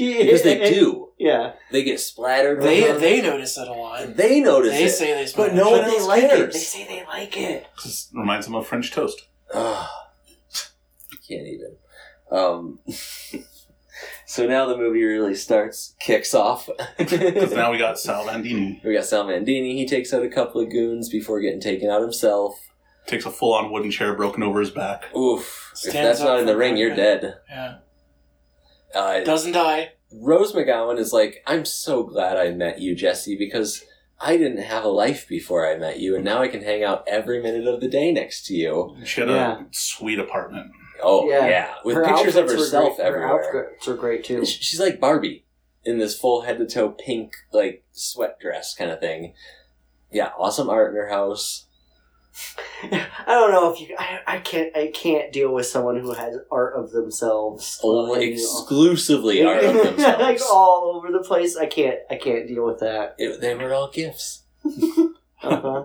Speaker 2: <laughs>
Speaker 3: Yeah.
Speaker 4: because they do.
Speaker 3: Yeah,
Speaker 4: They get splattered.
Speaker 2: They
Speaker 4: around.
Speaker 2: they notice it a lot.
Speaker 4: they notice
Speaker 2: They
Speaker 4: it. <sighs>
Speaker 2: say they smell
Speaker 4: but no
Speaker 2: shit.
Speaker 4: one
Speaker 3: Uh-huh. but they
Speaker 4: else
Speaker 3: like it.
Speaker 4: cares.
Speaker 3: They say they like it.
Speaker 1: Just reminds him of French toast.
Speaker 4: Ugh. Can't even. Um, <laughs> so now the movie really starts, kicks off.
Speaker 1: Because now we got Sal Landini
Speaker 4: <laughs> we got Sal Mandini. He takes out a couple of goons before getting taken out himself.
Speaker 1: takes a full on wooden chair broken over his back.
Speaker 4: Oof! if
Speaker 2: Stands
Speaker 4: that's
Speaker 2: up
Speaker 4: not in the
Speaker 2: for
Speaker 4: ring, you're
Speaker 2: America.
Speaker 4: dead.
Speaker 2: Yeah.
Speaker 4: Uh,
Speaker 2: Doesn't die.
Speaker 4: Rose McGowan is like, I'm so glad I met you, Jesse, because I didn't have a life before I met you, and now I can hang out every minute of the day next to you.
Speaker 1: She had
Speaker 3: Yeah.
Speaker 1: a sweet apartment.
Speaker 4: Oh yeah,
Speaker 3: Yeah.
Speaker 4: with
Speaker 3: Her
Speaker 4: pictures of
Speaker 3: outfits were
Speaker 4: herself
Speaker 3: great.
Speaker 4: everywhere.
Speaker 3: Her outfits are great too. <laughs>
Speaker 4: Sh- She's like Barbie in this full head to toe pink like sweat dress kind of thing. Yeah, awesome art in her house.
Speaker 3: I don't know if you. I, I can't. I can't deal with someone who has art of themselves.
Speaker 4: All
Speaker 3: Like, <laughs>
Speaker 4: exclusively art of
Speaker 3: like
Speaker 4: themselves.
Speaker 3: all over the place. I can't. I can't deal
Speaker 4: <laughs>
Speaker 3: with that.
Speaker 4: It- they were all gifts.
Speaker 3: Uh-huh.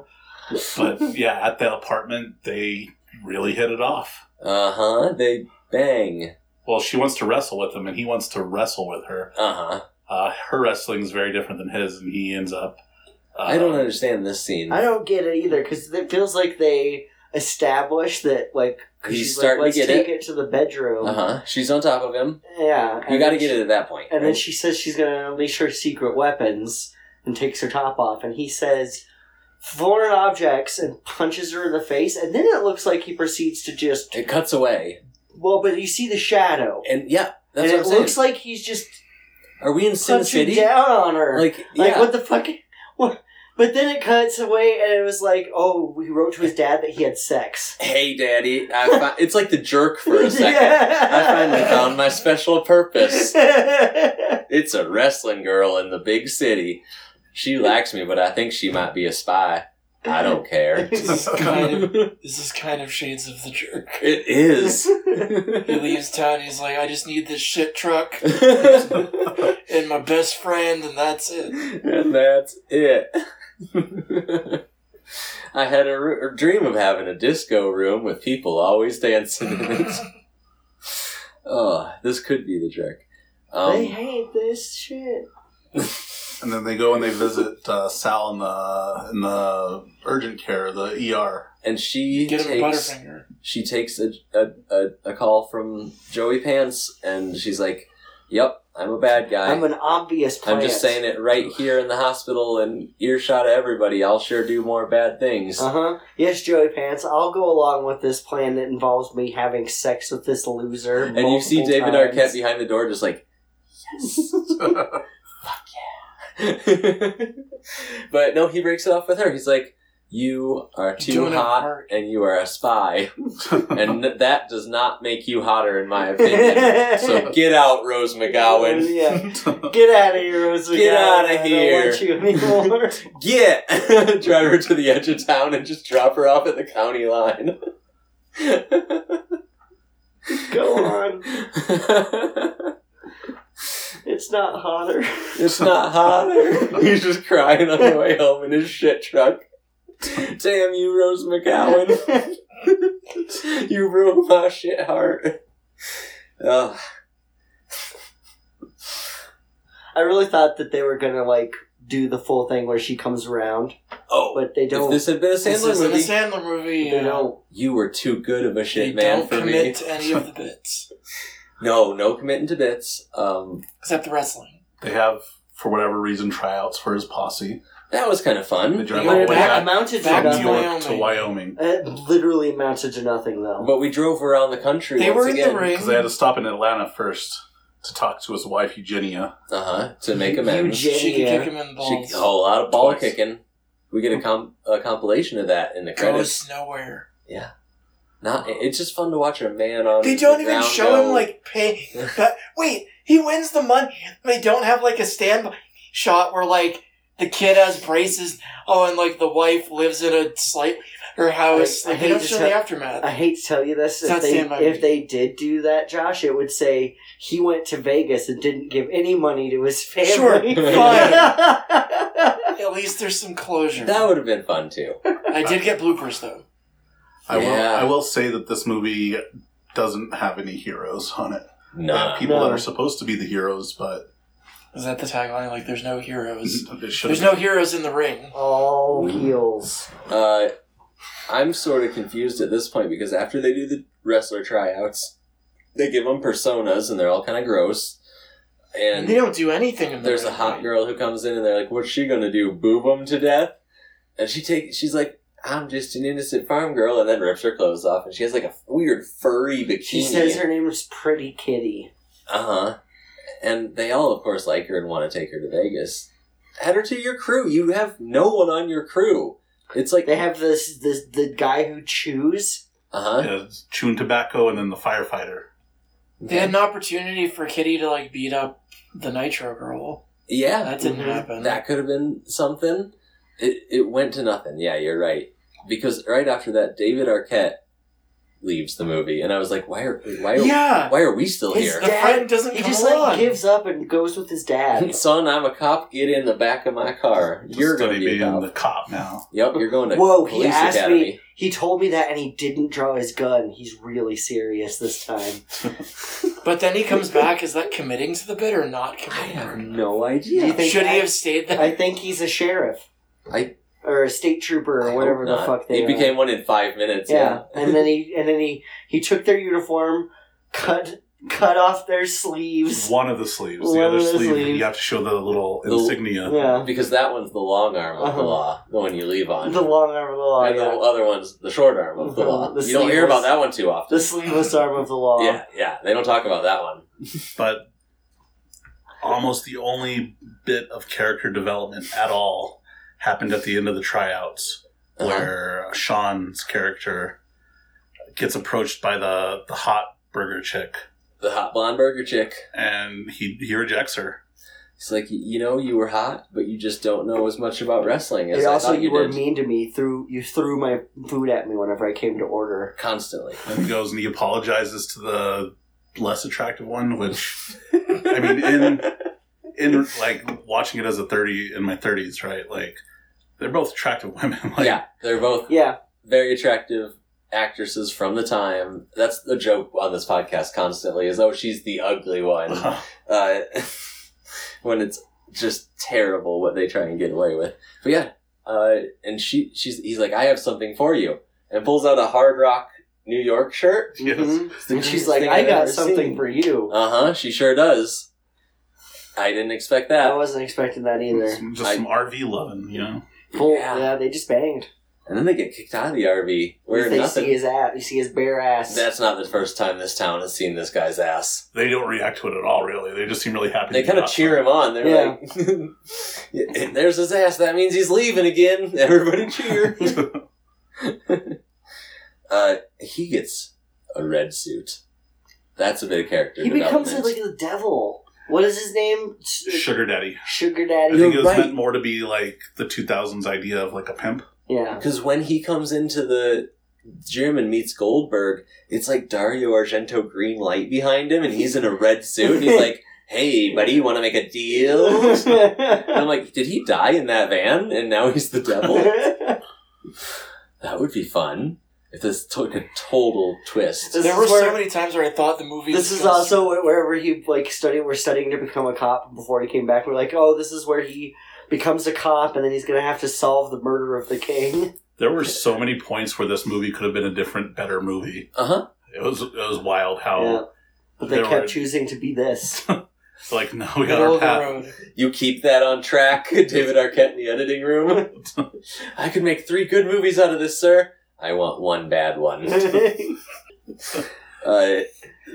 Speaker 1: But yeah, at that apartment, they really hit it off.
Speaker 4: Uh huh. They bang.
Speaker 1: Well, she wants to wrestle with him, and he wants to wrestle with her.
Speaker 4: Uh huh.
Speaker 1: Uh, her wrestling is very different than his, and he ends up. Uh,
Speaker 4: I don't understand this scene.
Speaker 3: I don't get it either because it feels like they establish that like 'cause
Speaker 4: He's
Speaker 3: she's like,
Speaker 4: starting to
Speaker 3: Let's
Speaker 4: get
Speaker 3: take
Speaker 4: it."
Speaker 3: it. to the bedroom.
Speaker 4: Uh huh. She's on top of him.
Speaker 3: Yeah,
Speaker 4: You
Speaker 3: and
Speaker 4: got to get
Speaker 3: then she-
Speaker 4: it at that point.
Speaker 3: And then
Speaker 4: right?
Speaker 3: she says she's going to unleash her secret weapons and takes her top off. And he says, foreign objects, and punches her in the face. And then it looks like he proceeds to just.
Speaker 4: it cuts away,
Speaker 3: Well, but you see the shadow.
Speaker 4: and yeah, that's
Speaker 3: and
Speaker 4: what
Speaker 3: it
Speaker 4: I'm saying.
Speaker 3: looks like he's just
Speaker 4: Are we in Sin
Speaker 3: punching
Speaker 4: City?
Speaker 3: down on her. Like,
Speaker 4: Like, yeah,
Speaker 3: what the fuck? <laughs> What? But then it cuts away, and it was like, oh, we wrote to his dad that he had sex.
Speaker 4: hey, daddy. I
Speaker 3: <laughs>
Speaker 4: fi- it's like the jerk for a second.
Speaker 3: Yeah.
Speaker 4: I finally found my special purpose. It's a wrestling girl in the big city. She likes me, but I think she might be a spy. I don't
Speaker 3: <laughs>
Speaker 4: care.
Speaker 2: This is kind of this is kind of shades of the jerk.
Speaker 4: It
Speaker 3: <laughs>
Speaker 4: is. <laughs>
Speaker 2: He leaves town. He's like, I just need this shit truck
Speaker 4: and
Speaker 2: and my best friend, and that's it.
Speaker 4: that's it. I had a, r- a dream of having a disco room with people always dancing in it. Oh, this could be the jerk.
Speaker 3: they
Speaker 4: Um,
Speaker 3: hate this shit.
Speaker 1: And then they go and they visit uh, Sal in the in the urgent care, the ER.
Speaker 4: and she
Speaker 2: Get him a
Speaker 4: takes
Speaker 2: butterfinger.
Speaker 4: she takes a, a, a, a call from Joey Pants and she's like, Yep, I'm a bad guy.
Speaker 3: I'm an obvious plant.
Speaker 4: I'm just saying it right here in the hospital and earshot of everybody. I'll sure do more bad things.
Speaker 3: Uh huh. Yes, Joey Pants. I'll go along with this plan that involves me having sex with this loser.
Speaker 4: and you see
Speaker 3: multiple
Speaker 4: David
Speaker 3: times.
Speaker 4: Arquette behind the door, just like,
Speaker 3: <laughs>
Speaker 4: <laughs> but no, he breaks it off with her. He's like, "You are too
Speaker 2: Doing it
Speaker 4: hot,
Speaker 2: hard."
Speaker 4: and you are a
Speaker 3: <laughs>
Speaker 4: spy, and that does not make you hotter, in my
Speaker 3: <laughs>
Speaker 4: opinion. so get out, Rose McGowan.
Speaker 3: Yeah. Get out of here, Rose
Speaker 4: Get
Speaker 3: McGowan.
Speaker 4: outta
Speaker 3: I don't want you anymore. <laughs>
Speaker 4: Get <laughs> drive her to the edge of town and just drop her off at the county line. <laughs>
Speaker 3: go on. It's not hotter.
Speaker 4: It's not hotter. He's just crying on the way home in his shit truck. Damn you, Rose McGowan. you broke my shit heart. Ugh.
Speaker 3: <laughs> I really thought that they were gonna like do the full thing where she comes around,
Speaker 4: Oh,
Speaker 3: but they
Speaker 4: if
Speaker 3: don't.
Speaker 4: this had been a
Speaker 2: This
Speaker 4: Sandler
Speaker 2: is in a
Speaker 4: movie,
Speaker 2: Sandler movie.
Speaker 3: they
Speaker 2: yeah.
Speaker 3: don't.
Speaker 4: you were too good of a
Speaker 2: They
Speaker 4: shit man
Speaker 2: don't
Speaker 4: for
Speaker 2: commit
Speaker 4: me.
Speaker 2: to any
Speaker 4: <laughs>
Speaker 2: of the bits
Speaker 4: No, no committing to bits. Um,
Speaker 2: except the wrestling.
Speaker 1: <laughs> They have, for whatever reason, tryouts for his posse.
Speaker 4: that was kind of
Speaker 1: They
Speaker 4: fun.
Speaker 1: drive
Speaker 2: You're
Speaker 1: all the way
Speaker 2: back-
Speaker 1: back,
Speaker 3: Amounted to
Speaker 2: back
Speaker 1: from
Speaker 2: to
Speaker 1: New
Speaker 3: nothing.
Speaker 1: York to
Speaker 2: Wyoming.
Speaker 1: Wyoming
Speaker 3: It literally amounted to nothing, though.
Speaker 4: But we drove around the country.
Speaker 2: They
Speaker 4: <laughs> once
Speaker 2: were in
Speaker 4: again.
Speaker 2: the ring.
Speaker 1: because they had to stop in Atlanta first to talk to his wife Eugenia.
Speaker 4: Uh huh. To make amends.
Speaker 3: Eugene-
Speaker 2: She could
Speaker 3: Yeah.
Speaker 2: kick him in the
Speaker 4: She, oh,
Speaker 2: balls.
Speaker 4: a whole lot of ball
Speaker 1: Twice.
Speaker 4: kicking. We get a, com- a compilation of that in the credits.
Speaker 2: Goes nowhere.
Speaker 4: Yeah. Not. it- It's just fun to watch a man on.
Speaker 2: They
Speaker 4: the
Speaker 2: don't even
Speaker 4: ground
Speaker 2: show
Speaker 4: go.
Speaker 2: him like
Speaker 4: <laughs>
Speaker 2: pay. that- wait, he wins the money. They don't have like a standby shot where like the kid has braces. Oh, and like the wife lives in a slight her house.
Speaker 3: I- I
Speaker 2: Like, they
Speaker 3: hate
Speaker 2: don't
Speaker 3: to
Speaker 2: show
Speaker 3: tell-
Speaker 2: the aftermath.
Speaker 3: I hate to tell you this.
Speaker 2: It's
Speaker 3: If
Speaker 2: not
Speaker 3: they,
Speaker 2: Stand By Me.
Speaker 3: if they did do that, Josh, it would say he went to Vegas and didn't give any money to his family. <laughs>
Speaker 2: Sure, fine. At least there's some closure.
Speaker 4: That would have been fun
Speaker 3: <laughs>
Speaker 4: too.
Speaker 2: I
Speaker 4: <laughs>
Speaker 2: did get bloopers though.
Speaker 1: I
Speaker 4: Yeah.
Speaker 1: will. I will say that this movie doesn't have any heroes on it. They have
Speaker 4: No.
Speaker 1: people
Speaker 3: No.
Speaker 1: that are supposed to be the heroes, but
Speaker 2: Is that the tagline? Like, there's no heroes.
Speaker 1: it
Speaker 4: Mm-hmm.
Speaker 1: should
Speaker 2: There's no heroes in the ring.
Speaker 3: All heels.
Speaker 4: Uh, I'm sort of confused at this point because after they do the wrestler tryouts, they give them personas and they're all kind of gross. And
Speaker 2: they don't do anything in the
Speaker 4: there's a
Speaker 2: ring,
Speaker 4: hot
Speaker 2: right?
Speaker 4: girl who comes in and they're like, "What's she gonna do? Boob him to death?" And she takes, she's like, "I'm just an innocent farm girl," and then rips her clothes off, and she has like a weird furry bikini.
Speaker 3: She says her name is Pretty Kitty.
Speaker 4: Uh huh. And they all, of course, like her and want to take her to Vegas. Add her to your crew. You have no one on your crew. It's like,
Speaker 3: They
Speaker 4: uh
Speaker 3: have this this the guy who chews.
Speaker 4: huh.
Speaker 1: Yeah, it's chewing tobacco and then the firefighter.
Speaker 2: They had an opportunity for Kitty to like beat up the Nitro Girl.
Speaker 4: Yeah,
Speaker 2: That didn't
Speaker 3: Mhm.
Speaker 2: happen.
Speaker 4: that could have been something. It, it went to nothing. Yeah, you're right. Because right after that, David Arquette leaves the movie, and I was like, why are why are,
Speaker 2: yeah,
Speaker 4: why are we still
Speaker 3: His
Speaker 4: here?
Speaker 2: the friend doesn't
Speaker 3: He
Speaker 2: come
Speaker 3: just
Speaker 2: along.
Speaker 3: like gives up and goes with his
Speaker 4: <laughs>
Speaker 3: dad.
Speaker 4: Son, I'm a cop. Get in the back of my car.
Speaker 1: Just
Speaker 4: You're
Speaker 1: study
Speaker 4: gonna be a
Speaker 1: being
Speaker 4: cop.
Speaker 1: the cop
Speaker 4: <laughs>
Speaker 1: now.
Speaker 4: Yep, you're going to
Speaker 3: Whoa, he
Speaker 4: police
Speaker 3: asked
Speaker 4: academy.
Speaker 3: me. He told me that and he didn't draw his gun. He's really serious this time.
Speaker 2: but then he comes back. Is that committing to the bid or not
Speaker 4: I have
Speaker 2: committing?
Speaker 4: no
Speaker 3: Do you
Speaker 4: idea.
Speaker 3: think
Speaker 2: Should
Speaker 3: I-
Speaker 2: he have stayed there?
Speaker 3: I think he's a sheriff.
Speaker 4: I-
Speaker 3: or a state trooper or
Speaker 4: I
Speaker 3: whatever
Speaker 4: hope
Speaker 3: the
Speaker 4: not.
Speaker 3: fuck they
Speaker 4: He
Speaker 3: are.
Speaker 4: became one in five minutes.
Speaker 3: yeah. and then he and then he he took their uniform, cut cut off their sleeves.
Speaker 1: One of the sleeves.
Speaker 3: One
Speaker 1: the
Speaker 3: of
Speaker 1: other
Speaker 3: the
Speaker 1: sleeve,
Speaker 3: sleeves.
Speaker 1: you have to show the little
Speaker 4: The-
Speaker 1: insignia.
Speaker 3: Yeah,
Speaker 4: Because that one's the long arm of the
Speaker 3: Uh-huh.
Speaker 4: law, the one you leave on.
Speaker 3: the long arm of the law.
Speaker 4: and the
Speaker 3: yeah.
Speaker 4: other one's the short arm of the
Speaker 3: Uh-huh.
Speaker 4: law.
Speaker 3: The Uh-huh.
Speaker 4: you don't hear
Speaker 3: sleeveless-
Speaker 4: about that one too often.
Speaker 3: The sleeveless arm of the law.
Speaker 4: yeah, yeah. They don't talk about that one.
Speaker 1: But almost the only bit of character development at all happened at the end of the tryouts,
Speaker 4: Uh-huh.
Speaker 1: where Sean's character gets approached by the, the hot burger chick,
Speaker 4: The hot blonde burger chick.
Speaker 1: and he he rejects her.
Speaker 4: It's like y- you know you were hot, but you just don't know as much about wrestling as
Speaker 3: And
Speaker 4: I
Speaker 3: also,
Speaker 4: thought
Speaker 3: you
Speaker 4: you,
Speaker 3: were
Speaker 4: did.
Speaker 3: mean to me. Through you threw my food at me whenever I came to order. <laughs>
Speaker 4: Constantly.
Speaker 1: And he goes and he apologizes to the less attractive one, which I mean,
Speaker 4: <laughs>
Speaker 1: in in like watching it as a thirty in my thirties, right? Like they're both attractive <laughs> women. Like,
Speaker 4: yeah, they're both
Speaker 3: Yeah,
Speaker 4: very attractive actresses from the time. That's the joke on this podcast constantly is oh she's the ugly one. uh, <laughs> when it's just terrible what they try and get away with. But yeah, uh, and she she's he's like, I have something for you, and pulls out a Hard Rock New York shirt.
Speaker 1: Yes.
Speaker 3: Mhm.
Speaker 4: It's the
Speaker 3: and she's
Speaker 4: cutest
Speaker 3: like,
Speaker 4: thing
Speaker 3: "I
Speaker 4: I've
Speaker 3: got
Speaker 4: ever Uh,
Speaker 3: something
Speaker 4: seen."
Speaker 3: for you."
Speaker 4: Uh huh. She sure Uh-huh, does. I didn't expect
Speaker 3: I
Speaker 4: that.
Speaker 3: wasn't expecting that either.
Speaker 1: Some- Just
Speaker 4: I-
Speaker 1: some RV loving, you know?
Speaker 3: Full,
Speaker 4: Yeah.
Speaker 3: yeah. they just banged.
Speaker 4: And then they get kicked out of the RV. We're
Speaker 3: they see
Speaker 4: nothing.
Speaker 3: his ass. You see his bare ass.
Speaker 4: That's not the first time this town has seen this guy's ass.
Speaker 1: They don't react to it at all, really. They just seem really happy.
Speaker 4: They
Speaker 1: to
Speaker 4: kind
Speaker 1: be
Speaker 4: of cheer him on. They're
Speaker 3: Yeah.
Speaker 4: <laughs> like, "There's his ass. That means he's leaving again." <laughs> Everybody cheer. <laughs>
Speaker 1: outside.
Speaker 4: uh, he gets a red suit. That's a bit of character
Speaker 3: he becomes
Speaker 4: development.
Speaker 3: like the devil. What is his name? Su-
Speaker 1: Sugar daddy.
Speaker 3: Sugar
Speaker 1: I
Speaker 3: Daddy.
Speaker 1: think it was
Speaker 4: right.
Speaker 1: meant more to be like the 2000s idea of like a pimp.
Speaker 4: <laughs>
Speaker 3: Yeah.
Speaker 4: Because when he comes into the gym and meets Goldberg, it's like Dario Argento green light behind him, and he's in a red suit, and he's like, "Hey, buddy, you want to make a
Speaker 3: <laughs>
Speaker 4: deal?" And I'm like, "Did he die in that van, and now he's the
Speaker 3: <laughs>
Speaker 4: devil?" that would be fun if this took a total twist.
Speaker 3: This
Speaker 2: there
Speaker 3: is
Speaker 2: were
Speaker 3: where-
Speaker 2: so many times where I thought the movie.
Speaker 3: this
Speaker 2: was
Speaker 3: is
Speaker 2: gonna-
Speaker 3: also where- wherever he like studied. We're studying to become a cop. Before he came back, we're like, oh, this is where he becomes a cop, and then he's gonna have to solve the murder of the king.
Speaker 1: There were so many points where this movie could have been a different, better movie.
Speaker 4: Uh huh.
Speaker 1: It was it was wild
Speaker 3: Yeah.
Speaker 1: how
Speaker 3: But they
Speaker 1: there
Speaker 3: kept
Speaker 1: were-
Speaker 3: choosing to be this.
Speaker 1: it's like <laughs> no, we got
Speaker 2: middle
Speaker 1: our
Speaker 2: of the
Speaker 1: path.
Speaker 2: road.
Speaker 4: You keep that on track, <laughs> David Arquette in the editing room.
Speaker 2: <laughs>
Speaker 4: I could make three good movies out of this, sir. I want one
Speaker 2: <laughs>
Speaker 4: bad one. Uh,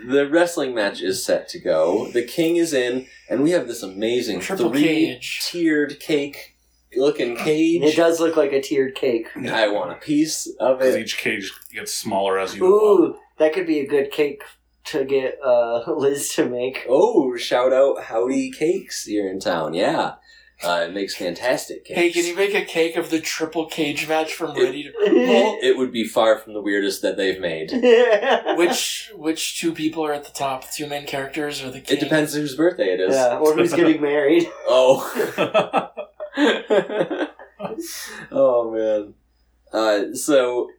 Speaker 4: the wrestling match is set to go. The king is in, and we have this amazing
Speaker 2: Triple cage.
Speaker 4: three-tiered cake looking
Speaker 3: it
Speaker 4: cage.
Speaker 3: does look like a tiered cake.
Speaker 4: I want a piece of
Speaker 1: Because
Speaker 4: it.
Speaker 1: each cage gets smaller as you go up.
Speaker 3: Ooh, that could be a good cake to get uh, <laughs> Liz to make.
Speaker 4: Oh, shout out Howdy Cakes here in town. Yeah, uh, it makes fantastic cakes.
Speaker 2: Hey, can you make a cake of the triple cage match from
Speaker 4: It-
Speaker 2: Ready to
Speaker 3: <laughs>
Speaker 2: Rumble?
Speaker 4: <laughs> It would be far from the weirdest that they've made.
Speaker 2: which which two people are at the top? The two main characters or the king?
Speaker 4: It depends whose birthday it is.
Speaker 3: Yeah, or who's getting married.
Speaker 4: Oh. <laughs>
Speaker 1: Ooh.
Speaker 3: <laughs>
Speaker 4: oh man. Uh, so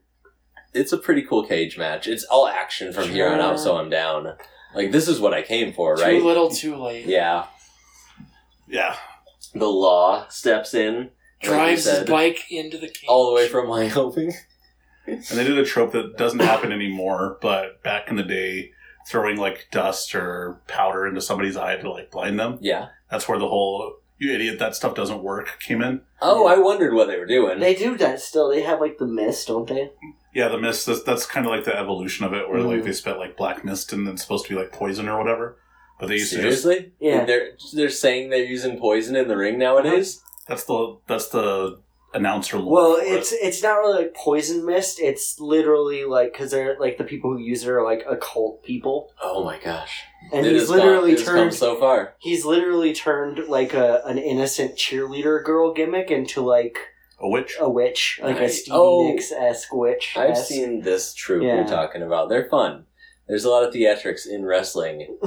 Speaker 4: it's a pretty cool cage match. It's all action from here on out, so I'm down. Like this is what I came for,
Speaker 2: Too
Speaker 4: right?
Speaker 2: little, too late.
Speaker 4: Yeah.
Speaker 1: yeah,
Speaker 4: The law steps in, like you
Speaker 2: Drives his
Speaker 4: said,
Speaker 2: bike into the cage.
Speaker 4: all the way from <laughs> Wyoming.
Speaker 1: and they did a trope that doesn't happen anymore, but back in the day, throwing like dust or powder into somebody's eye to like blind them.
Speaker 4: Yeah.
Speaker 1: That's where the whole "you idiot, that stuff doesn't work" came in.
Speaker 4: Oh, I wondered what they were doing.
Speaker 3: They do that still. They have like the mist, don't they?
Speaker 1: Yeah, the mist. That's, that's kind of like the evolution of it, where like
Speaker 3: Mhm.
Speaker 1: they spent like black mist and it's supposed to be like poison or whatever. But they used to just
Speaker 4: Seriously?
Speaker 3: Yeah. Uh-huh.
Speaker 4: They're they're saying they're using poison in the ring nowadays.
Speaker 1: that's the that's the announcer. lore
Speaker 3: Well,
Speaker 1: for it.
Speaker 3: it's it's not really like poison mist. It's literally like because they're like the people who use it are like occult people,
Speaker 4: Oh my gosh!
Speaker 3: and
Speaker 4: It
Speaker 3: he's
Speaker 4: has gone-
Speaker 3: literally
Speaker 4: it has come
Speaker 3: turned
Speaker 4: so far.
Speaker 3: he's literally turned like a an innocent cheerleader girl gimmick into like
Speaker 1: a witch.
Speaker 3: a witch, like a
Speaker 4: Nice.
Speaker 3: Stevie
Speaker 4: Oh.
Speaker 3: Nicks esque witch.
Speaker 4: I've
Speaker 3: esque.
Speaker 4: seen this troupe
Speaker 3: Yeah.
Speaker 4: you're talking about. They're fun. There's a lot of theatrics in wrestling,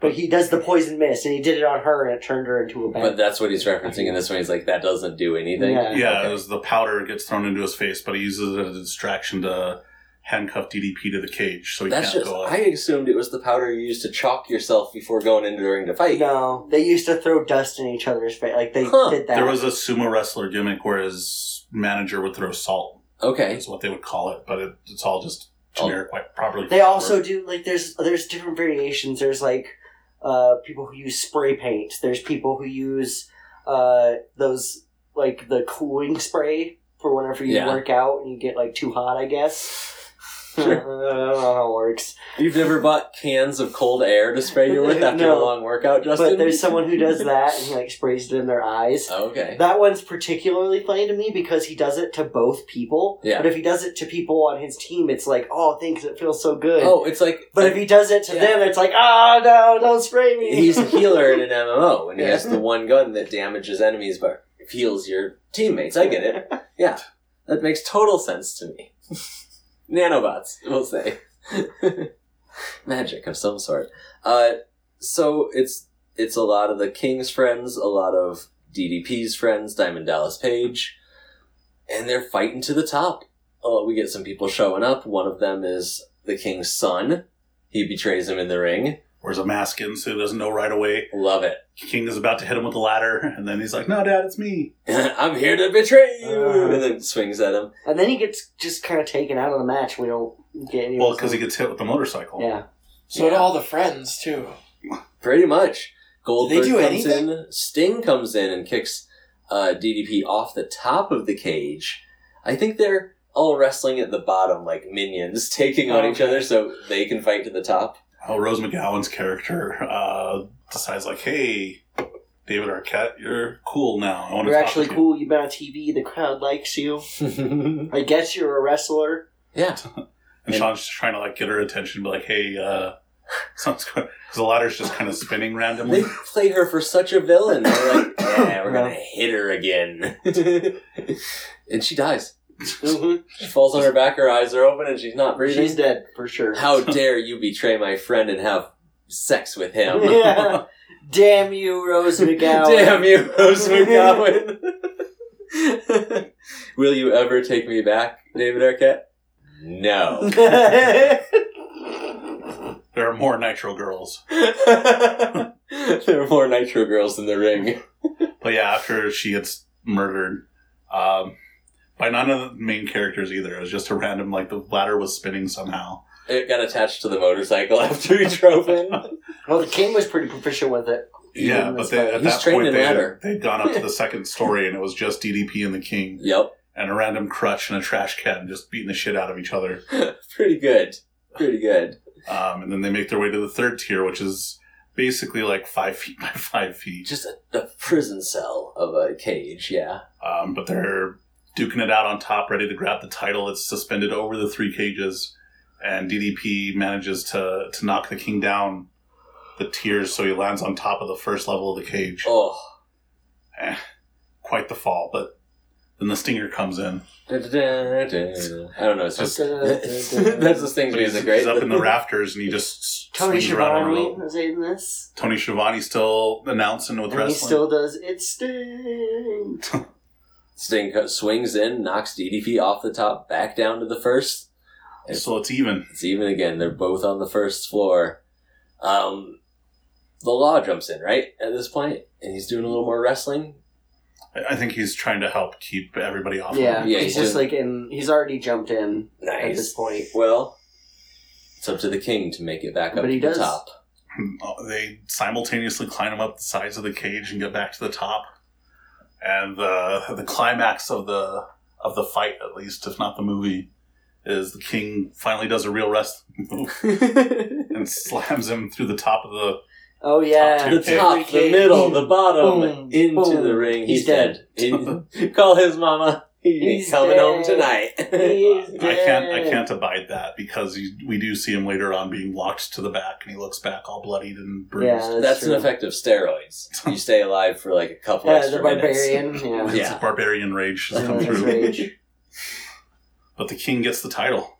Speaker 3: but he does the poison mist, and he did it on her, and it turned her into a bat.
Speaker 4: but that's what he's referencing in this one. He's like, that doesn't do anything.
Speaker 3: Yeah.
Speaker 1: Yeah,
Speaker 4: Okay.
Speaker 1: it was the powder gets thrown into his face, but he uses it as a distraction to handcuff DDP to the cage, so he
Speaker 4: That's
Speaker 1: can't
Speaker 4: just.
Speaker 1: go up.
Speaker 4: I assumed it was the powder you used to chalk yourself before going into the ring to fight.
Speaker 3: no, they used to throw dust in each other's face. Like they
Speaker 4: Huh.
Speaker 3: did that.
Speaker 1: There was a sumo wrestler gimmick where his manager would throw salt.
Speaker 4: Okay.
Speaker 1: That's what they would call it, but it, it's all just
Speaker 4: Oh.
Speaker 1: generic, quite properly.
Speaker 3: They also do like there's there's different variations. There's like uh, people who use spray paint. There's people who use uh, those like the cooling spray for whenever you
Speaker 4: Yeah.
Speaker 3: work out and you get like too hot. I guess.
Speaker 4: <laughs> Sure.
Speaker 3: <laughs> I don't know how it works,
Speaker 4: You've never bought cans of cold air to spray you with after
Speaker 3: <laughs> No.
Speaker 4: a long workout, Justin.
Speaker 3: but there's someone who does that and he like sprays it in their eyes.
Speaker 4: okay.
Speaker 3: That one's particularly funny to me because he does it to both people.
Speaker 4: Yeah.
Speaker 3: But if he does it to people on his team, it's like, oh, thanks, it feels so good.
Speaker 4: Oh, it's like.
Speaker 3: But if he does it to
Speaker 4: Yeah.
Speaker 3: them, it's like, ah, no, don't spray me.
Speaker 4: he's a
Speaker 3: <laughs>
Speaker 4: healer in an MMO, and he
Speaker 3: Yeah.
Speaker 4: has the one gun that damages enemies but heals your teammates. I get it. Yeah, that makes total sense to me. <laughs> Nanobots, we'll say, <laughs> magic of some sort. Uh, so it's it's a lot of the King's friends, a lot of DDP's friends, Diamond Dallas Page, and they're fighting to the top. Oh, we get some people showing up. One of them is the King's son. He betrays him in the ring.
Speaker 1: Wears a mask in, so he doesn't know right away.
Speaker 4: Love it. <laughs>
Speaker 1: King is about to hit him with a ladder, <laughs> and then he's like, "No, Dad, it's me."
Speaker 4: I'm here to betray you,
Speaker 3: Uh.
Speaker 4: and then swings at him.
Speaker 3: And then he gets just kind of taken out of the match. We don't get any. <laughs>
Speaker 1: Well, because he gets hit with the motorcycle.
Speaker 3: yeah,
Speaker 2: So do
Speaker 4: Yeah.
Speaker 2: all the friends too.
Speaker 4: Pretty much, Goldberg
Speaker 2: do
Speaker 4: comes
Speaker 2: anything?
Speaker 4: in. Sting comes in and kicks uh, DDP off the top of the cage. I think they're all wrestling at the bottom like minions, <laughs> taking on each other so they can fight to
Speaker 2: <laughs>
Speaker 4: the top.
Speaker 1: how Rose McGowan's character uh, decides, like, hey, David Arquette, you're cool now. I want to
Speaker 3: You're
Speaker 1: talk
Speaker 3: actually
Speaker 1: to you.
Speaker 3: cool. You've been on TV. The crowd likes you.
Speaker 4: yeah.
Speaker 3: I guess you're a wrestler.
Speaker 1: And Sean's just trying to like get her attention, be like, hey, uh, <laughs> sounds good. Because the ladder's just kind of spinning randomly.
Speaker 4: They played her for such a villain.
Speaker 2: <coughs>
Speaker 4: They're like, yeah, we're gonna hit her again. <laughs> and she dies.
Speaker 3: Mhm.
Speaker 1: Mm-hmm.
Speaker 4: She falls on her back, her eyes are open, and she's not breathing.
Speaker 3: <laughs> She's dead for sure. <laughs>
Speaker 4: How dare you betray my friend and have sex with
Speaker 2: <laughs>
Speaker 4: him?
Speaker 3: Yeah. Damn you,
Speaker 1: <laughs>
Speaker 3: Rose McGowan.
Speaker 4: Damn <laughs> you, Rose McGowan. <laughs> Will you ever take me back, David Arquette? No. <laughs>
Speaker 1: there are more Nitro girls.
Speaker 4: there are more Nitro girls in the ring.
Speaker 1: But yeah, after she gets murdered, um, by none of the main characters either. It was just a random, like, the ladder was spinning somehow.
Speaker 4: It got attached to the motorcycle <laughs> after he drove in.
Speaker 3: <laughs> well, the king was pretty proficient with it.
Speaker 1: Yeah, but
Speaker 3: that's
Speaker 1: they,
Speaker 3: fine.
Speaker 1: at
Speaker 4: He's
Speaker 1: that
Speaker 4: trained
Speaker 1: point,
Speaker 4: in
Speaker 1: they
Speaker 4: ladder.
Speaker 1: had, they'd gone up to
Speaker 4: <laughs>
Speaker 1: the second story, and it was just DDP and the King,
Speaker 4: yep.
Speaker 1: and a random crutch and a trash can, just beating the shit out of each other.
Speaker 4: Pretty good. Pretty good.
Speaker 1: Um, and then they make their way to the third tier, which is basically like five feet by <laughs> five feet.
Speaker 4: Just a, a prison cell of a cage, yeah.
Speaker 1: Um, but they're duking it out on top, ready to grab the title. It's suspended over the three cages, and DDP manages to to knock the king down the tiers, so he lands on top of the first level of the cage.
Speaker 4: Oh.
Speaker 1: Quite the fall, but then the stinger comes in.
Speaker 4: I don't know. It's just <laughs> that's the things
Speaker 1: He's,
Speaker 4: music, right?
Speaker 1: he's up
Speaker 3: <laughs>
Speaker 1: in the rafters, and he just s-
Speaker 3: Tony
Speaker 1: swings around a
Speaker 3: Schiavone
Speaker 1: rope.
Speaker 3: was in this.
Speaker 1: Tony Schiavone still announcing with
Speaker 3: And he
Speaker 1: wrestling.
Speaker 3: still does. It stinks.
Speaker 4: Sting co- swings in, knocks DDP off the top, back down to the first.
Speaker 1: so it's even.
Speaker 4: It's even again. They're both on the first floor. Um, the law jumps in right at this point, and he's doing a little more wrestling.
Speaker 1: I I think he's trying to help keep everybody off.
Speaker 3: Yeah,
Speaker 4: Yeah,
Speaker 3: he's
Speaker 4: he
Speaker 3: just
Speaker 4: did.
Speaker 3: like in. He's already jumped in at this
Speaker 4: Nice. <laughs>
Speaker 3: point.
Speaker 4: Well, it's up to the king to make it back up
Speaker 3: But
Speaker 4: to
Speaker 3: he
Speaker 4: the
Speaker 3: does. <laughs>
Speaker 4: top.
Speaker 1: Uh, they simultaneously climb up the sides of the cage and get back to the top. And the the climax of the of the fight, at least if not the movie, is the king finally does a real wrestling move
Speaker 3: <laughs>
Speaker 1: and slams him through the top of the.
Speaker 3: Oh
Speaker 1: Top
Speaker 3: yeah,
Speaker 4: The
Speaker 1: two. Okay.
Speaker 4: top, the
Speaker 3: Every
Speaker 4: middle,
Speaker 3: king.
Speaker 4: the bottom,
Speaker 3: Boom,
Speaker 4: into
Speaker 3: boom.
Speaker 4: the ring. He's,
Speaker 3: He's
Speaker 4: dead.
Speaker 3: <laughs>
Speaker 4: He- call his mama. He
Speaker 3: He's
Speaker 4: ain't coming home
Speaker 3: dead.
Speaker 4: <laughs> tonight.
Speaker 3: he's
Speaker 1: I can't I
Speaker 3: dead.
Speaker 1: can't abide that because you, we do see him later on being locked to the back and he looks back all bloodied and bruised.
Speaker 3: Yeah, that's,
Speaker 4: That's
Speaker 3: true.
Speaker 4: an effect of steroids. You stay alive for like a couple
Speaker 3: Yeah,
Speaker 4: extra
Speaker 3: the
Speaker 4: minutes.
Speaker 3: barbarian. Yeah,
Speaker 1: It's
Speaker 4: Yeah.
Speaker 1: barbarian rage has come
Speaker 3: Uh, his
Speaker 1: through.
Speaker 4: <laughs>
Speaker 3: rage.
Speaker 1: But the king gets the title.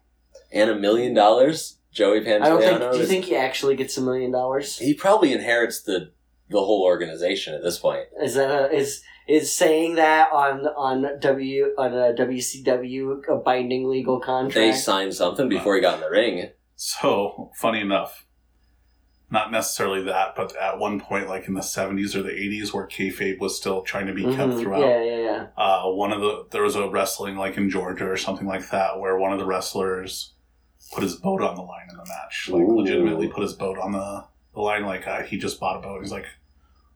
Speaker 4: And a million dollars, Joey Pantoliano.
Speaker 3: I don't think. Do you
Speaker 4: is-
Speaker 3: think he actually gets a million dollars?
Speaker 4: he probably inherits the the whole organization at this point?
Speaker 3: Is that a, is is saying that on on W on a WCW a binding legal contract?
Speaker 4: They signed something before he got in the ring.
Speaker 1: So funny enough, not necessarily that, but at one point, like in the seventies or the eighties, where kayfabe was still trying to be kept
Speaker 3: Mhm.
Speaker 1: throughout,
Speaker 3: Yeah, yeah, yeah.
Speaker 1: uh, one of the there was a wrestling like in Georgia or something like that, where one of the wrestlers put his boat on the line in the match, like
Speaker 4: Ooh.
Speaker 1: legitimately put his boat on the, the line. Like uh, he just bought a boat. He's like,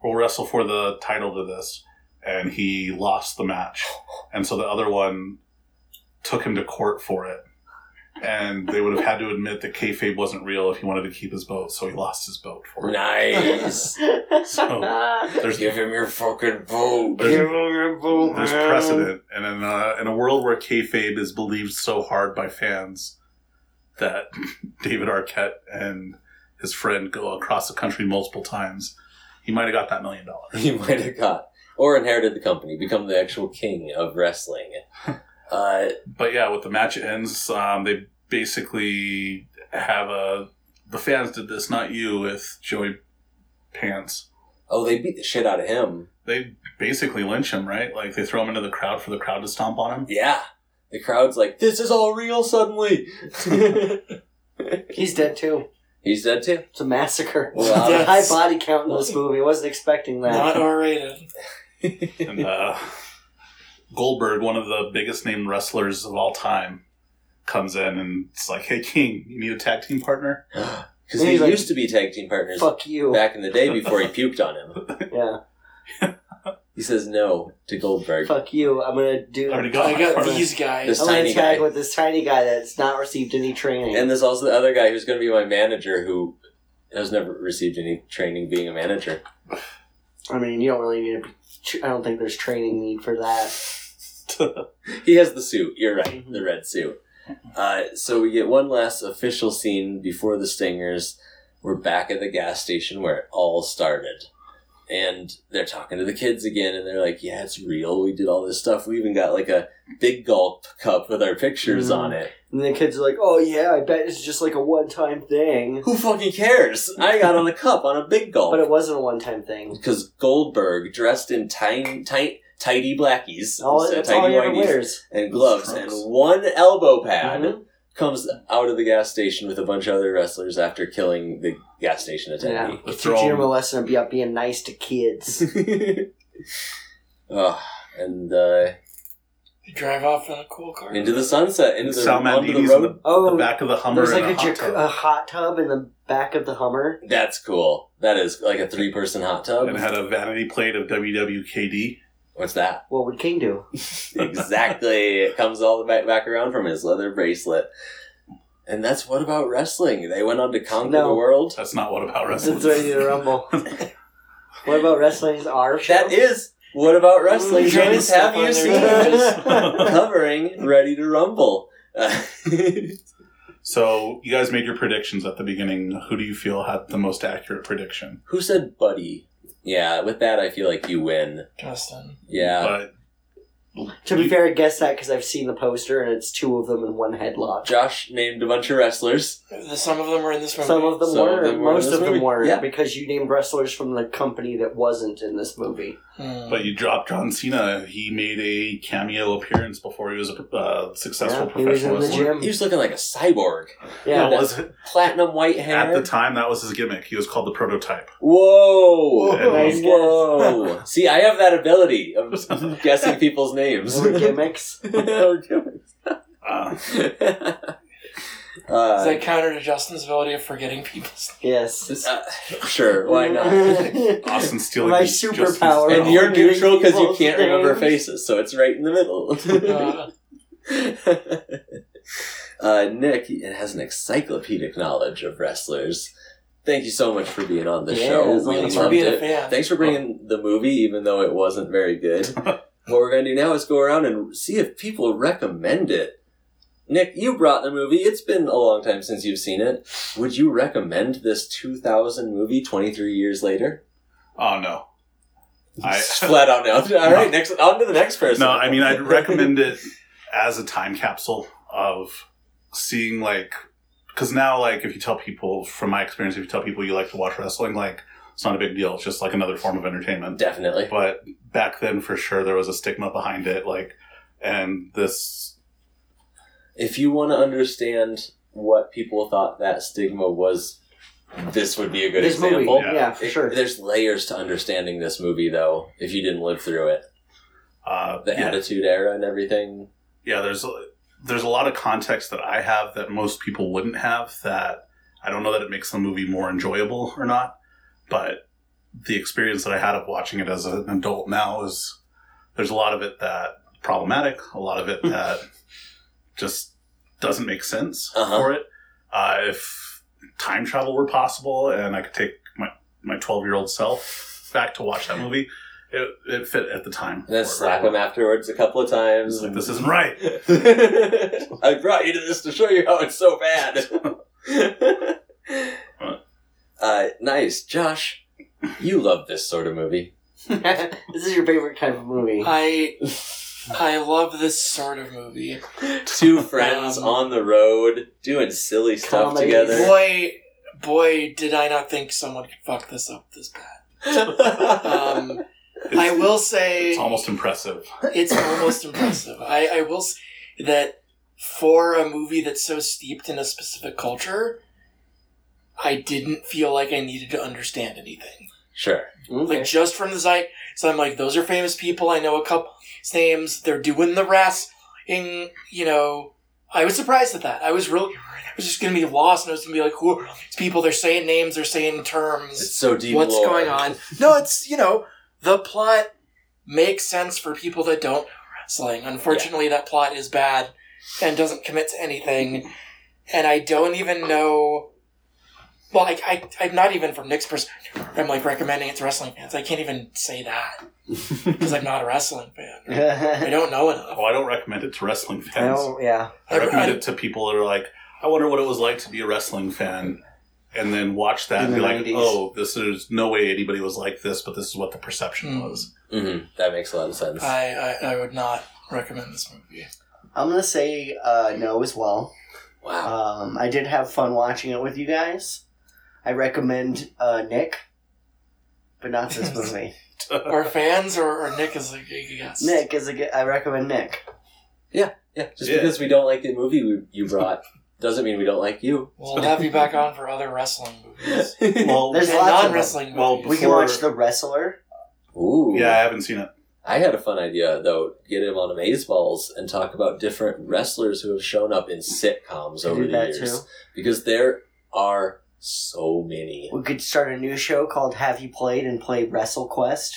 Speaker 1: "We'll wrestle for the title to this," and he lost the match, and so the other one took him to court for it. And they would have had to admit that kayfabe wasn't real if he wanted to keep his boat, so he lost his boat for it.
Speaker 3: <laughs>
Speaker 4: Nice.
Speaker 1: So- There's
Speaker 4: Give him your fucking vote.
Speaker 1: There's- There's precedent, and in a, in a world where kayfabe is believed so hard by fans that <laughs> David Arquette and his friend go across the country multiple times, he might have got that million dollars.
Speaker 4: He might have got or inherited the company, become the actual king of
Speaker 3: <laughs>
Speaker 4: wrestling. Uh,
Speaker 1: But yeah, with the match ends, um, they basically have a the fans did this, not you, with Joey Pants.
Speaker 4: oh, they beat the shit out of him.
Speaker 1: They basically lynch him, right? Like they throw him into the crowd for the crowd to stomp on him.
Speaker 4: Yeah. The crowd's like, this is all real
Speaker 3: <laughs>
Speaker 4: suddenly.
Speaker 3: He's dead too.
Speaker 4: He's dead
Speaker 3: <laughs>
Speaker 4: too. uh,
Speaker 3: It's a massacre.
Speaker 4: Wow.
Speaker 3: It's a high
Speaker 2: Yes.
Speaker 3: body count in this movie. I wasn't expecting that.
Speaker 2: Not R rated.
Speaker 1: and uh, Goldberg, one of the biggest named wrestlers of all time, comes in and it's like, "Hey, King, you need a tag team partner?"
Speaker 4: Because
Speaker 3: And
Speaker 4: they
Speaker 3: he's like,
Speaker 4: used to be tag team partners
Speaker 3: Fuck you.
Speaker 4: back in the day before he puked on him.
Speaker 3: Yeah.
Speaker 4: He says no to Goldberg.
Speaker 3: Fuck you. I'm gonna do.
Speaker 1: Already
Speaker 3: I'm
Speaker 1: got <laughs>
Speaker 2: I got
Speaker 1: Pardon.
Speaker 2: these guys.
Speaker 4: This
Speaker 3: gonna
Speaker 4: tiny
Speaker 3: tag
Speaker 4: guy.
Speaker 3: with this tiny guy that's not received any training.
Speaker 4: And there's also the other guy who's going to be my manager who has never received any training being a manager.
Speaker 3: I mean, you don't really need to. Be, tr- I don't think there's training need for that.
Speaker 4: He has the suit. You're right,
Speaker 3: Mm-hmm.
Speaker 4: the red suit. Uh, so we get one last official scene before the Stingers. We're back at the gas station where it all started. And they're talking to the kids again, and they're like, Yeah, it's real. We did all this stuff. We even got like a big gulp cup with our pictures
Speaker 3: Mhm.
Speaker 4: on it.
Speaker 3: And the kids are like, "Oh yeah, I bet it's just like a one-time thing."
Speaker 4: Who fucking cares? I got on a cup on a big gulp.
Speaker 3: But it wasn't a one-time thing.
Speaker 4: because Goldberg dressed in tiny, tight, tidy blackies,
Speaker 3: All,
Speaker 4: so
Speaker 3: that's all he ever
Speaker 4: whities,
Speaker 3: wears.
Speaker 4: and gloves, and
Speaker 1: Trunks.
Speaker 4: one elbow pad
Speaker 3: Mhm.
Speaker 4: comes out of the gas station with a bunch of other wrestlers after killing the gas station attendee.
Speaker 1: Let's
Speaker 3: Teaching him a
Speaker 1: throw
Speaker 3: lesson about being nice
Speaker 1: <laughs>
Speaker 3: to kids.
Speaker 4: <laughs> Ugh, and uh,
Speaker 2: They drive off in a cool car.
Speaker 4: into the sunset, into the,
Speaker 1: Sal
Speaker 4: onto the
Speaker 1: Mandini's in
Speaker 4: road.
Speaker 1: the,
Speaker 3: Oh,
Speaker 1: the back of the Hummer.
Speaker 3: there's like
Speaker 1: and
Speaker 3: a, uh,
Speaker 1: a hot tub.
Speaker 3: jac- a hot tub in the back of the Hummer.
Speaker 4: That's cool. That is like a three-person hot
Speaker 1: and
Speaker 4: tub.
Speaker 1: had a vanity plate of WWKD.
Speaker 4: What's that?
Speaker 3: What would King do?
Speaker 4: exactly. It comes all the way back around from his leather bracelet. And that's what about wrestling? They went on to conquer
Speaker 3: No.
Speaker 4: the world.
Speaker 1: That's not what about
Speaker 3: Since
Speaker 1: wrestling.
Speaker 3: ready to
Speaker 1: <laughs>
Speaker 3: rumble. what about wrestling's our show?
Speaker 4: That is what about wrestling?
Speaker 2: Ooh,
Speaker 4: Jonas,
Speaker 2: stuff
Speaker 4: have
Speaker 2: on
Speaker 4: you
Speaker 2: there.
Speaker 4: seen <laughs> covering Ready to Rumble? <laughs> Uh,
Speaker 1: so you guys made your predictions at the beginning. Who do you feel had the most accurate prediction?
Speaker 4: who said buddy? Yeah, with that I feel like you win.
Speaker 2: Justin.
Speaker 4: Yeah,
Speaker 3: To be fair, I guess that because I've seen the poster and it's two of them in one headlock.
Speaker 4: Josh named a bunch of wrestlers.
Speaker 2: The- Some of them were in this movie.
Speaker 3: Some of them
Speaker 4: Some of
Speaker 3: were,
Speaker 4: them were in
Speaker 3: most
Speaker 4: this
Speaker 3: of them
Speaker 4: movie.
Speaker 3: weren't,
Speaker 4: Yeah.
Speaker 3: because you named wrestlers from the company that wasn't in this movie.
Speaker 2: Hmm.
Speaker 1: But you dropped John Cena. He made a cameo appearance before he was a uh, successful
Speaker 3: Yeah, he was in
Speaker 1: professional
Speaker 3: the
Speaker 1: wrestler.
Speaker 3: gym.
Speaker 4: He was looking like a cyborg,
Speaker 3: Yeah,
Speaker 1: No, was it?
Speaker 4: platinum white hair.
Speaker 1: At the time, that was his gimmick. He was called the prototype.
Speaker 4: Whoa!
Speaker 1: Whoa, nice
Speaker 3: guess.
Speaker 4: Whoa! See, I have that ability of guessing people's names.
Speaker 3: Or
Speaker 4: <laughs>
Speaker 3: gimmicks.
Speaker 4: Or gimmicks.
Speaker 1: Uh,
Speaker 4: <laughs> Uh,
Speaker 2: Is that counter to Justin's ability of forgetting
Speaker 4: <laughs>
Speaker 2: people's
Speaker 3: Yes.
Speaker 4: uh, sure,
Speaker 3: <laughs>
Speaker 4: why not? <laughs>
Speaker 1: Austin Steele.
Speaker 3: My
Speaker 1: used Justin
Speaker 3: superpower.
Speaker 1: Steele.
Speaker 4: And you're
Speaker 3: doing
Speaker 4: neutral because you
Speaker 3: people's
Speaker 4: can't remember
Speaker 3: names.
Speaker 4: faces, so it's right in the middle. <laughs>
Speaker 2: uh,
Speaker 4: uh, Nick has an encyclopedic knowledge of wrestlers. Thank you so much for being on the
Speaker 3: Yeah,
Speaker 4: show.
Speaker 3: as
Speaker 4: We
Speaker 3: long
Speaker 2: Thanks
Speaker 3: as
Speaker 2: for
Speaker 4: loved
Speaker 2: being a
Speaker 4: it.
Speaker 2: fan.
Speaker 4: Thanks for bringing the movie, even though it wasn't very
Speaker 3: <laughs>
Speaker 4: good. what we're going to do now is go around and see if people recommend it. Nick, you brought the movie. It's been a long time since you've seen it. Would you recommend this 2000 movie 23 years later?
Speaker 1: Oh no.
Speaker 4: <laughs>
Speaker 1: I, <laughs>
Speaker 4: Flat out now. All right, next on to the next person.
Speaker 1: no, I mean
Speaker 4: <laughs>
Speaker 1: I'd recommend it as a time capsule of seeing like because now like if you tell people from my experience if you tell people you like to watch wrestling like it's not a big deal it's just like another form of entertainment
Speaker 4: Definitely.
Speaker 1: but back then for sure there was a stigma behind it like and this
Speaker 4: If you want to understand what people thought that stigma was, this would be a good
Speaker 3: this movie,
Speaker 4: example.
Speaker 1: Yeah.
Speaker 3: yeah, for
Speaker 4: It- <laughs>
Speaker 3: sure. <laughs>
Speaker 4: There's layers to understanding this movie, though. If you didn't live through it,
Speaker 1: uh
Speaker 4: the
Speaker 1: yeah,
Speaker 4: Attitude Era and everything.
Speaker 1: yeah there's a- there's a lot of context that I have that most people wouldn't have that I don't know that it makes the movie more enjoyable or not but the experience that I had of watching it as an adult now is there's a lot of it that problematic a lot of it that just doesn't make sense
Speaker 4: Uh-huh.
Speaker 1: for it uh, if time travel were possible and I could take my my 12 year old self back to watch that movie it, it fit at the time
Speaker 4: And then
Speaker 1: For-
Speaker 4: slap him afterwards a couple of times.
Speaker 1: like this isn't right
Speaker 4: <laughs> I brought you to this to show you how it's so
Speaker 1: <laughs>
Speaker 4: bad. <laughs> uh, nice, Josh. You love this sort of movie.
Speaker 3: this is your favorite type of movie.
Speaker 4: <laughs>
Speaker 2: I I love this sort of movie.
Speaker 4: Two friends
Speaker 2: Um,
Speaker 4: on the road doing silly stuff
Speaker 3: comedies.
Speaker 4: together.
Speaker 2: Boy, boy, did I not think someone could fuck this up this bad.
Speaker 4: <laughs>
Speaker 2: Um, I will say
Speaker 1: it's almost impressive
Speaker 2: it's almost impressive. I, I will say that for a movie that's so steeped in a specific culture, I didn't feel like I needed to understand anything.
Speaker 4: sure.
Speaker 2: Like just from the site, so I'm like, those are famous people. I know a couple names. They're doing the wrestling, you know, I was surprised at that. I was really, I was just gonna be lost, and I was gonna be like, "Who are these people? They're saying names. They're saying
Speaker 4: It's
Speaker 2: terms.
Speaker 4: so deep.
Speaker 2: What's
Speaker 4: lore.
Speaker 2: going on?" No, it's you know, the plot makes sense for people that don't wrestling. Unfortunately, that plot is bad and doesn't commit to anything. And I don't even know. Well, I, I, I'm not even from Nick's perspective. I'm like recommending it to wrestling fans. I can't even say that because I'm not a wrestling fan. I
Speaker 3: <laughs> I
Speaker 2: don't know enough.
Speaker 1: Oh, I don't recommend it to wrestling fans.
Speaker 3: don't, yeah.
Speaker 1: I recommend
Speaker 2: I-
Speaker 1: it to people that are like, I wonder what it was like to be a wrestling fan, and then watch that and
Speaker 3: In
Speaker 1: be
Speaker 3: the
Speaker 1: like,
Speaker 3: 90s.
Speaker 1: oh, this is no way anybody was like this, but this is what the perception
Speaker 2: Hmm.
Speaker 1: was.
Speaker 4: Mhm, That makes a lot of sense.
Speaker 2: I, I, I would not recommend this movie.
Speaker 3: I'm going to say uh, no as well.
Speaker 4: wow.
Speaker 3: Um, I did have fun watching it with you guys. I recommend uh, Nick, but not
Speaker 4: <laughs>
Speaker 3: this movie.
Speaker 2: Our fans or, or Nick is like, I guess.
Speaker 3: Nick is a good. I recommend Nick.
Speaker 4: yeah. Just
Speaker 1: Yeah.
Speaker 4: because we don't like the movie we, you brought doesn't mean we don't
Speaker 2: <laughs>
Speaker 4: like you.
Speaker 2: We'll have you back on for other wrestling movies.
Speaker 1: Well,
Speaker 2: <laughs>
Speaker 3: There's
Speaker 2: and
Speaker 3: lots of them.
Speaker 2: non wrestling
Speaker 1: Well,
Speaker 2: movies.
Speaker 3: We can
Speaker 1: Before-
Speaker 3: watch The Wrestler.
Speaker 4: Ooh.
Speaker 1: yeah, I haven't seen it. <laughs>
Speaker 4: I had a fun idea though. Get him on Amazeballs and talk about different wrestlers who have shown up in sitcoms
Speaker 3: Could
Speaker 4: over the
Speaker 3: do that
Speaker 4: years
Speaker 3: too.
Speaker 4: because there are so many.
Speaker 3: We could start a new show called Have You Played and play Wrestle Quest.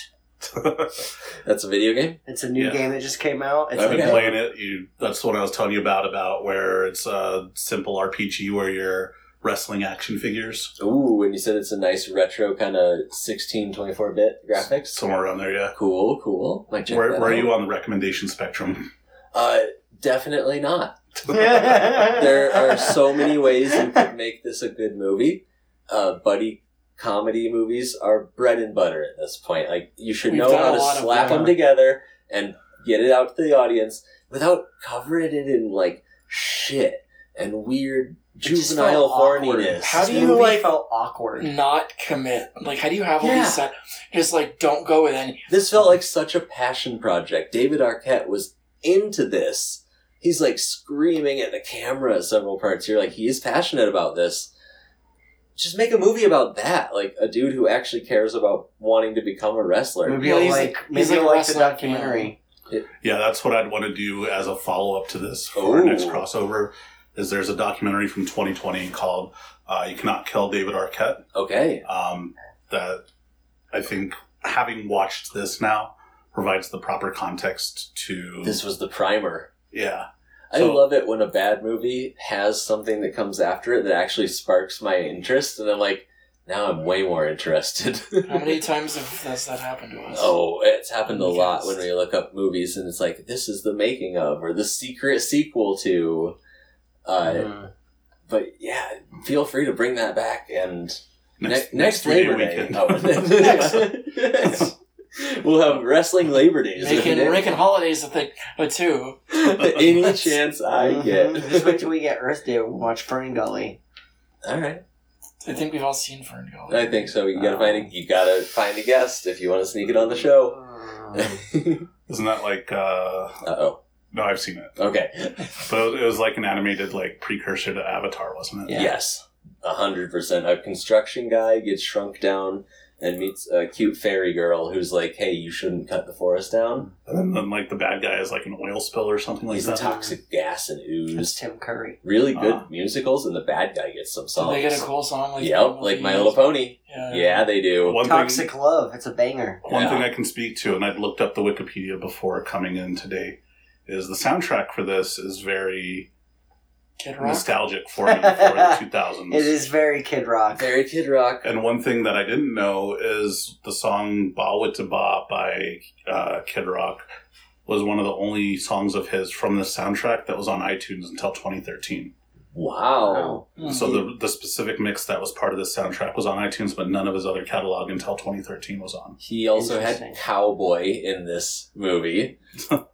Speaker 4: That's a video game.
Speaker 3: It's a new
Speaker 1: Yeah.
Speaker 3: game that just came out. It's
Speaker 1: I've
Speaker 4: Okay.
Speaker 1: been playing it. You, that's the one I was telling you about, about where it's a simple RPG where you're wrestling action figures
Speaker 4: Ooh, and you said it's a nice retro kind of 16, 24 bit graphics.
Speaker 1: somewhere around there. Yeah.
Speaker 4: Cool, cool. Might check
Speaker 1: Where,
Speaker 4: that
Speaker 1: where are
Speaker 4: out.
Speaker 1: you on the recommendation spectrum? <laughs>
Speaker 4: Uh, definitely not.
Speaker 3: there <laughs>
Speaker 4: There are so many ways you could make this a good movie. Uh, buddy comedy movies are bread and butter at this point. Like you should
Speaker 2: We've
Speaker 4: know
Speaker 2: done a
Speaker 4: how
Speaker 2: lot
Speaker 4: to
Speaker 2: of
Speaker 4: slap
Speaker 2: them.
Speaker 4: them together and get it out to the audience without covering it in like shit and weird
Speaker 3: just
Speaker 4: juvenile
Speaker 3: felt awkward.
Speaker 4: horniness.
Speaker 2: How do
Speaker 3: This
Speaker 2: you,
Speaker 3: movie
Speaker 2: like-
Speaker 3: felt awkward?
Speaker 2: Not commit. Like, how do you have all
Speaker 4: Yeah.
Speaker 2: these set? Just like, don't go with any.
Speaker 4: This felt like such a passion project. David Arquette was into this. He's like screaming at the camera at several parts. You're like, he is passionate about this. Just make a movie about that. Like a dude who actually cares about wanting to become a wrestler.
Speaker 3: Maybe
Speaker 2: Well,
Speaker 3: I'll
Speaker 2: he's-
Speaker 3: like
Speaker 2: he's
Speaker 3: maybe
Speaker 2: like a
Speaker 3: I'll like the
Speaker 2: wrestling fan.
Speaker 3: documentary.
Speaker 1: Yeah, that's what I'd want to do as a follow up to this for our
Speaker 4: Ooh.
Speaker 1: next crossover. Is there's a documentary from 2020 called uh, "You Cannot Kill David Arquette."
Speaker 4: Okay.
Speaker 1: Um, that I think having watched this now provides the proper context to
Speaker 4: This was the primer.
Speaker 1: Yeah,
Speaker 4: I
Speaker 1: Mm. So-
Speaker 4: love it when a bad movie has something that comes after it that actually sparks my interest, and I'm like, now I'm way more interested.
Speaker 2: How many times have, has that happened to us?
Speaker 4: Oh, it's happened a lot
Speaker 2: Podcast.
Speaker 4: when we look up movies and it's like, this is the making of or the secret sequel to. Uh,
Speaker 3: Mm.
Speaker 4: But yeah, feel free to bring that back and ne- next,
Speaker 1: three-day
Speaker 4: Labor Day. <laughs> Oh,
Speaker 1: <laughs>
Speaker 4: next. we'll have wrestling Labor Days.
Speaker 2: Making,
Speaker 4: in it.
Speaker 2: making holidays a thing, but two.
Speaker 4: <laughs> Any chance I <laughs>
Speaker 3: Mhm. Just wait till
Speaker 4: get.
Speaker 3: we get Earth Day. We'll watch Fern Gully.
Speaker 4: All right,
Speaker 2: I think we've all seen Fern Gully.
Speaker 4: I think so. You gotta find a, you gotta find a guest if you want to sneak it on the show.
Speaker 3: Oh,
Speaker 4: uh
Speaker 1: Isn't that like? Uh,
Speaker 4: oh.
Speaker 1: no, I've seen it,
Speaker 4: Okay.
Speaker 1: but it was, it was like an animated like precursor to Avatar, wasn't it?
Speaker 3: Yeah.
Speaker 4: Yes, a hundred percent. A construction guy gets shrunk down and meets a cute fairy girl who's like, "Hey, you shouldn't cut the forest down."
Speaker 1: And then like the bad guy is like an oil spill or something like
Speaker 4: He's a
Speaker 1: that.
Speaker 4: toxic gas and
Speaker 3: It's
Speaker 4: <laughs> ooze.
Speaker 3: Tim Curry.
Speaker 4: Really good
Speaker 1: Ah.
Speaker 4: musicals, and the bad guy gets some
Speaker 2: Did
Speaker 4: songs.
Speaker 2: they get a cool song like Uh,
Speaker 4: yep, like My Little Pony. Yeah, they do.
Speaker 1: One thing,
Speaker 3: Toxic Love. It's a banger.
Speaker 1: One
Speaker 4: Yeah.
Speaker 1: thing I can speak to, and I'd looked up the Wikipedia before coming in today, is the soundtrack for this is very
Speaker 2: Kid Rock.
Speaker 1: nostalgic for me for
Speaker 3: <laughs>
Speaker 1: the 2000s.
Speaker 3: It is very Kid Rock.
Speaker 4: Very Kid Rock.
Speaker 1: And one thing that I didn't know is the song Ba Wita Ba by uh, Kid Rock was one of the only songs of his from the soundtrack that was on iTunes until 2013.
Speaker 3: Oh,
Speaker 4: Wow.
Speaker 2: Hmm.
Speaker 1: So
Speaker 3: Mm-hmm.
Speaker 1: the, the specific mix that was part of this soundtrack was on iTunes, but none of his other catalog until 2013 was on.
Speaker 4: He also had
Speaker 3: Interesting.
Speaker 4: Cowboy in this movie.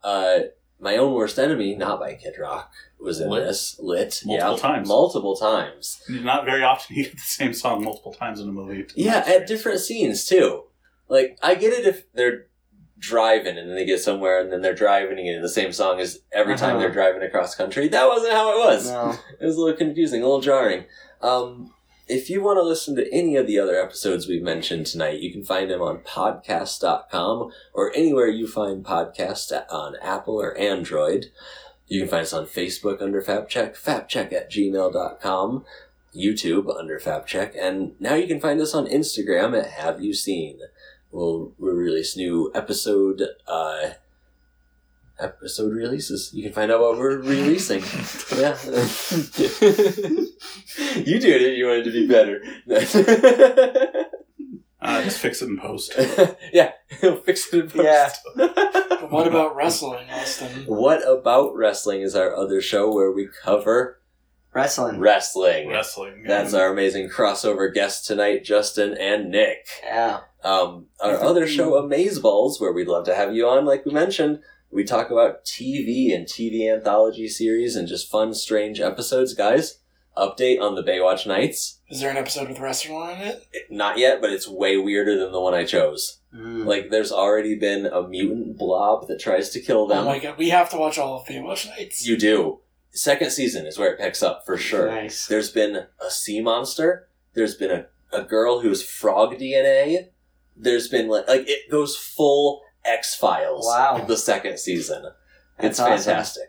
Speaker 4: uh, My Own Worst Enemy, not by Kid Rock, was in
Speaker 1: Lit.
Speaker 4: this. Lit.
Speaker 1: Multiple
Speaker 4: yeah,
Speaker 1: times.
Speaker 4: Multiple times.
Speaker 1: Not very often you get the same song multiple times in a movie.
Speaker 4: Yeah, at different scenes too. Like I get it if they're driving and then they get somewhere and then they're driving again. The same song is every time
Speaker 3: Uh-huh.
Speaker 4: they're driving across country. That wasn't how it was.
Speaker 3: No.
Speaker 4: It was a little confusing, a little jarring. Um, if you want to listen to any of the other episodes we've mentioned tonight, you can find them on podcast.com or anywhere you find podcasts at- on Apple or Android. You can find us on Facebook under FabCheck, FabCheck at gmail.com, YouTube under FabCheck, and now you can find us on Instagram at Have You Seen. We'll we'll release new episode uh, episode releases. You can find out what we're releasing. yeah. <laughs> you do it if you want it to be better.
Speaker 1: Uh, just fix it in
Speaker 4: <laughs>
Speaker 1: post.
Speaker 4: <laughs> yeah, he'll fix it in post.
Speaker 3: Yeah.
Speaker 2: But what about wrestling, Austin?
Speaker 4: <laughs> What about wrestling is our other show where we cover
Speaker 3: Wrestling.
Speaker 4: wrestling.
Speaker 1: Wrestling. um,
Speaker 4: That's our amazing crossover guests tonight, Justin and Nick.
Speaker 3: Yeah.
Speaker 4: Um, our other show, Amazeballs, where we'd love to have you on, like we mentioned. We talk about TV and TV anthology series and just fun, strange episodes, guys. Update on the Baywatch Nights.
Speaker 2: Is there an episode with wrestling on it?
Speaker 4: Not yet, but it's way weirder than the one I chose.
Speaker 3: Mm.
Speaker 4: Like, there's already been a mutant blob that tries to kill them.
Speaker 2: Oh my god, we have to watch all of Baywatch Nights.
Speaker 4: You do. Second season is where it picks up for sure.
Speaker 3: Nice.
Speaker 4: There's been a sea monster. There's been a, a girl who's frog DNA. There's been like like it goes full X Files.
Speaker 3: Wow.
Speaker 4: The second season. it's
Speaker 3: That's awesome.
Speaker 4: fantastic.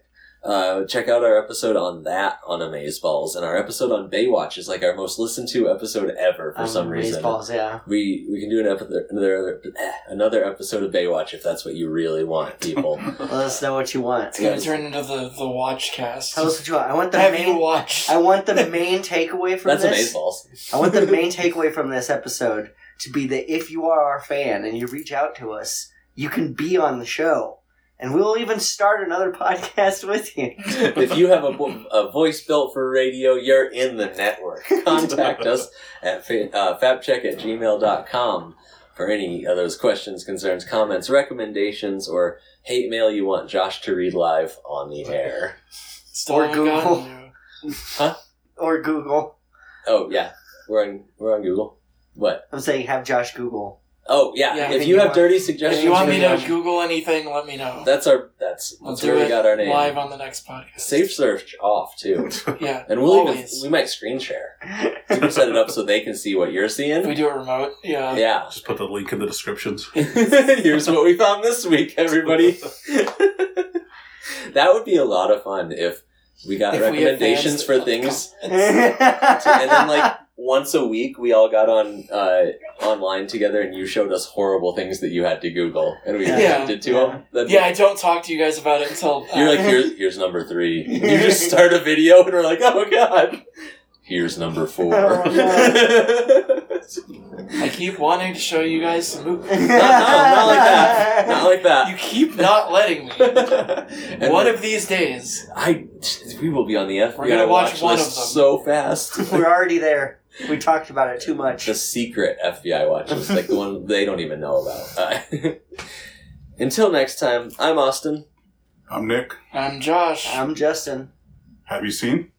Speaker 4: Uh, check out our episode on that on Amazeballs, and our episode on Baywatch is like our most listened to episode ever for
Speaker 3: Um,
Speaker 4: some reason.
Speaker 3: Baseballs, yeah.
Speaker 4: We we can do an episode another eh, another episode of Baywatch if that's what you really
Speaker 2: <laughs>
Speaker 4: want, people.
Speaker 3: Let us know what you want.
Speaker 2: It's gonna turn into the the watch cast.
Speaker 3: Tell us what you want. I want the
Speaker 2: Have you
Speaker 3: main.
Speaker 2: watched?
Speaker 3: I want the main takeaway from
Speaker 4: that's
Speaker 3: this.
Speaker 4: Amazeballs.
Speaker 3: I want the main takeaway from this episode to be that if you are our fan and you reach out to us, you can be on the show. And we'll even start another <laughs> podcast with you.
Speaker 4: <laughs> if you have a, vo- a voice built for radio, you're in the
Speaker 2: <laughs>
Speaker 4: network. Contact us at fa- uh, fabcheck at gmail.com for any of those questions, concerns, comments, recommendations, or hate mail you want Josh to read live on the air.
Speaker 2: Still
Speaker 3: Or
Speaker 2: haven't gotten
Speaker 3: Google.
Speaker 2: you.
Speaker 3: Or Google.
Speaker 4: Oh, yeah. We're on, we're on Google. What?
Speaker 3: I'm saying have Josh
Speaker 4: <laughs>
Speaker 3: Google.
Speaker 4: Oh, yeah.
Speaker 2: Yeah,
Speaker 4: if
Speaker 3: if
Speaker 4: you
Speaker 3: you
Speaker 4: have
Speaker 3: want-
Speaker 4: dirty suggestions,
Speaker 2: If you want me
Speaker 4: for
Speaker 2: to
Speaker 4: Josh-
Speaker 2: Google anything, let me know.
Speaker 4: that's our, that's,
Speaker 2: We'll
Speaker 4: that's
Speaker 2: do
Speaker 4: where we
Speaker 2: it
Speaker 4: got our name.
Speaker 2: live on the next podcast.
Speaker 4: Safe search off, too.
Speaker 2: Yeah.
Speaker 4: And we'll even,
Speaker 2: Always.
Speaker 4: we might screen share. We can set it up so they can see what you're
Speaker 2: If we
Speaker 4: seeing.
Speaker 2: do a remote, yeah.
Speaker 4: Yeah. <laughs>
Speaker 1: Just put the link in the descriptions.
Speaker 4: Here's what we found this week, everybody. that would be a lot of fun if we got
Speaker 2: If we had fans
Speaker 4: recommendations for
Speaker 2: that-
Speaker 4: things, and then like once a week we all got on uh, online together, and you showed us horrible things that you had to Google, and we
Speaker 3: Yeah.
Speaker 4: reacted to
Speaker 3: Yeah.
Speaker 4: them. That'd be-
Speaker 2: Yeah, I don't talk to you guys about it until uh,
Speaker 4: You're like,
Speaker 3: <laughs>
Speaker 4: here's, here's number three. You just start a video, and we're like, oh god. Here's number four.
Speaker 3: <laughs>
Speaker 4: <laughs>
Speaker 3: Oh,
Speaker 2: I keep wanting to show you guys some movies.
Speaker 4: <laughs> no, no, not like
Speaker 3: <laughs>
Speaker 4: that. Not like that.
Speaker 2: You keep not letting me.
Speaker 4: <laughs> And
Speaker 2: One of these days,
Speaker 4: I we will be on the F.
Speaker 2: We're gonna watch one
Speaker 4: list
Speaker 2: of them.
Speaker 4: so fast.
Speaker 3: <laughs> We're already there. We talked about it too much.
Speaker 4: <laughs> the secret FBI watch list, like the one they don't even know about. <laughs> Uh, until next time, I'm Austin.
Speaker 1: I'm Nick.
Speaker 2: I'm Josh.
Speaker 3: I'm Justin.
Speaker 1: Have you seen?